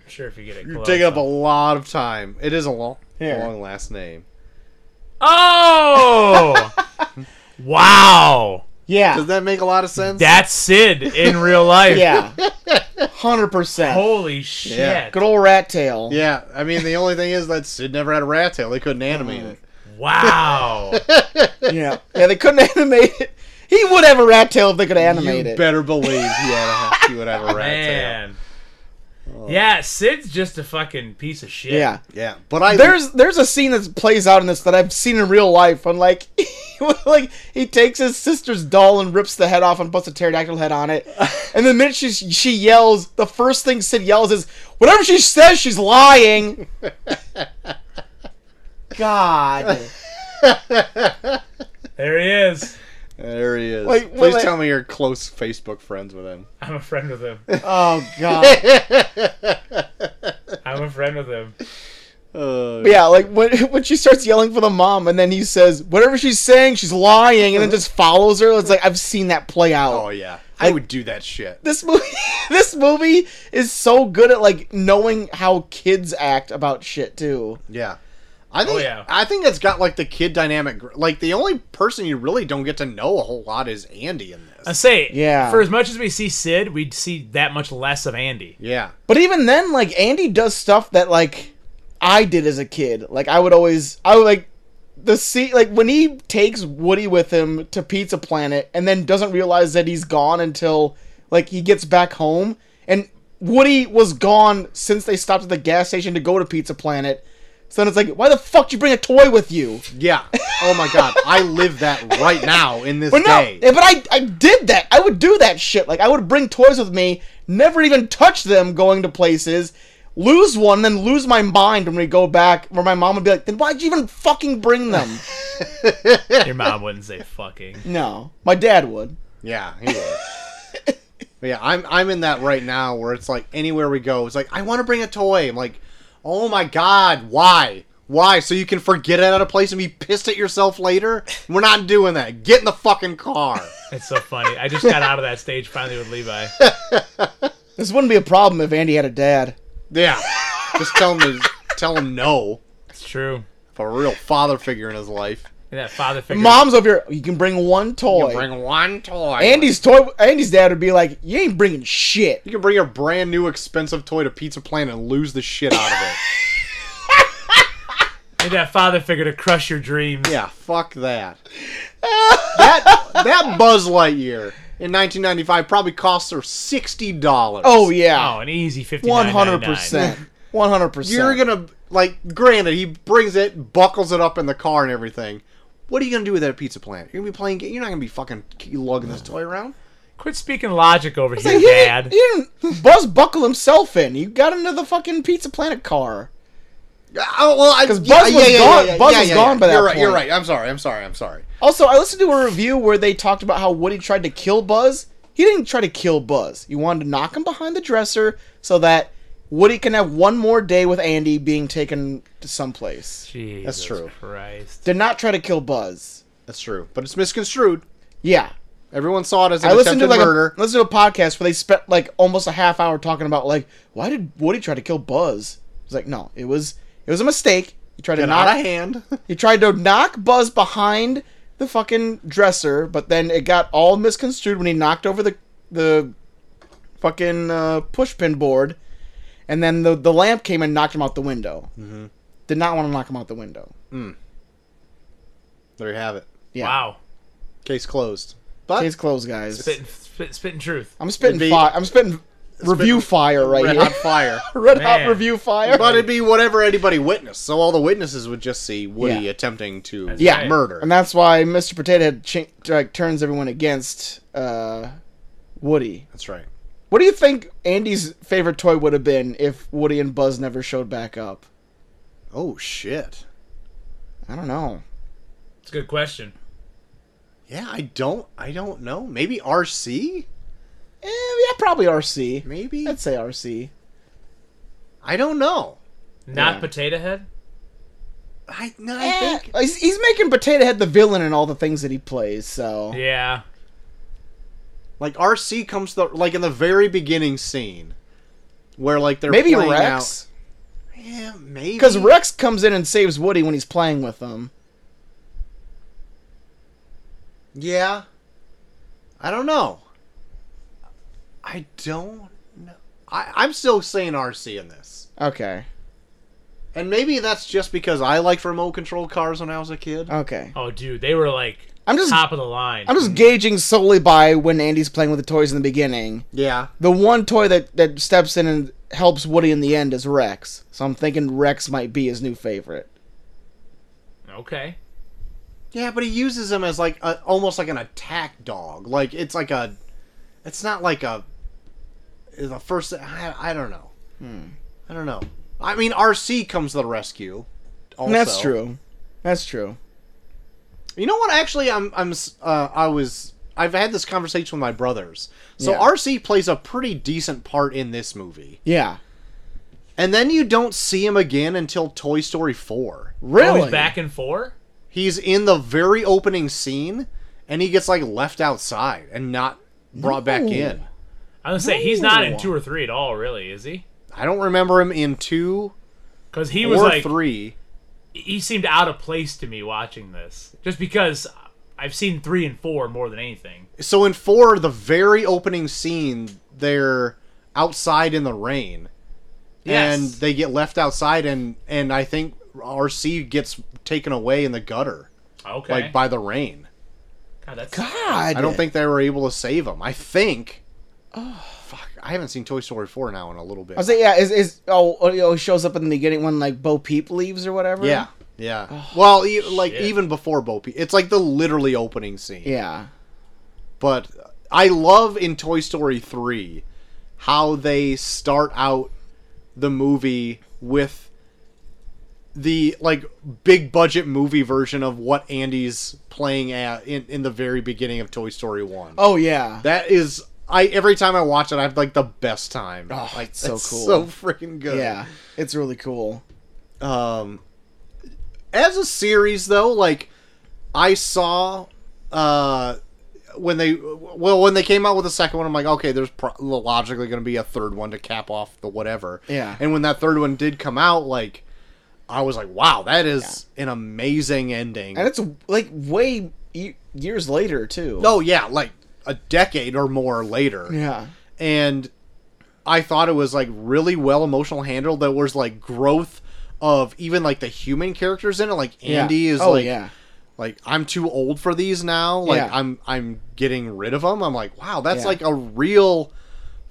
sure if you get it. You're close, taking up a I'll- lot of time. It is a long, Here. long last name. Oh! wow! Yeah. Does that make a lot of sense? That's Sid in real life. Yeah. 100%. Holy shit. Yeah. Good old rat tail. yeah, I mean the only thing is that Sid never had a rat tail. They couldn't animate Mm, it. Wow. Yeah. Yeah, they couldn't animate it. He would have a rat tail if they could animate you it. better believe he, had a, he would have a rat tail. Man. Yeah, Sid's just a fucking piece of shit. Yeah. Yeah, but I There's there's a scene that plays out in this that I've seen in real life when like like he takes his sister's doll and rips the head off and puts a pterodactyl head on it. And the minute she she yells, the first thing Sid yells is, "Whatever she says, she's lying." God. There he is. there he is. Wait, Please wait. tell me you're close Facebook friends with him. I'm a friend with him. Oh god. I'm a friend with him. Uh, But yeah, like when when she starts yelling for the mom and then he says, "Whatever she's saying, she's lying," and then just follows her. It's like I've seen that play out. Oh yeah, I would do that shit. this movie this movie is so good at like knowing how kids act about shit too. Yeah. Oh, I think yeah. I think it's got like the kid dynamic. gr- Like the only person you really don't get to know a whole lot is Andy in I this. say, Yeah. for as much as we see Sid, we'd see that much less of Andy. Yeah, But even then like Andy does stuff that like I did as a kid. Like I would always I would like the see like when he takes Woody with him to Pizza Planet and then doesn't realize that he's gone until like he gets back home and Woody was gone since they stopped at the gas station to go to Pizza Planet. So then it's like, why the fuck did you bring a toy with you? yeah. Oh my god, I live that right now in this But no, day. but I, I did that. I would do that shit. Like I would bring toys with me, never even touch them going to places, lose one, then lose my mind when we go back. Where my mom would be like, "Then why'd you even fucking bring them?" Your mom wouldn't say fucking. no, my dad would. Yeah, he would. But yeah, I'm I'm in that right now where it's like anywhere we go, it's like I want to bring a toy. I'm like, oh my god, why? Why? So you can forget it at a place and be pissed at yourself later? We're not doing that. Get in the fucking car. It's so funny. I just got out of that stage finally with Levi. This wouldn't be a problem if Andy had a dad. yeah, just tell him to tell him no. It's true. If a real father figure in his life, And that father figure. Mom's over here. You can bring one you toy. can bring one toy. Andy's toy. Andy's dad would be like, "You ain't bringing shit." you can bring your brand new expensive toy to Pizza Planet and lose the shit out of it. Need that father figure to crush your dreams. yeah, fuck that. that that Buzz Lightyear in 1995 probably cost her sixty dollars. Oh yeah, Oh, an easy fifty. one hundred percent, one hundred percent. you're gonna like. Granted, he brings it, buckles it up in the car and everything. What are you gonna do with that Pizza Planet? You're gonna be playing. ga- You're not gonna be fucking lugging this toy around. Quit speaking logic over He here, didn't, Dad. he didn't buzz buckle himself in. He got into the fucking Pizza Planet car. Oh well, I- 'Cause Buzz was gone- Buzz was gone by that You're right. You're point. right. I'm sorry. I'm sorry. I'm sorry. Also, I listened to a review where they talked about how Woody tried to kill Buzz. He didn't try to kill Buzz. He wanted to knock him behind the dresser so that Woody can have one more day with Andy being taken to someplace. Jesus true. Christ. Did not try to kill Buzz. That's true, but it's misconstrued. Yeah. Everyone saw it as an I listened attempted to like murder. a listened to a podcast where they spent like almost a half hour talking about like why did Woody try to kill Buzz? It's like no, it was it was a mistake. He tried to Not knock a hand. He tried to knock Buzz behind the fucking dresser, but then it got all misconstrued when he knocked over the the fucking uh, pushpin board, and then the the lamp came and knocked him out the window. Mm-hmm. Did not want to knock him out the window. there you have it. Yeah. Wow. Case closed. But Case closed, guys. Spitting, spit, spitting truth. I'm spitting It'd be- fire. I'm spitting review fire right red here. hot fire. red hot Man. review fire. But it'd be whatever anybody witnessed. So all the witnesses would just see Woody Yeah. attempting to Yeah. right. murder. and that's why Mr. Potato Head ch- like, turns everyone against uh, Woody. That's right. What do you think Andy's favorite toy would have been if Woody and Buzz never showed back up? Oh shit. I don't know. It's a good question. Yeah, I don't. I don't know. Maybe RC. Eh, yeah, probably RC. Maybe. I'd say RC. I don't know. Not Yeah. Potato Head? I no. I Eh, think. he's, he's making Potato Head the villain in all the things that he plays, so. Yeah. Like RC comes the like in the very beginning scene, where like they're Maybe playing Rex? out- Yeah, maybe. Because Rex comes in and saves Woody when he's playing with them. Yeah. I don't know. I don't know. I, I'm still saying RC in this. Okay. And maybe that's just because I liked remote control cars when I was a kid. Okay. Oh, dude, they were like I'm just top of the line. I'm Hmm. just gauging solely by when Andy's playing with the toys in the beginning. Yeah. The one toy that that steps in and helps Woody in the end is Rex. So I'm thinking Rex might be his new favorite. okay. Yeah, but he uses him as like a, almost like an attack dog. Like it's like a, it's not like a, the first. I, I don't know. Hmm. I don't know. I mean, RC comes to the rescue. Also. That's true. That's true. You know what? Actually, I'm I'm s- uh, I was I've had this conversation with my brothers. So Yeah. RC plays a pretty decent part in this movie, Yeah. and then you don't see him again until Toy Story Four. Really? Oh, he's back and four. He's in the very opening scene, and he gets like left outside and not brought back in. I'm gonna say he's not in two or three at all, really, is he? I don't remember him in two Because he or was like three. he seemed out of place to me watching this, just because I've seen three and four more than anything. So in four, the very opening scene, they're outside in the rain, and Yes. they get left outside, and and I think RC gets taken away in the gutter, okay. like by the rain. God, that's God. I don't think they were able to save him. I think. Oh fuck! I haven't seen Toy Story four now in a little bit. I was like, yeah, is is oh, oh, he always shows up in the beginning when like Bo Peep leaves or whatever. yeah, yeah. well, e- like shit. even before Bo Peep, it's like the literally opening scene. Yeah. but I love in Toy Story 3 how they start out the movie with the like big budget movie version of what Andy's playing at in, in the very beginning of Toy Story 1. Oh yeah. That is I every time I watch it I have like the best time. Oh, like it's so it's cool. So freaking good. yeah. It's really cool. Um, as a series, though, like I saw uh, when they well when they came out with the second one, I'm like, okay, there's pro- logically going to be a third one to cap off the whatever. Yeah. And when that third one did come out, like I was like, wow, that is an amazing ending. And it's like way e- years later too. oh yeah, like a decade or more later. Yeah. and I thought it was like really well emotional handled. There was like growth of even like the human characters in it. Like Yeah. Andy is Oh like, yeah. like I'm too old for these now. Like Yeah. I'm I'm getting rid of them. I'm like, wow, that's Yeah. like a real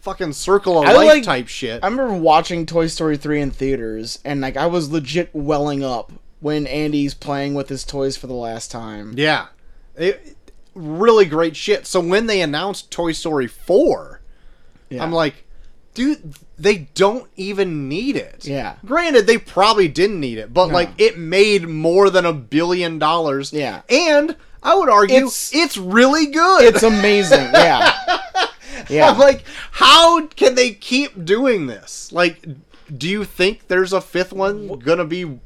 fucking circle of I life like- type shit. I remember watching Toy Story 3 in theaters, and like I was legit welling up when Andy's playing with his toys for the last time. Yeah. It, really great shit. So when they announced Toy Story 4, Yeah. I'm like, dude, they don't even need it. Yeah. Granted, they probably didn't need it, but like it made more than a billion dollars. Yeah. And I would argue it's, It's- really good. It's amazing. yeah. Yeah. I'm like, how can they keep doing this? Like, do you think there's a fifth one gonna be? In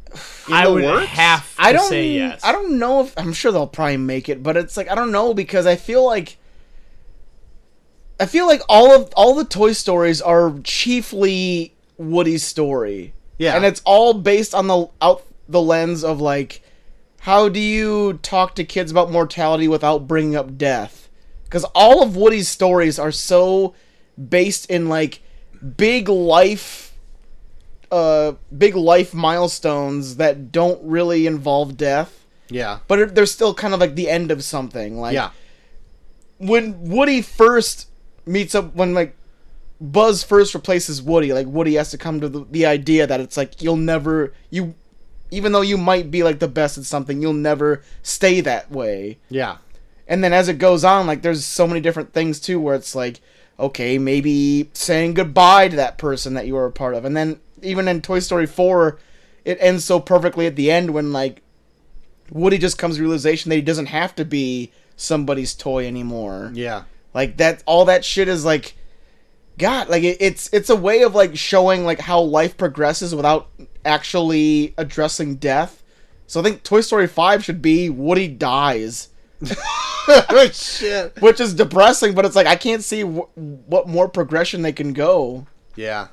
I the would works? have to I don't say yes. I don't know if I'm sure they'll probably make it, but it's like I don't know because I feel like I feel like all of all the Toy Stories are chiefly Woody's story. Yeah. And it's all based on the out the lens of like how do you talk to kids about mortality without bringing up death? Cuz all of Woody's stories are so based in like big life uh big life milestones that don't really involve death Yeah. but it- they're still kind of like the end of something like Yeah. when woody first meets up when like buzz first replaces woody like woody has to come to the, the idea that it's like you'll never you even though you might be like the best at something you'll never stay that way Yeah. and then as it goes on like there's so many different things too where it's like okay maybe saying goodbye to that person that you were a part of and then even in toy story 4 it ends so perfectly at the end when like woody just comes to the realization that he doesn't have to be somebody's toy anymore Yeah. like that all that shit is like god like it, it's it's a way of like showing like how life progresses without actually addressing death so i think toy story 5 should be woody dies Shit. which is depressing. But it's like I can't see wh- what more progression they can go. Yeah.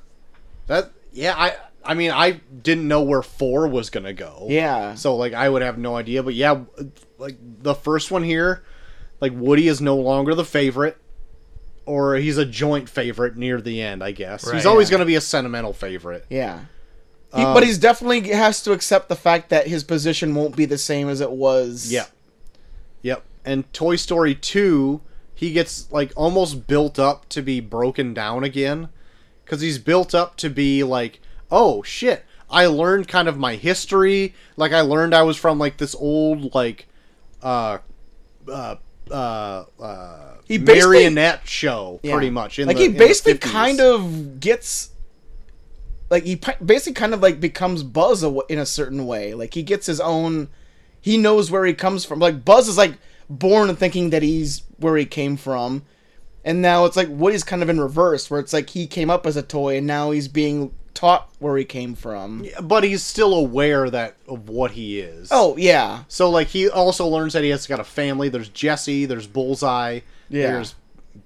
That yeah, I I mean I didn't know where 4 was going to go. Yeah, So like I would have no idea, but yeah, like the first one here Like Woody is no longer the favorite, or he's a joint favorite near the end. I guess Right. he's always going to be a sentimental favorite. Yeah. He, but he's definitely has to accept the fact that his position won't be the same as it was. Yeah. Yep. And Toy Story 2, he gets like almost built up to be broken down again cuz he's built up to be like, "Oh shit, I learned kind of my history. Like I learned I was from like this old like uh uh uh, uh He basically- marionette show Yeah. pretty much in like the- he in the basically 50s. kind of gets like he pi- basically kind of like becomes Buzz aw- in a certain way. Like he gets his own. He knows where he comes from. Like Buzz is like born thinking that he's where he came from, and now it's like Woody's kind of in reverse, where it's like he came up as a toy and now he's being taught where he came from. but he's still aware that of what he is. Oh yeah, So like he also learns that he has got a family. There's Jesse. There's Bullseye. Yeah. There's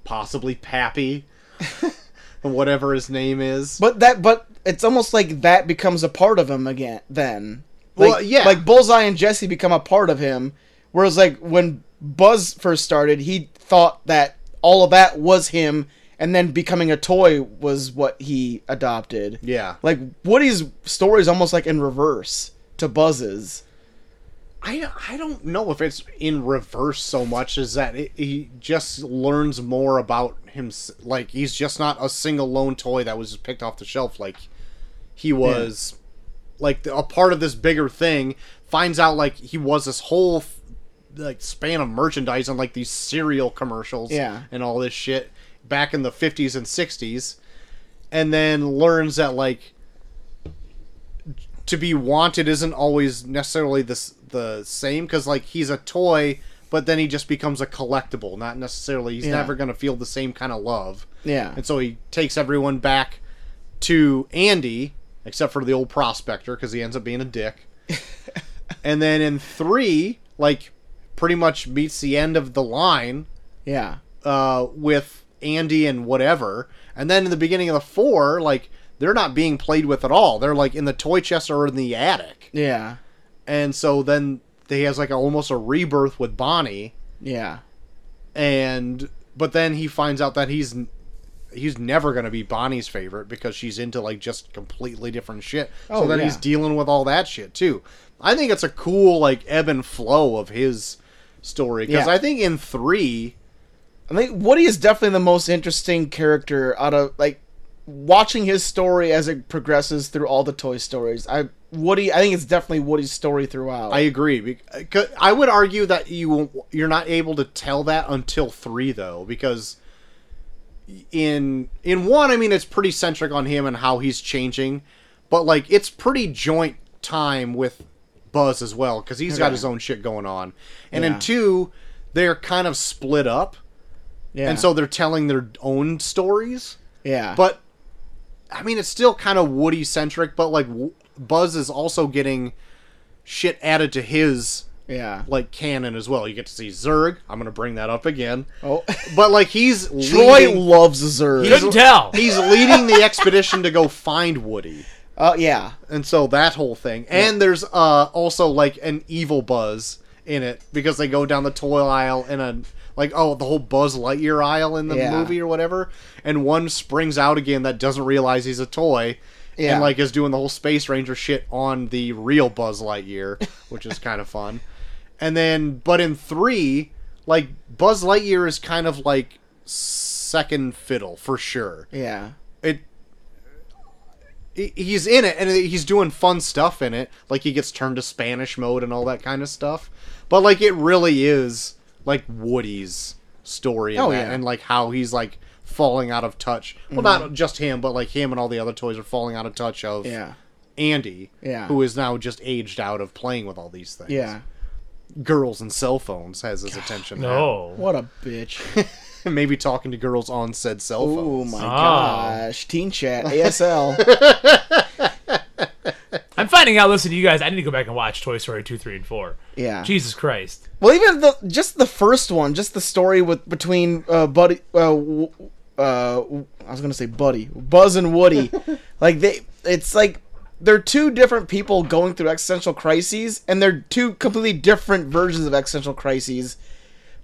possibly Pappy, whatever his name is. but that but it's almost like that becomes a part of him again. Then, like, Well, yeah. like Bullseye and Jesse become a part of him. Whereas like when Buzz first started, he thought that all of that was him, and then becoming a toy was what he adopted. yeah, Like Woody's story is almost like in reverse to Buzz's. I I don't know if it's in reverse so much as that it, he just learns more about him. Like he's just not a single lone toy that was just picked off the shelf. Like he was, like the, a part of this bigger thing. Finds out like he was this whole f- like span of merchandise on like these cereal commercials. Yeah. and all this shit back in the fifties and sixties, and then learns that like to be wanted isn't always necessarily the s- the same because like he's a toy, but then he just becomes a collectible. Not necessarily he's Yeah. never gonna feel the same kind of love. Yeah. And so he takes everyone back to Andy, except for the old prospector because he ends up being a dick. and then in three, like pretty much meets the end of the line Yeah. uh, with Andy and whatever. And then in the beginning of the four, like they're not being played with at all. They're like in the toy chest or in the attic. Yeah. And so then he has like a, almost a rebirth with Bonnie. Yeah. And but then he finds out that he's he's never gonna be Bonnie's favorite because she's into like just completely different shit. Oh, so then yeah. he's dealing with all that shit too. I think it's a cool like ebb and flow of his story because Yeah. I think in three I think Woody is definitely the most interesting character out of like watching his story as it progresses through all the Toy Stories. I Woody, I think it's definitely Woody's story throughout. I agree. bec- 'cause I would argue that you won't- you're not able to tell that until three though, because in in one, I mean, it's pretty centric on him and how he's changing, but like it's pretty joint time with Buzz as well because he's got Okay. his own shit going on, and Yeah. in two, they're kind of split up, yeah. and so they're telling their own stories. yeah, But I mean, it's still kind of Woody centric, but like W- Buzz is also getting shit added to his yeah. like canon as well. You get to see Zurg. I'm gonna bring that up again. Oh, But like he's Troy leading, loves Zurg. He's- Couldn't tell. he's leading the expedition to go find Woody. Oh yeah, And so that whole thing. And there's uh also like an evil buzz in it because they go down the toy aisle in a like oh the whole Buzz Lightyear aisle in the Yeah. movie or whatever. And one springs out again that doesn't realize he's a toy. Yeah. And like is doing the whole Space Ranger shit on the real Buzz Lightyear, which is kind of fun. And then but in three, like Buzz Lightyear is kind of like second fiddle for sure yeah, it he- he's in it and he's doing fun stuff in it like he gets turned to spanish mode and all that kind of stuff but like it really is like woody's story in Oh, that, yeah. and like how he's like falling out of touch well not just him but like him and all the other toys are falling out of touch of Mm-hmm. yeah, andy Yeah. who is now just aged out of playing with all these things yeah. girls and cell phones has his attention now. No. What a bitch! maybe talking to girls on said cell Oh phones my Ah. gosh, Teen Chat ASL. I'm finding out listening to you guys. I need to go back and watch Toy Story 2, 3, and 4. Yeah. Jesus Christ. Well, even the just the first one, just the story with between uh, Buddy, uh, w- uh, w- I was gonna say Buddy, Buzz and Woody, like they, it's like they're two different people going through existential crises, and they're two completely different versions of existential crises.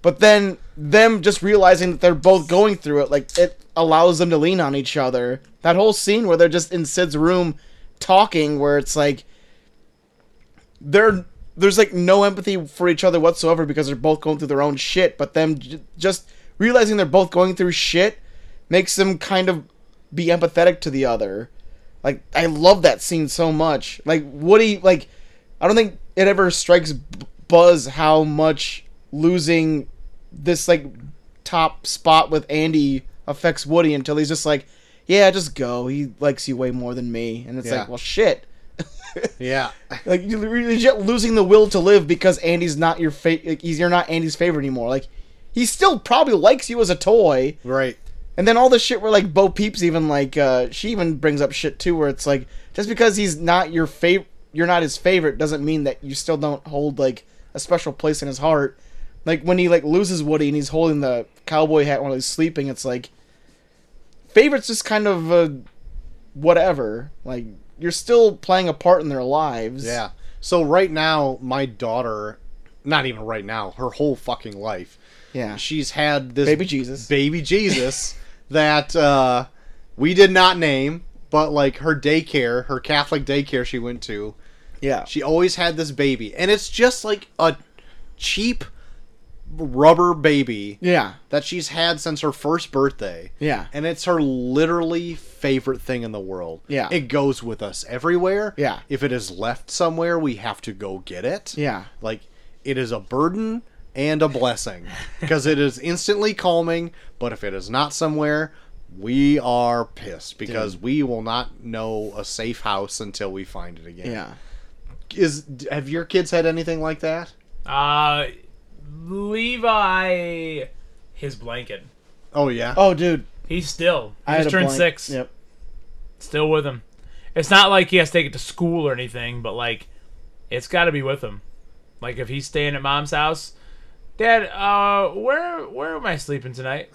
But then them just realizing that they're both going through it, like it allows them to lean on each other. That whole scene where they're just in Sid's room talking, where it's like they're there's like no empathy for each other whatsoever because they're both going through their own shit. But them j- just realizing they're both going through shit makes them kind of be empathetic to the other. Like I love that scene so much. Like Woody, like I don't think it ever strikes B- Buzz how much losing this like top spot with Andy affects Woody until he's just like, yeah, just go. He likes you way more than me, and it's Yeah. like, well, shit. Yeah. Like you're legit losing the will to live because Andy's not your fa- like, he's you're not Andy's favorite anymore. Like he still probably likes you as a toy, Right. and then all the shit where like Bo Peep's even like uh, she even brings up shit too, where it's like just because he's not your favorite, you're not his favorite, doesn't mean that you still don't hold like a special place in his heart. Like when he like loses Woody and he's holding the cowboy hat while he's sleeping, it's like favorites just kind of uh, whatever. Like you're still playing a part in their lives. Yeah. So right now, my daughter, not even right now, her whole fucking life, yeah. she's had this Baby Jesus. baby Jesus that uh, we did not name, but like her daycare, her Catholic daycare she went to, Yeah. she always had this baby, and it's just like a cheap rubber baby Yeah. that she's had since her first birthday. Yeah. And it's her literally favorite thing in the world. Yeah. It goes with us everywhere. Yeah. If it is left somewhere, we have to go get it. Yeah. Like, it is a burden and a blessing because it is instantly calming, but if it is not somewhere, we are pissed because we will not know a safe house until we find it again. Yeah. Is have your kids had anything like that? Uh, Levi, his blanket. Oh yeah. Oh, dude. He's still. He I had just a turned blank- six. Yep. Still with him. It's not like he has to take it to school or anything, but like, it's got to be with him. Like if he's staying at mom's house, Dad, uh, where where am I sleeping tonight?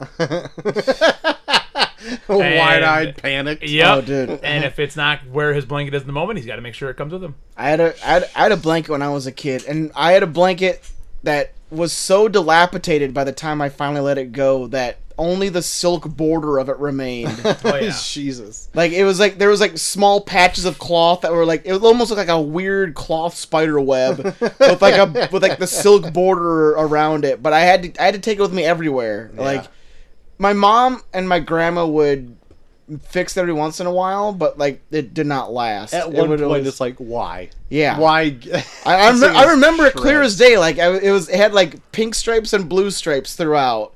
Wide-eyed panic. Yep. Oh, dude. And if it's not where his blanket is in the moment, he's got to make sure it comes with him. I had a I had, I had a blanket when I was a kid, and I had a blanket that was so dilapidated by the time I finally let it go that only the silk border of it remained. Oh yeah. Jesus. like it was like there was like small patches of cloth that were like it almost looked like a weird cloth spider web with like a with like the silk border around it. But I had to I had to take it with me everywhere. Like my mom and my grandma would fix it every once in a while, but like it did not last. At It one would point, always- it's like, why? Yeah. Why? I, I, It's rem- like I remember it clear shreds. as day. Like I, it was, it had like pink stripes and blue stripes throughout,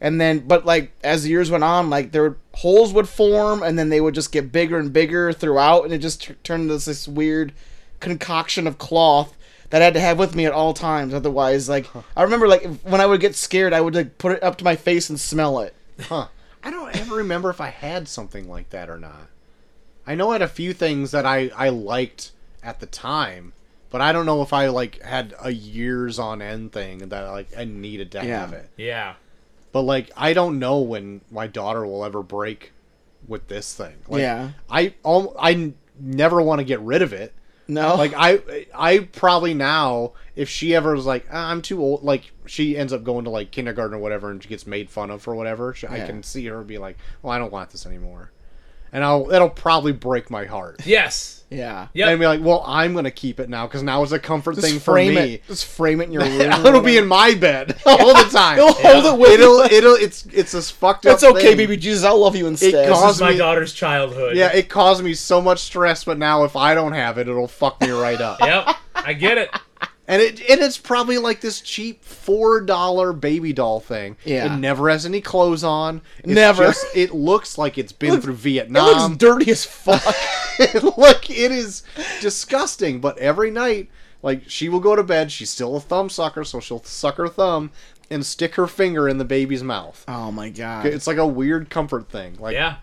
and then but like as the years went on, like there were, holes would form, and then they would just get bigger and bigger throughout, and it just t- turned into this, this weird concoction of cloth that I had to have with me at all times. Otherwise, like I remember, like if- when I would get scared, I would like put it up to my face and smell it. Huh. I don't ever remember if I had something like that or not. I know I had a few things that I, I liked at the time, but I don't know if I like had a years on end thing that like I needed to Yeah. have it. Yeah. But like I don't know when my daughter will ever break with this thing. Like, Yeah. I al- I n- never want to get rid of it. No, Like I I probably now if she ever was like "Ah, I'm too old like she ends up going to like kindergarten or whatever and she gets made fun of or whatever she, I Yeah. can see her be like well I don't want this anymore and I'll it'll probably break my heart Yes. yeah. Yep. and be like well I'm gonna keep it now because now it's a comfort Just thing for frame me it. Just frame it in your room. or it'll be whatever. in my bed all the time You'll hold it with you. it'll it'll it's it's this fucked up It's okay, thing. baby Jesus. I'll love you instead. cost- This is my me- daughter's childhood. yeah it caused me so much stress but now if I don't have it it'll fuck me right up Yep. I get it. And it and it's probably like this cheap four dollar baby doll thing. Yeah. It never has any clothes on. It's Never. just- it looks like it's been through it looks Vietnam. dirty as fuck. Look, it is disgusting. But every night, like she will go to bed. She's still a thumb sucker, so she'll suck her thumb and stick her finger in the baby's mouth. oh my god. It's like a weird comfort thing. Like Yeah.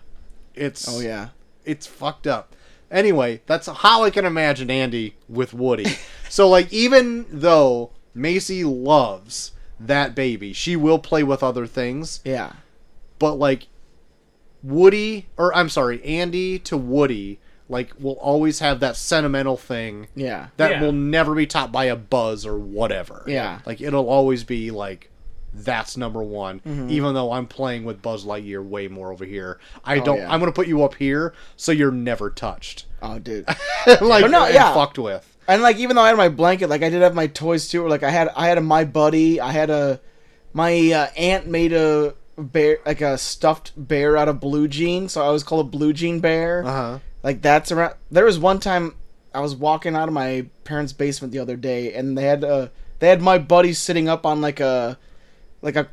it's Oh yeah. it's fucked up. Anyway, that's how I can imagine Andy with Woody. so like even though Macy loves that baby, she will play with other things, Yeah. but like Woody or I'm sorry, Andy to Woody like will always have that sentimental thing Yeah. that Yeah. will never be topped by a buzz or whatever. Yeah. Like it'll always be like That's number one. Mm-hmm. Even though I'm playing with Buzz Lightyear way more over here, I don't. Oh, yeah. I'm gonna put you up here so you're never touched, Oh, dude. like no, and yeah. fucked with. And like even though I had my blanket, like I did have my toys too. Or like I had I had a my buddy, I had a my uh, aunt made a bear like a stuffed bear out of blue jean, so I was called a blue jean bear. Uh-huh. Like that's around. There was one time I was walking out of my parents' basement the other day, and they had uh they had my buddy sitting up on like a like a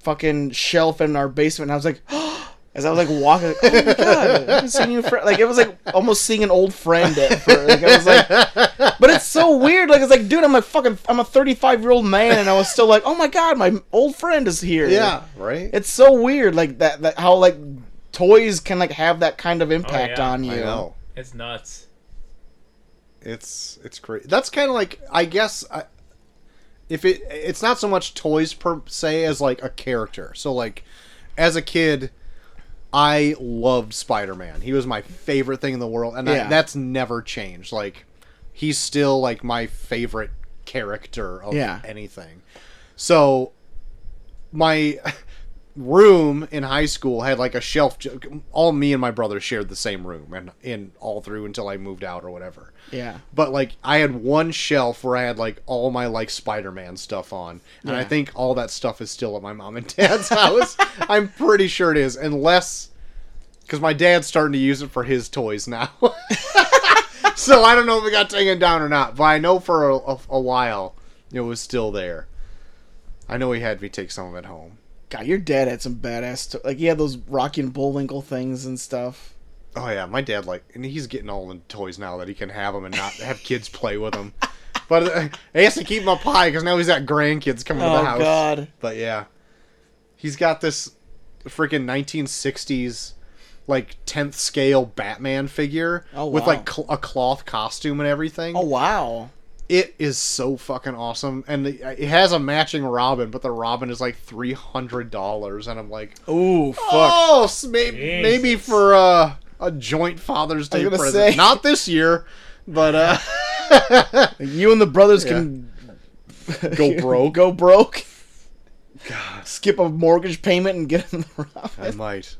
fucking shelf in our basement. And I was like. As I was like walking, like, oh my god, I haven't seen you for like it was like almost seeing an old friend. At first. Like, I was like, but it's so weird. Like it's like, dude, I'm a fucking, I'm a 35 year old man, and I was still like, oh my god, my old friend is here. Yeah, right. it's so weird. Like that, that how like toys can like have that kind of impact yeah. on you. I know. It's nuts. It's it's great. That's kind of like I guess I, if it it's not so much toys per se as like a character. So like as a kid, I loved Spider Man. He was my favorite thing in the world, and I- Yeah. that's never changed. Like he's still like my favorite character of Yeah. anything. So my room in high school had like a shelf. j- All me and my brother shared the same room, and in all through until I moved out or whatever Yeah. but like I had one shelf where I had like all my like Spider-Man stuff on, and I Yeah. think all that stuff is still at my mom and dad's house. I'm pretty sure it is, unless because my dad's starting to use it for his toys now. so I don't know if it got taken down or not, but I know for a, a, a while it was still there. I know he had me take some of it home. God, your dad had some badass. To- like he had those Rocky and Bullwinkle things and stuff. Oh yeah, my dad like, and he's getting all the toys now that he can have them and not have kids play with them. But uh, he has to keep them up high because now he's got grandkids coming to Oh the house. God. But yeah, he's got this freaking 1960s like 10th scale Batman figure Oh, with wow. like cl- a cloth costume and everything. Oh wow. It is so fucking awesome, and the, it has a matching Robin, but the Robin is like three hundred dollars, and I'm like, Ooh, fuck. Oh, s- may- maybe Jesus. for uh, a joint Father's Day gonna present. say. Not this year, but uh, You and the brothers can go broke. go broke. God. Skip a mortgage payment and get in the I Robin. might.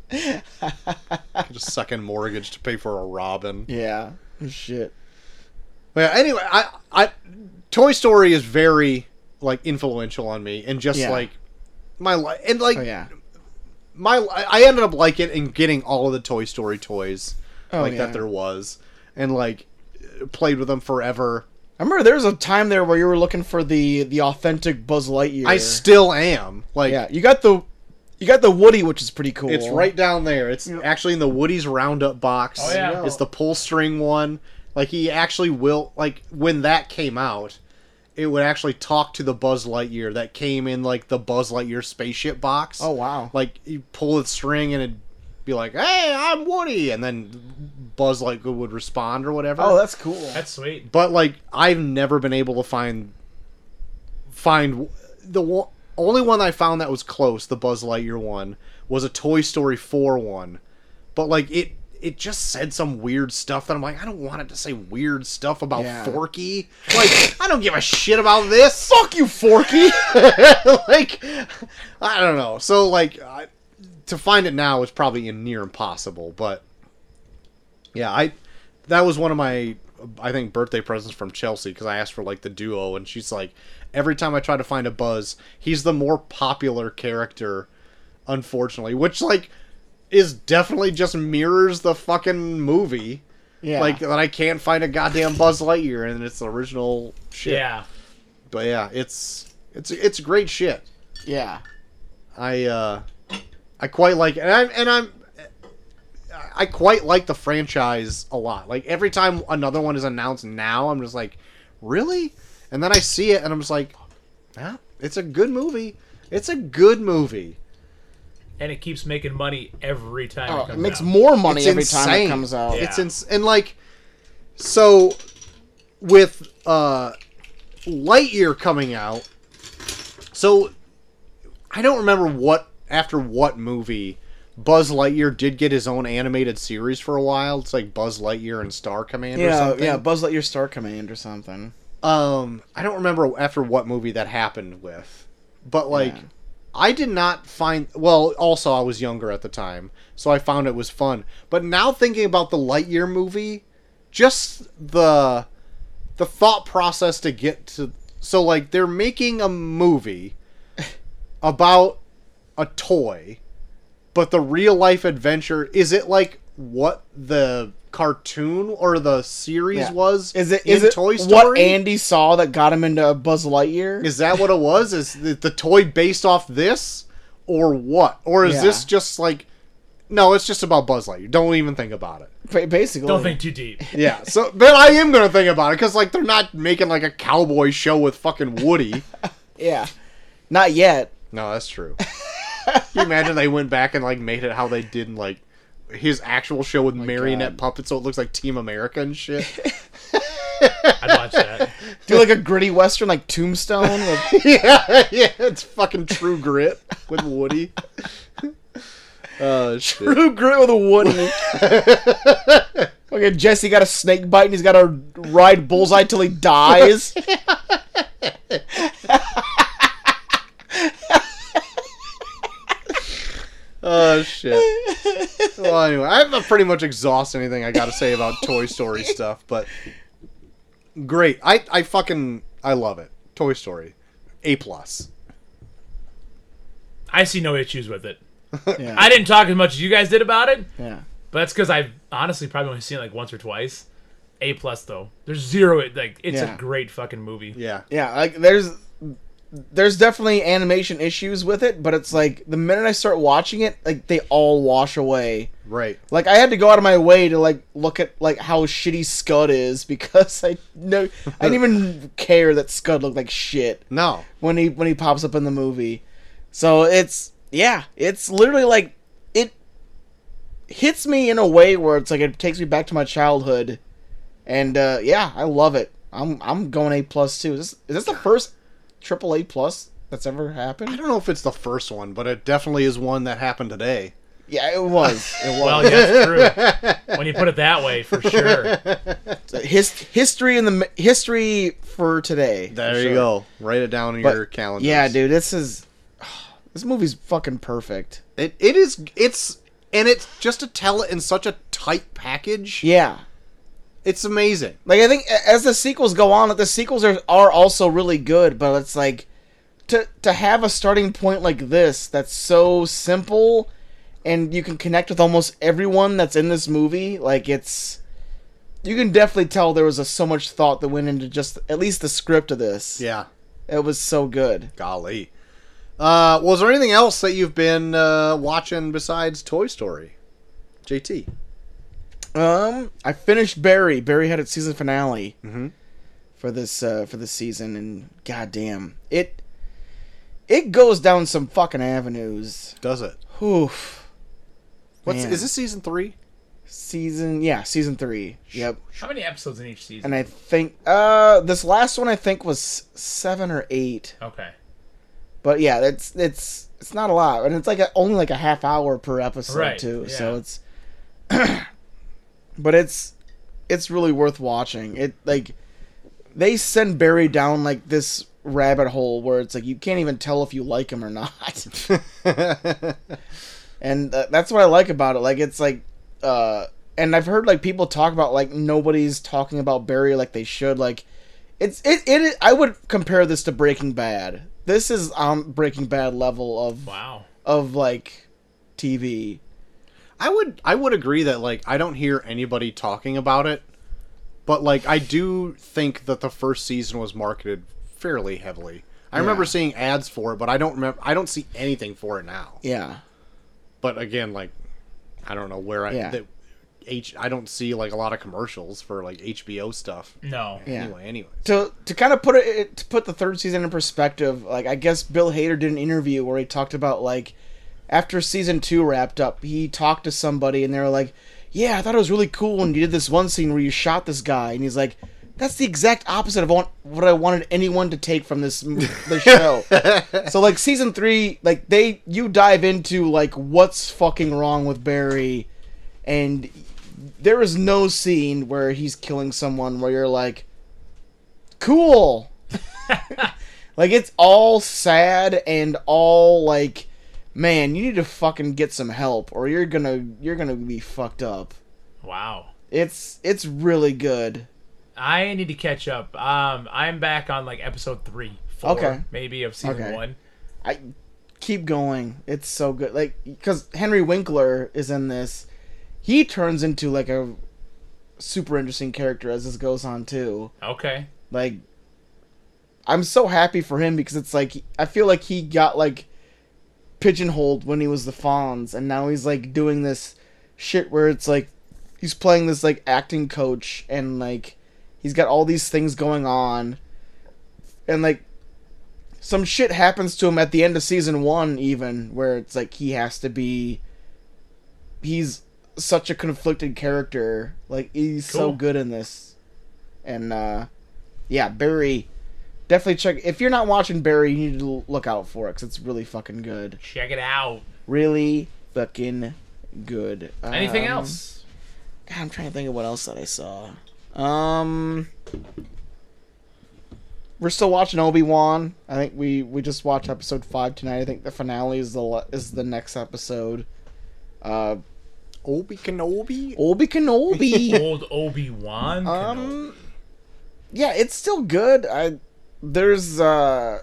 Just second mortgage to pay for a Robin. Yeah. Shit. Well, anyway, I, I, Toy Story is very like influential on me, and just Yeah. like my life, and like Oh yeah. my, I ended up liking and getting all of the Toy Story toys, Oh, like yeah. that there was, and like played with them forever. I remember there was a time there where you were looking for the the authentic Buzz Lightyear. I still am. Like, yeah, you got the you got the Woody, which is pretty cool. It's right down there. It's actually in the Woody's Roundup box. Oh, yeah. It's the pull string one. Like he actually will like when that came out, it would actually talk to the Buzz Lightyear that came in like the Buzz Lightyear spaceship box. Oh wow. Like you pull the string and it'd be like, Hey, I'm Woody and then Buzz Lightyear would respond or whatever. Oh, that's cool. That's sweet. But like I've never been able to find find w- the one, only one I found that was close, the Buzz Lightyear one, was a Toy Story 4 one. But like it it just said some weird stuff that I'm like, I don't want it to say weird stuff about Yeah. Forky. Like, I don't give a shit about this. Fuck you, Forky. like, I don't know. So like, I, to find it now is probably near impossible. But yeah, I that was one of my I think birthday presents from Chelsea because I asked for like the duo, and she's like, every time I try to find a Buzz, he's the more popular character, unfortunately, which like is definitely just mirrors the fucking movie. yeah. Like that, I can't find a goddamn Buzz Lightyear, and it's the original shit. Yeah. But yeah, it's it's it's great shit. yeah. I uh, I quite like and I'm and I'm I quite like the franchise a lot. Like every time another one is announced now, I'm just like, really? And then I see it and I'm just like, yeah, it's a good movie. It's a good movie. And it keeps making money every time Oh, it it comes makes out. more money It's every time it insane. comes out. Yeah. It's ins- and like so with uh Lightyear coming out. So I don't remember what after what movie Buzz Lightyear did get his own animated series for a while. It's like Buzz Lightyear and Star Command or Yeah, something. yeah, Buzz Lightyear Star Command or something. Um I don't remember after what movie that happened with. But like Yeah. I did not find well, also I was younger at the time, so I found it was fun. But now thinking about the Lightyear movie, just the the thought process to get to so like they're making a movie about a toy, but the real life adventure is it like what the cartoon or the series Yeah. was Is it in is it Toy Story? what Andy saw that got him into Buzz Lightyear? Is that what it was? Is the, the toy based off this, or what? Or is Yeah. this just like? No, it's just about Buzz Lightyear. Don't even think about it. Ba- basically, Don't think too deep. Yeah. So, but I am gonna think about it because like they're not making like a cowboy show with fucking Woody. yeah, not yet. no, that's true. Can you imagine they went back and like made it how they did in like his actual show with marionette puppets, so it looks like Team America and shit. I'd watch that. Do like a gritty western like Tombstone. with- yeah, yeah, it's fucking True Grit with Woody. Uh, shit. True grit with a Woody. okay, Jesse got a snake bite and he's got to ride Bullseye till he dies. Oh shit. well, anyway, I've pretty much exhausted anything I got to say about Toy Story stuff, but great. I I fucking I love it. Toy Story, A plus. I see no issues with it. Yeah. I didn't talk as much as you guys did about it, yeah. but that's because I've honestly probably only seen it like once or twice. A plus though. There's zero. Like it's Yeah. a great fucking movie. Yeah. Yeah, like there's there's definitely animation issues with it, but it's like the minute I start watching it, like they all wash away. Right. Like I had to go out of my way to like look at like how shitty Scud is because I no I didn't even care that Scud looked like shit No. when he when he pops up in the movie. So it's yeah, it's literally like it hits me in a way where it's like it takes me back to my childhood, and uh, yeah, I love it. I'm I'm going A plus too. Is this, is this the first triple A plus that's ever I happened? don't know if it's the first one, but it definitely is one that happened today. Yeah, it was. It Well, was yeah, that's true. when you put it that way, for sure. His, history in the ma- history for today. There for you sure. go. Write it down in But- your calendar. Yeah, dude, this is this movie's fucking perfect. It, it is. It's and it's just to tell it in such a tight package. Yeah. It's amazing. Like I think a- as the sequels go on, like the sequels are are also really good, but it's like to to have a starting point like this that's so simple and you can connect with almost everyone that's in this movie, like it's you can definitely tell there was a, so much thought that went into just at least the script of this. Yeah. It was so good. Golly. Uh, was there anything else that you've been uh, watching besides Toy Story? JT. Um, I finished Barry. Barry had its season finale Mhm. for this uh, for this season, and goddamn, it it goes down some fucking avenues. Does it? Oof. What's Man. is this season three? season? Yeah, season three. Yep. How many episodes in each season? And I think uh this last one I think was seven or eight. okay. But yeah, it's it's it's not a lot, and it's like a, only like a half hour per episode Right, too. yeah. So it's, but it's it's really worth watching. It like they send Barry down like this rabbit hole where it's like you can't even tell if you like him or not. and uh, that's what I like about it. Like it's like, uh, and I've heard like people talk about like nobody's talking about Barry like they should. Like it's it it. I would compare this to Breaking Bad. This is on Breaking Bad level of Wow. of like TV. I would I would agree that like I don't hear anybody talking about it, but like I do think that the first season was marketed fairly heavily. I remember seeing ads for it, but I don't remember. I don't see anything for it now. Yeah, But again, like I don't know where I Yeah. that H. I don't see like a lot of commercials for like HBO stuff. No. yeah. Anyway, anyway. to to kind of put it to put the third season in perspective, like I guess Bill Hader did an interview where he talked about like after season two wrapped up, he talked to somebody and they were like, "Yeah, I thought it was really cool when you did this one scene where you shot this guy," and he's like. That's the exact opposite of what what I wanted anyone to take from this m- this show. so like season three, like they you dive into like what's fucking wrong with Barry, and there is no scene where he's killing someone where you're like, cool. Like it's all sad and all like, man, you need to fucking get some help or you're gonna you're gonna be fucked up. Wow. It's it's really good. I need to catch up. Um, I'm back on like episode three, four, Okay. maybe of season Okay. one. I keep going. It's so good. Like because Henry Winkler is in this, he turns into like a super interesting character as this goes on too. Okay. like I'm so happy for him because it's like I feel like he got like pigeonholed when he was the Fonz and now he's like doing this shit where it's like he's playing this like acting coach and like he's got all these things going on and like some shit happens to him at the end of season 1 even where it's like he has to be he's such a conflicted character like he's so Cool. good in this and uh yeah, Barry. Definitely check. If you're not watching Barry, you need to l- look out for it because it's really fucking good. Check it out. Really fucking good. Anything Um, else? God, I'm trying to think of what else that I saw. Um, we're still watching Obi Wan. I think we we just watched episode five tonight. I think the finale is the le- is the next episode. Uh, Obi Kenobi. Obi Kenobi. Old Obi Wan. Um, yeah, it's still good. I there's uh,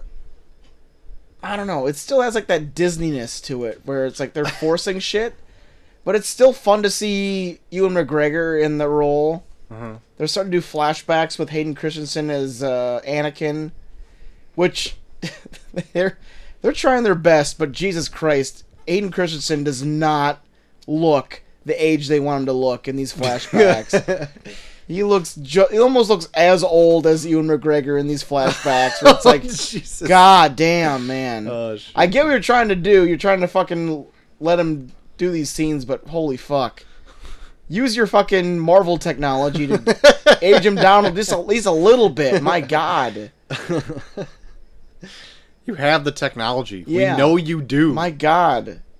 I don't know. It still has like that Disneyness to it, where it's like they're forcing shit, but it's still fun to see Ewan McGregor in the role. They're starting to do flashbacks with Hayden Christensen as uh, Anakin, which they're they're trying their best, but Jesus Christ, Hayden Christensen does not look the age they want him to look in these flashbacks. He looks. Ju- he almost looks as old as Ewan McGregor in these flashbacks. Where it's like, Jesus. God damn, man. Oh, shit. I get what you're trying to do. You're trying to fucking let him do these scenes, but holy fuck, use your fucking Marvel technology to age him down just at least a little bit. My God, You have the technology. Yeah. We know you do. my God.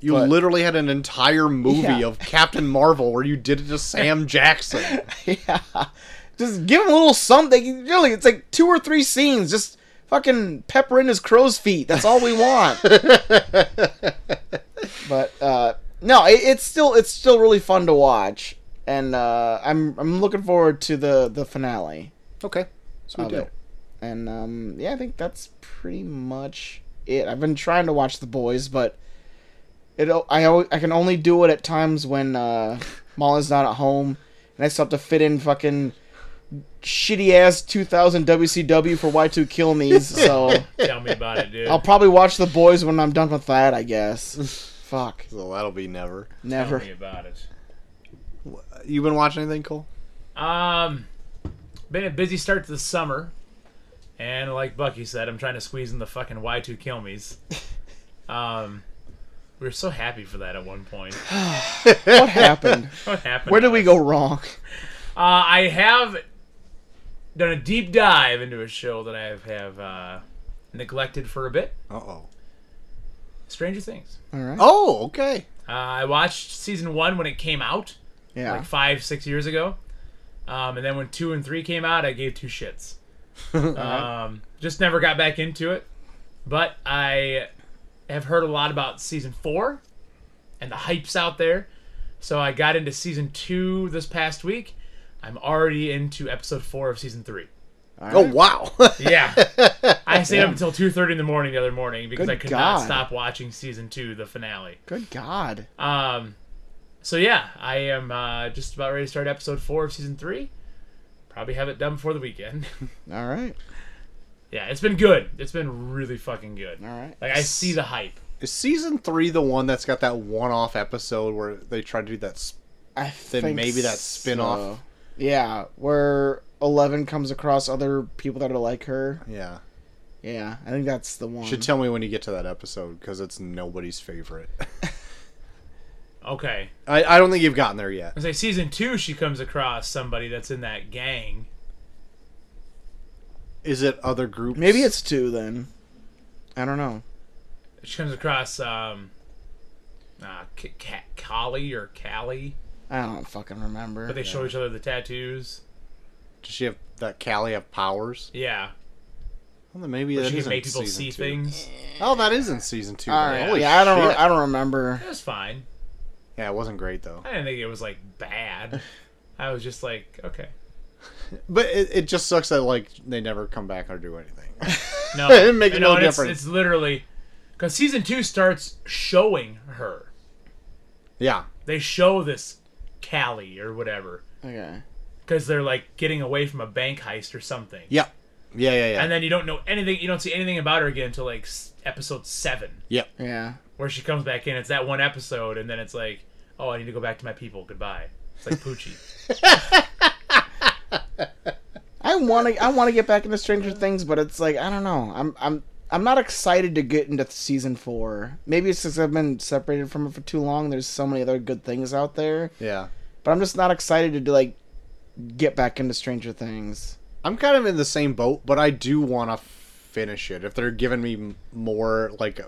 you but- literally had an entire movie Yeah. of Captain Marvel where you did it to Sam Jackson. yeah. Just give him a little something. Really, it's like two or three scenes. Just fucking pepper in his crow's feet. That's all we want. but uh, no, it, it's still it's still really fun to watch, and uh, I'm I'm looking forward to the the finale Okay. Sweet of deal. it. And um, yeah, I think that's pretty much it. I've been trying to watch The Boys, but it o- I al- I can only do it at times when uh, Molly's not at home, and I still have to fit in fucking shitty ass 2000 WCW for Y2 Kill Me's. so Tell me about it, dude. I'll probably watch The Boys when I'm done with that. I guess. Fuck, So that'll be never. never. Tell me about it. You been watching anything, Cole? Um, been a busy start to the summer, and like Bucky said, I'm trying to squeeze in the fucking Y2 kill me's. Um, we were so happy for that at one point. What happened? What happened? Where to did we us? go wrong? Uh, I have done a deep dive into a show that I have, have uh, neglected for a bit. Uh oh. Stranger Things. All right. Oh, okay. Uh, I watched season one when it came out, Yeah. like five, six years ago. Um, and then when two and three came out, I gave two shits. um, just never got back into it. But I have heard a lot about season four and the hypes out there. So I got into season two this past week. I'm already into episode four of season three. Oh wow. Yeah, I stayed up until two thirty in the morning the other morning because Good I could God. not stop watching season two, the finale. Good God. Um, so yeah, I am uh, just about ready to start episode four of season three. Probably have it done before the weekend. All right. yeah, it's been good. It's been really fucking good. All right. Like I see the hype. Is season three the one that's got that one-off episode where they try to do that? Sp- I Then think maybe that spin-off. so. Yeah, where Eleven comes across other people that are like her. yeah. Yeah, I think that's the one. Should tell me when you get to that episode because it's nobody's favorite. Okay, I, I don't think you've gotten there yet. I say season two, she comes across somebody that's in that gang. Is it other groups? maybe it's two then. I don't know. She comes across um, uh, K- Ka- Kali or Callie, I don't fucking remember. but they show each other the tattoos. Does she have that Callie have powers? Yeah, Well, then maybe Where that she is can in make people season see two. things. Oh, that is in season two. All though. right. Holy yeah, I don't. shit. I don't remember. It was fine. Yeah, it wasn't great though. I didn't think it was like bad. I was just like, okay. But it, it just sucks that like they never come back or do anything. No, It didn't make you no and it's- difference. It's, literally because season two starts showing her. yeah. They show this Callie or whatever Okay. because they're like getting away from a bank heist or something. Yep. Yeah, yeah, yeah. And then you don't know anything. You don't see anything about her again until like s- episode seven, yep. Yeah. where she comes back in. It's that one episode, and then it's like, oh, I need to go back to my people. Goodbye. It's like Poochie. I want to. I want to get back into Stranger Things, but it's like I don't know. I'm. I'm. I'm not excited to get into season four. Maybe it's because I've been separated from it for too long. There's so many other good things out there, Yeah. but I'm just not excited to do, like get back into Stranger Things. I'm kind of in the same boat, but I do want to finish it. If they're giving me m- more, like,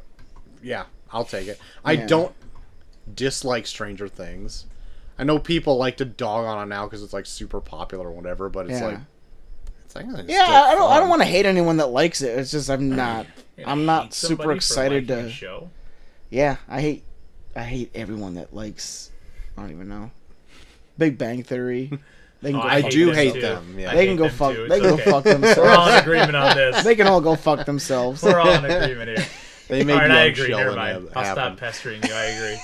yeah, I'll take it. I Yeah. don't dislike Stranger Things. I know people like to dog on it now because it's like super popular or whatever, but it's Yeah. like, it's like, it's Yeah, still I don't. I fun. don't want to hate anyone that likes it. It's just I'm not. And I I'm not hate super somebody for excited liking a to- show. Yeah, I hate. I hate everyone that likes. I don't even know. Big Bang Theory. They can Oh, go. I fuck- do them hate too. them, yeah. I they hate can go them fuck. too. It's They can okay. go fuck We're all in themselves. agreement on this. they can all go fuck themselves. We're all in agreement here. They make All right, young I agree. Sheldon Never mind. have- I'll happen. stop pestering you. I agree.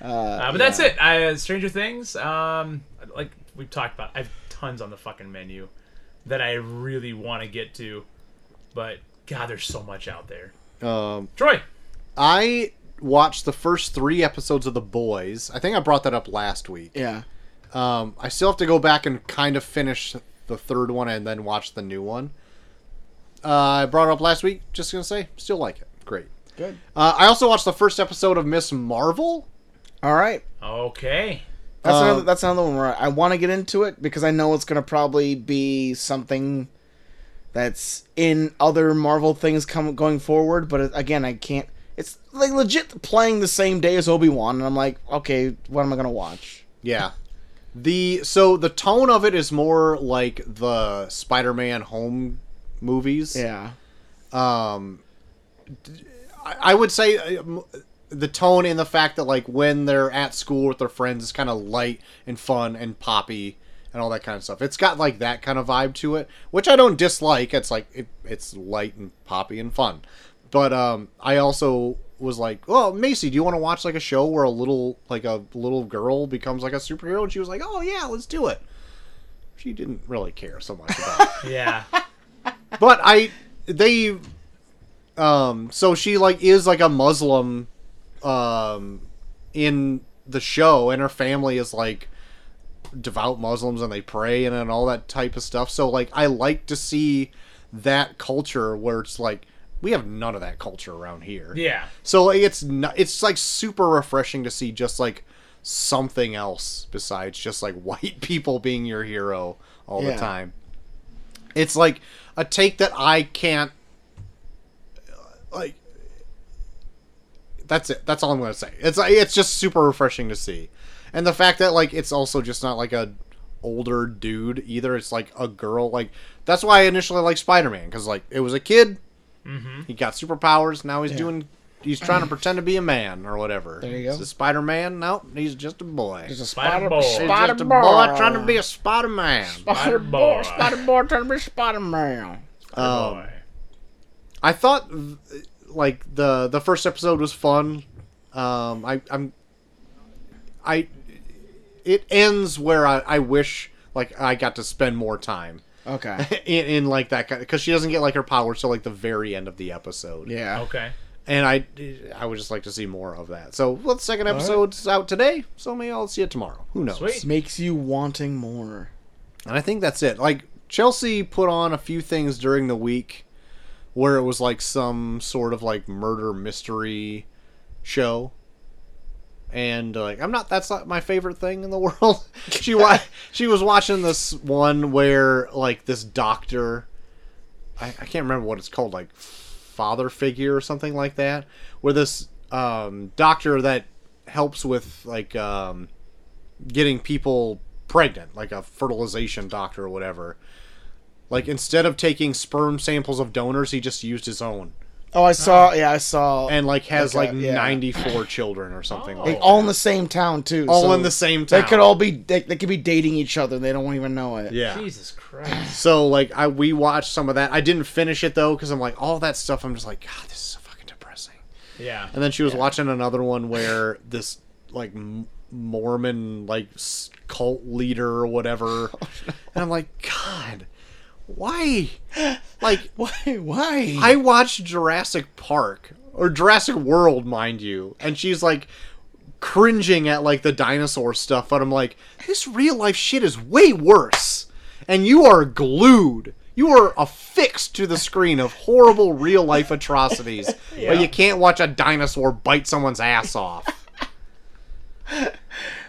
Uh, but that's it. I, uh, Stranger Things. Um, like we've talked about, I have tons on the fucking menu that I really want to get to, but God, there's so much out there. Um, Troy, I watched the first three episodes of The Boys. I think I brought that up last week. Yeah. Um, I still have to go back and kind of finish the third one and then watch the new one. Uh, I brought it up last week. Just gonna say, still like it. Great. Good. Uh, I also watched the first episode of Miss Marvel. All right. okay, That's Um, another. That's another one where I want to get into it because I know it's gonna probably be something that's in other Marvel things come going forward. But it- again, I can't. It's like legit playing the same day as Obi Wan, and I'm like, okay, what am I gonna watch? Yeah. The so the tone of it is more like the Spider-Man home movies. Yeah. um d- I I would say uh, m- the tone and the fact that like when they're at school with their friends is kind of light and fun and poppy and all that kind of stuff. It's got like that kind of vibe to it, which I don't dislike. It's like it, it's light and poppy and fun. But um I also was like, "Well, Macy, do you want to watch like a show where a little like a little girl becomes like a superhero?" And she was like, "Oh yeah, let's do it." She didn't really care so much about it yeah, but I they um so she like is like a Muslim um in the show and her family is like devout Muslims and they pray and, and all that type of stuff. So like I like to see that culture where it's like we have none of that culture around here. yeah. So like, it's not, it's like super refreshing to see just like something else besides just like white people being your hero all the Yeah. time. It's like a take that I can't like that's it. That's all I'm going to say. It's like, it's just super refreshing to see. And the fact that like it's also just not like a older dude either. It's like a girl like that's why I initially liked Spider-Man cuz like it was a kid he got superpowers. Now he's doing. He's trying to pretend to be a man or whatever. There you go. Spider Man? No, he's just a boy. There's He's a Spider spider. boy. just Spider a boy trying to be a Spider Man. Spider boy. boy. Spider boy trying to be Spider Man. Um, Boy. I thought th- like the the first episode was fun. Um, I, I'm I it ends where I, I wish like I got to spend more time Okay. in, in like that kind because she doesn't get like her powers till like the very end of the episode. Yeah. okay. and I I would just like to see more of that. So well, the second episode's out today, so maybe I'll see it tomorrow. Who knows? Sweet. Makes you wanting more. And I think that's it. Like Chelsea put on a few things during the week where it was like some sort of like murder mystery show. And uh, like I'm not that's not my favorite thing in the world. she wa- she was watching this one where like this doctor I, I can't remember what it's called, like father figure or something like that, where this um, doctor that helps with like um, getting people pregnant, like a fertilization doctor or whatever. Like instead of taking sperm samples of donors, he just used his own Oh, I saw. Yeah, I saw. and like has Okay, like yeah. 94 children or something. Oh. like all in that. the same town too. all so in the same They town. could all be. They, they could be dating each other. and They don't even know it. yeah. Jesus Christ. So like I we watched some of that. I didn't finish it though because I'm like all that stuff. I'm just like God, this is so fucking depressing. Yeah. And then she was watching another one where this like M- Mormon like s- cult leader or whatever, and I'm like God, why? Like Why? Why? I watched Jurassic Park or Jurassic World, mind you, and she's like cringing at like the dinosaur stuff, but I'm like, this real life shit is way worse. And you are glued. You are affixed to the screen of horrible real life atrocities, but you can't watch a dinosaur bite someone's ass off.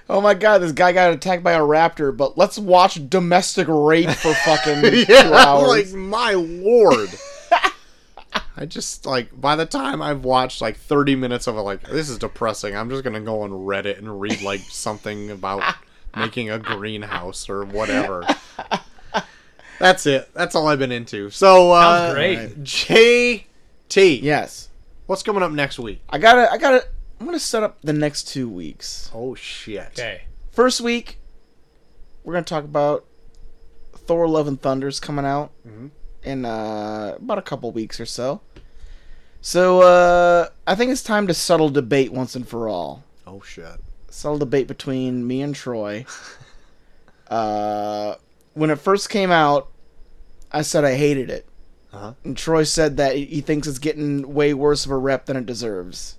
oh my god! This guy got attacked by a raptor. But let's watch domestic rape for fucking yeah, two I'm like hours. my lord. I just like by the time I've watched like 30 minutes of it, like this is depressing. I'm just gonna go on Reddit and read like something about making a greenhouse or whatever. That's it. That's all I've been into. So uh, Sounds great. JT, yes. what's coming up next week? I gotta. I gotta. I'm gonna set up the next two weeks. Oh shit! Okay. First week, we're gonna talk about Thor: Love and Thunder's coming out in uh, about a couple weeks or so. So uh, I think it's time to settle debate once and for all. Oh shit! Subtle debate between me and Troy. uh, when it first came out, I said I hated it, Uh-huh. and Troy said that he thinks it's getting way worse of a rep than it deserves.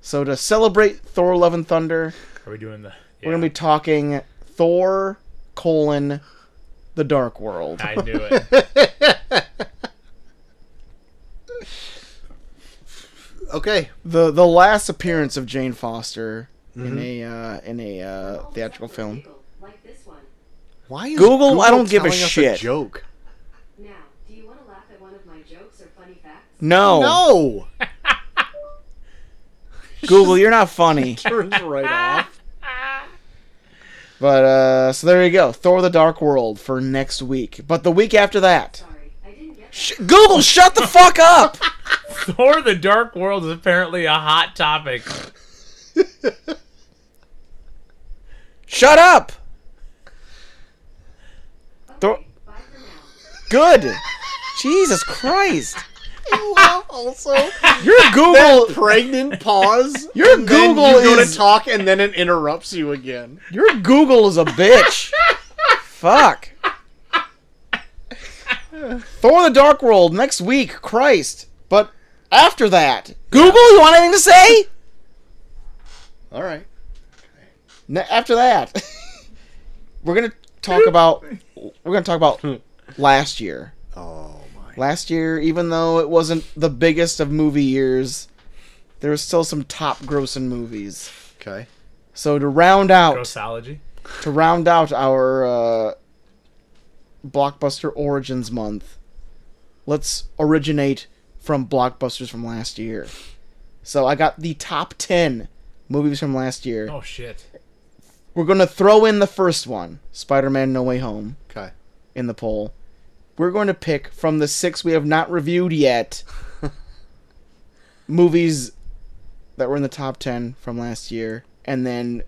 So to celebrate Thor: Love and Thunder. Are we doing the? We're gonna be talking Thor colon the Dark World. I knew it. Okay. The the last appearance of Jane Foster in a uh, in a uh, theatrical film. Like this one. Why is Google, I don't give a telling us shit. joke. Now, do you want to laugh at one of my jokes or funny facts? No, Oh. No. Google, you're not funny. Turns right off. But uh, so there you go, Thor the Dark World for next week. But the week after that, Sorry, I didn't get Sh- Google, shut the fuck up. Thor: The Dark World is apparently a hot topic. Shut up. Thor- Bye for now. Good. Jesus Christ. Also. Your Google, pregnant pause. Your and then Google you go is- to talk, and then it interrupts you again. your Google is a bitch. Fuck. Thor the Dark World next week, Christ. But after that, Google, you want anything to say? All right. Ne- after that, we're gonna talk about we're gonna talk about last year. Oh my. Last year, even though it wasn't the biggest of movie years, there was still some top grossing movies. Okay. So to round out Grossology. to round out our uh, blockbuster origins month, let's originate from blockbusters from last year. So I got the top ten movies from last year. Oh shit. We're going to throw in the first one, Spider-Man No Way Home, Okay. in the poll. We're going to pick from the six we have not reviewed yet movies that were in the top ten from last year, and then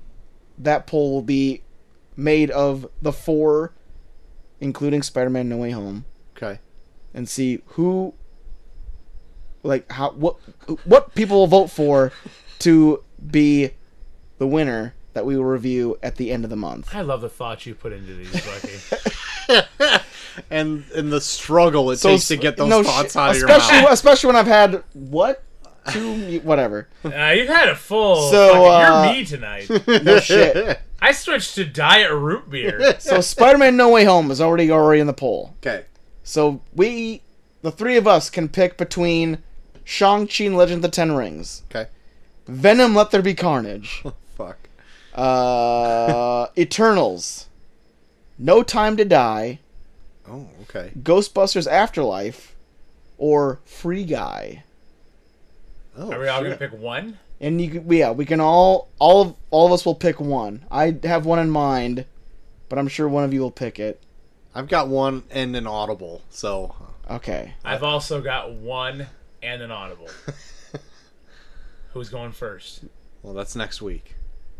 that poll will be made of the four, including Spider-Man No Way Home, Okay. and see who, like how what what people will vote for to be the winner that we will review at the end of the month. I love the thought you put into these, Bucky. And and the struggle it takes to get those no thoughts shit. out of your especially, mouth. Especially when I've had what two mu- whatever. uh, you've had a full. So, fucking- uh, you're me tonight. No shit. I switched to diet root beer. So Spider-Man: No Way Home is already already in the poll. Okay. So we, the three of us, can pick between Shang Chi and Legend of the Ten Rings, Okay. Venom: Let There Be Carnage, Fuck. uh, Eternals, No Time to Die, Oh. Okay. Ghostbusters Afterlife, or Free Guy. Oh. Are we all gonna shit. pick one? And you, can- yeah, we can all, all of, all of us will pick one. I have one in mind, but I'm sure one of you will pick it. I've got one and an audible, so Okay. I've also got one and an audible. Who's going first? Oh, well that's next week,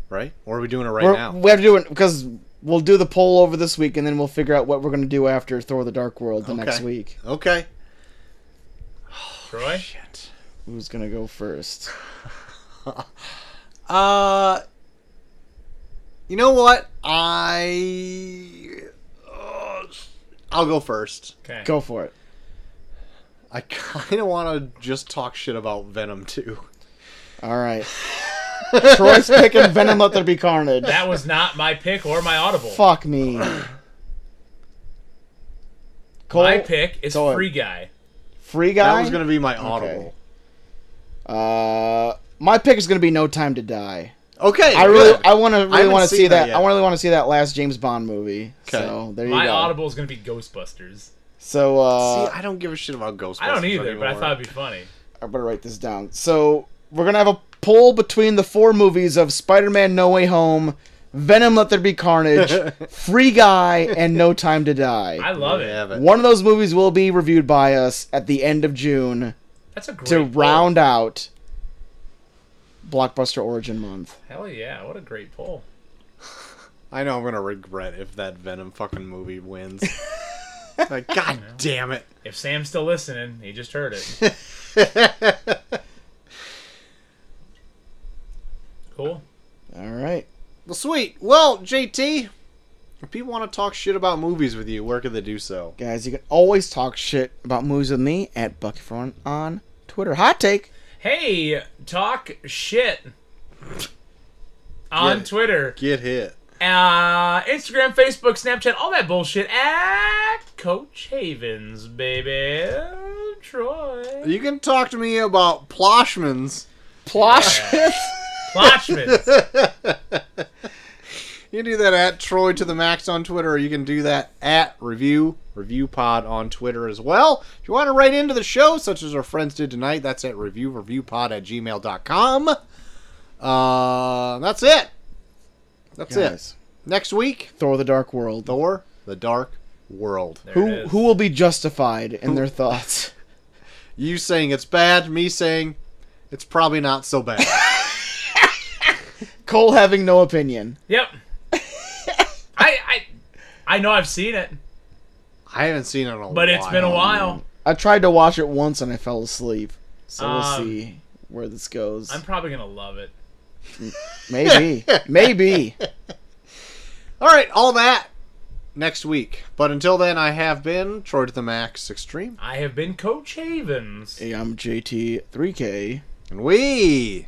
right? Or are we doing it right We're- now? We have to do it because we'll do the poll over this week, and then we'll figure out what we're going to do after Thor: The Dark World the next Okay. week. okay. Troy? Shit. Who's going to go first? Uh, you know what? I uh, I'll go first. Okay. Go for it. I kind of want to just talk shit about Venom too. All right. Troy's picking Venom. Let there be carnage. That was not my pick or my audible. Fuck me. Cole, my pick is go ahead. Free Guy. free guy. That was gonna be my audible. Uh, my pick is going to be No Time to Die. Okay, I really, good. I want to really haven't want to seen see that that. yet. I want really want to see that last James Bond movie. Okay. So there you My go. audible is going to be Ghostbusters. So uh, See, I don't give a shit about Ghostbusters. I don't either, but I anymore. thought it'd be funny. I better write this down. So we're gonna have a poll between the four movies of Spider-Man: No Way Home, Venom: Let There Be Carnage, Free Guy, and No Time to I Die. love Yeah, it. but- One of those movies will be reviewed by us at the end of June That's a great to poll. round out blockbuster origin month. Hell yeah! What a great poll. I know I'm gonna regret if that Venom fucking movie wins. like, god damn it. If Sam's still listening, he just heard it. cool. All right. Well, sweet. Well, JT, if people want to talk shit about movies with you, where can they do so? Guys, you can always talk shit about movies with me at Bucky Front on Twitter. Hot take. Hey, talk shit on Yeah. Twitter, Get hit. uh, Instagram, Facebook, Snapchat, all that bullshit at Coach Havens, baby. Troy You can talk to me about Ploshmans. Plosh. Plotchman. You can do that at Troy to the Max on Twitter, or you can do that at Review Review Pod on Twitter as well. If you want to write into the show, such as our friends did tonight, that's at Review Review Pod at gmail.com. Uh, that's it. That's Guys, it. Next week, Thor: The Dark World. Thor, The Dark World. There it Who is. who will be justified in their thoughts? You saying it's bad, me saying it's probably not so bad. Cole having no opinion. Yep. I I I know I've seen it, I haven't seen it in a while. but it's been a while. I tried to watch it once and I fell asleep. So we'll Um, see where this goes. I'm probably gonna love it. Maybe. Maybe. All right, all that next week. But until then, I have been Troy to the Max Extreme, I have been Coach Havens. Hey, I'm JT3K. and we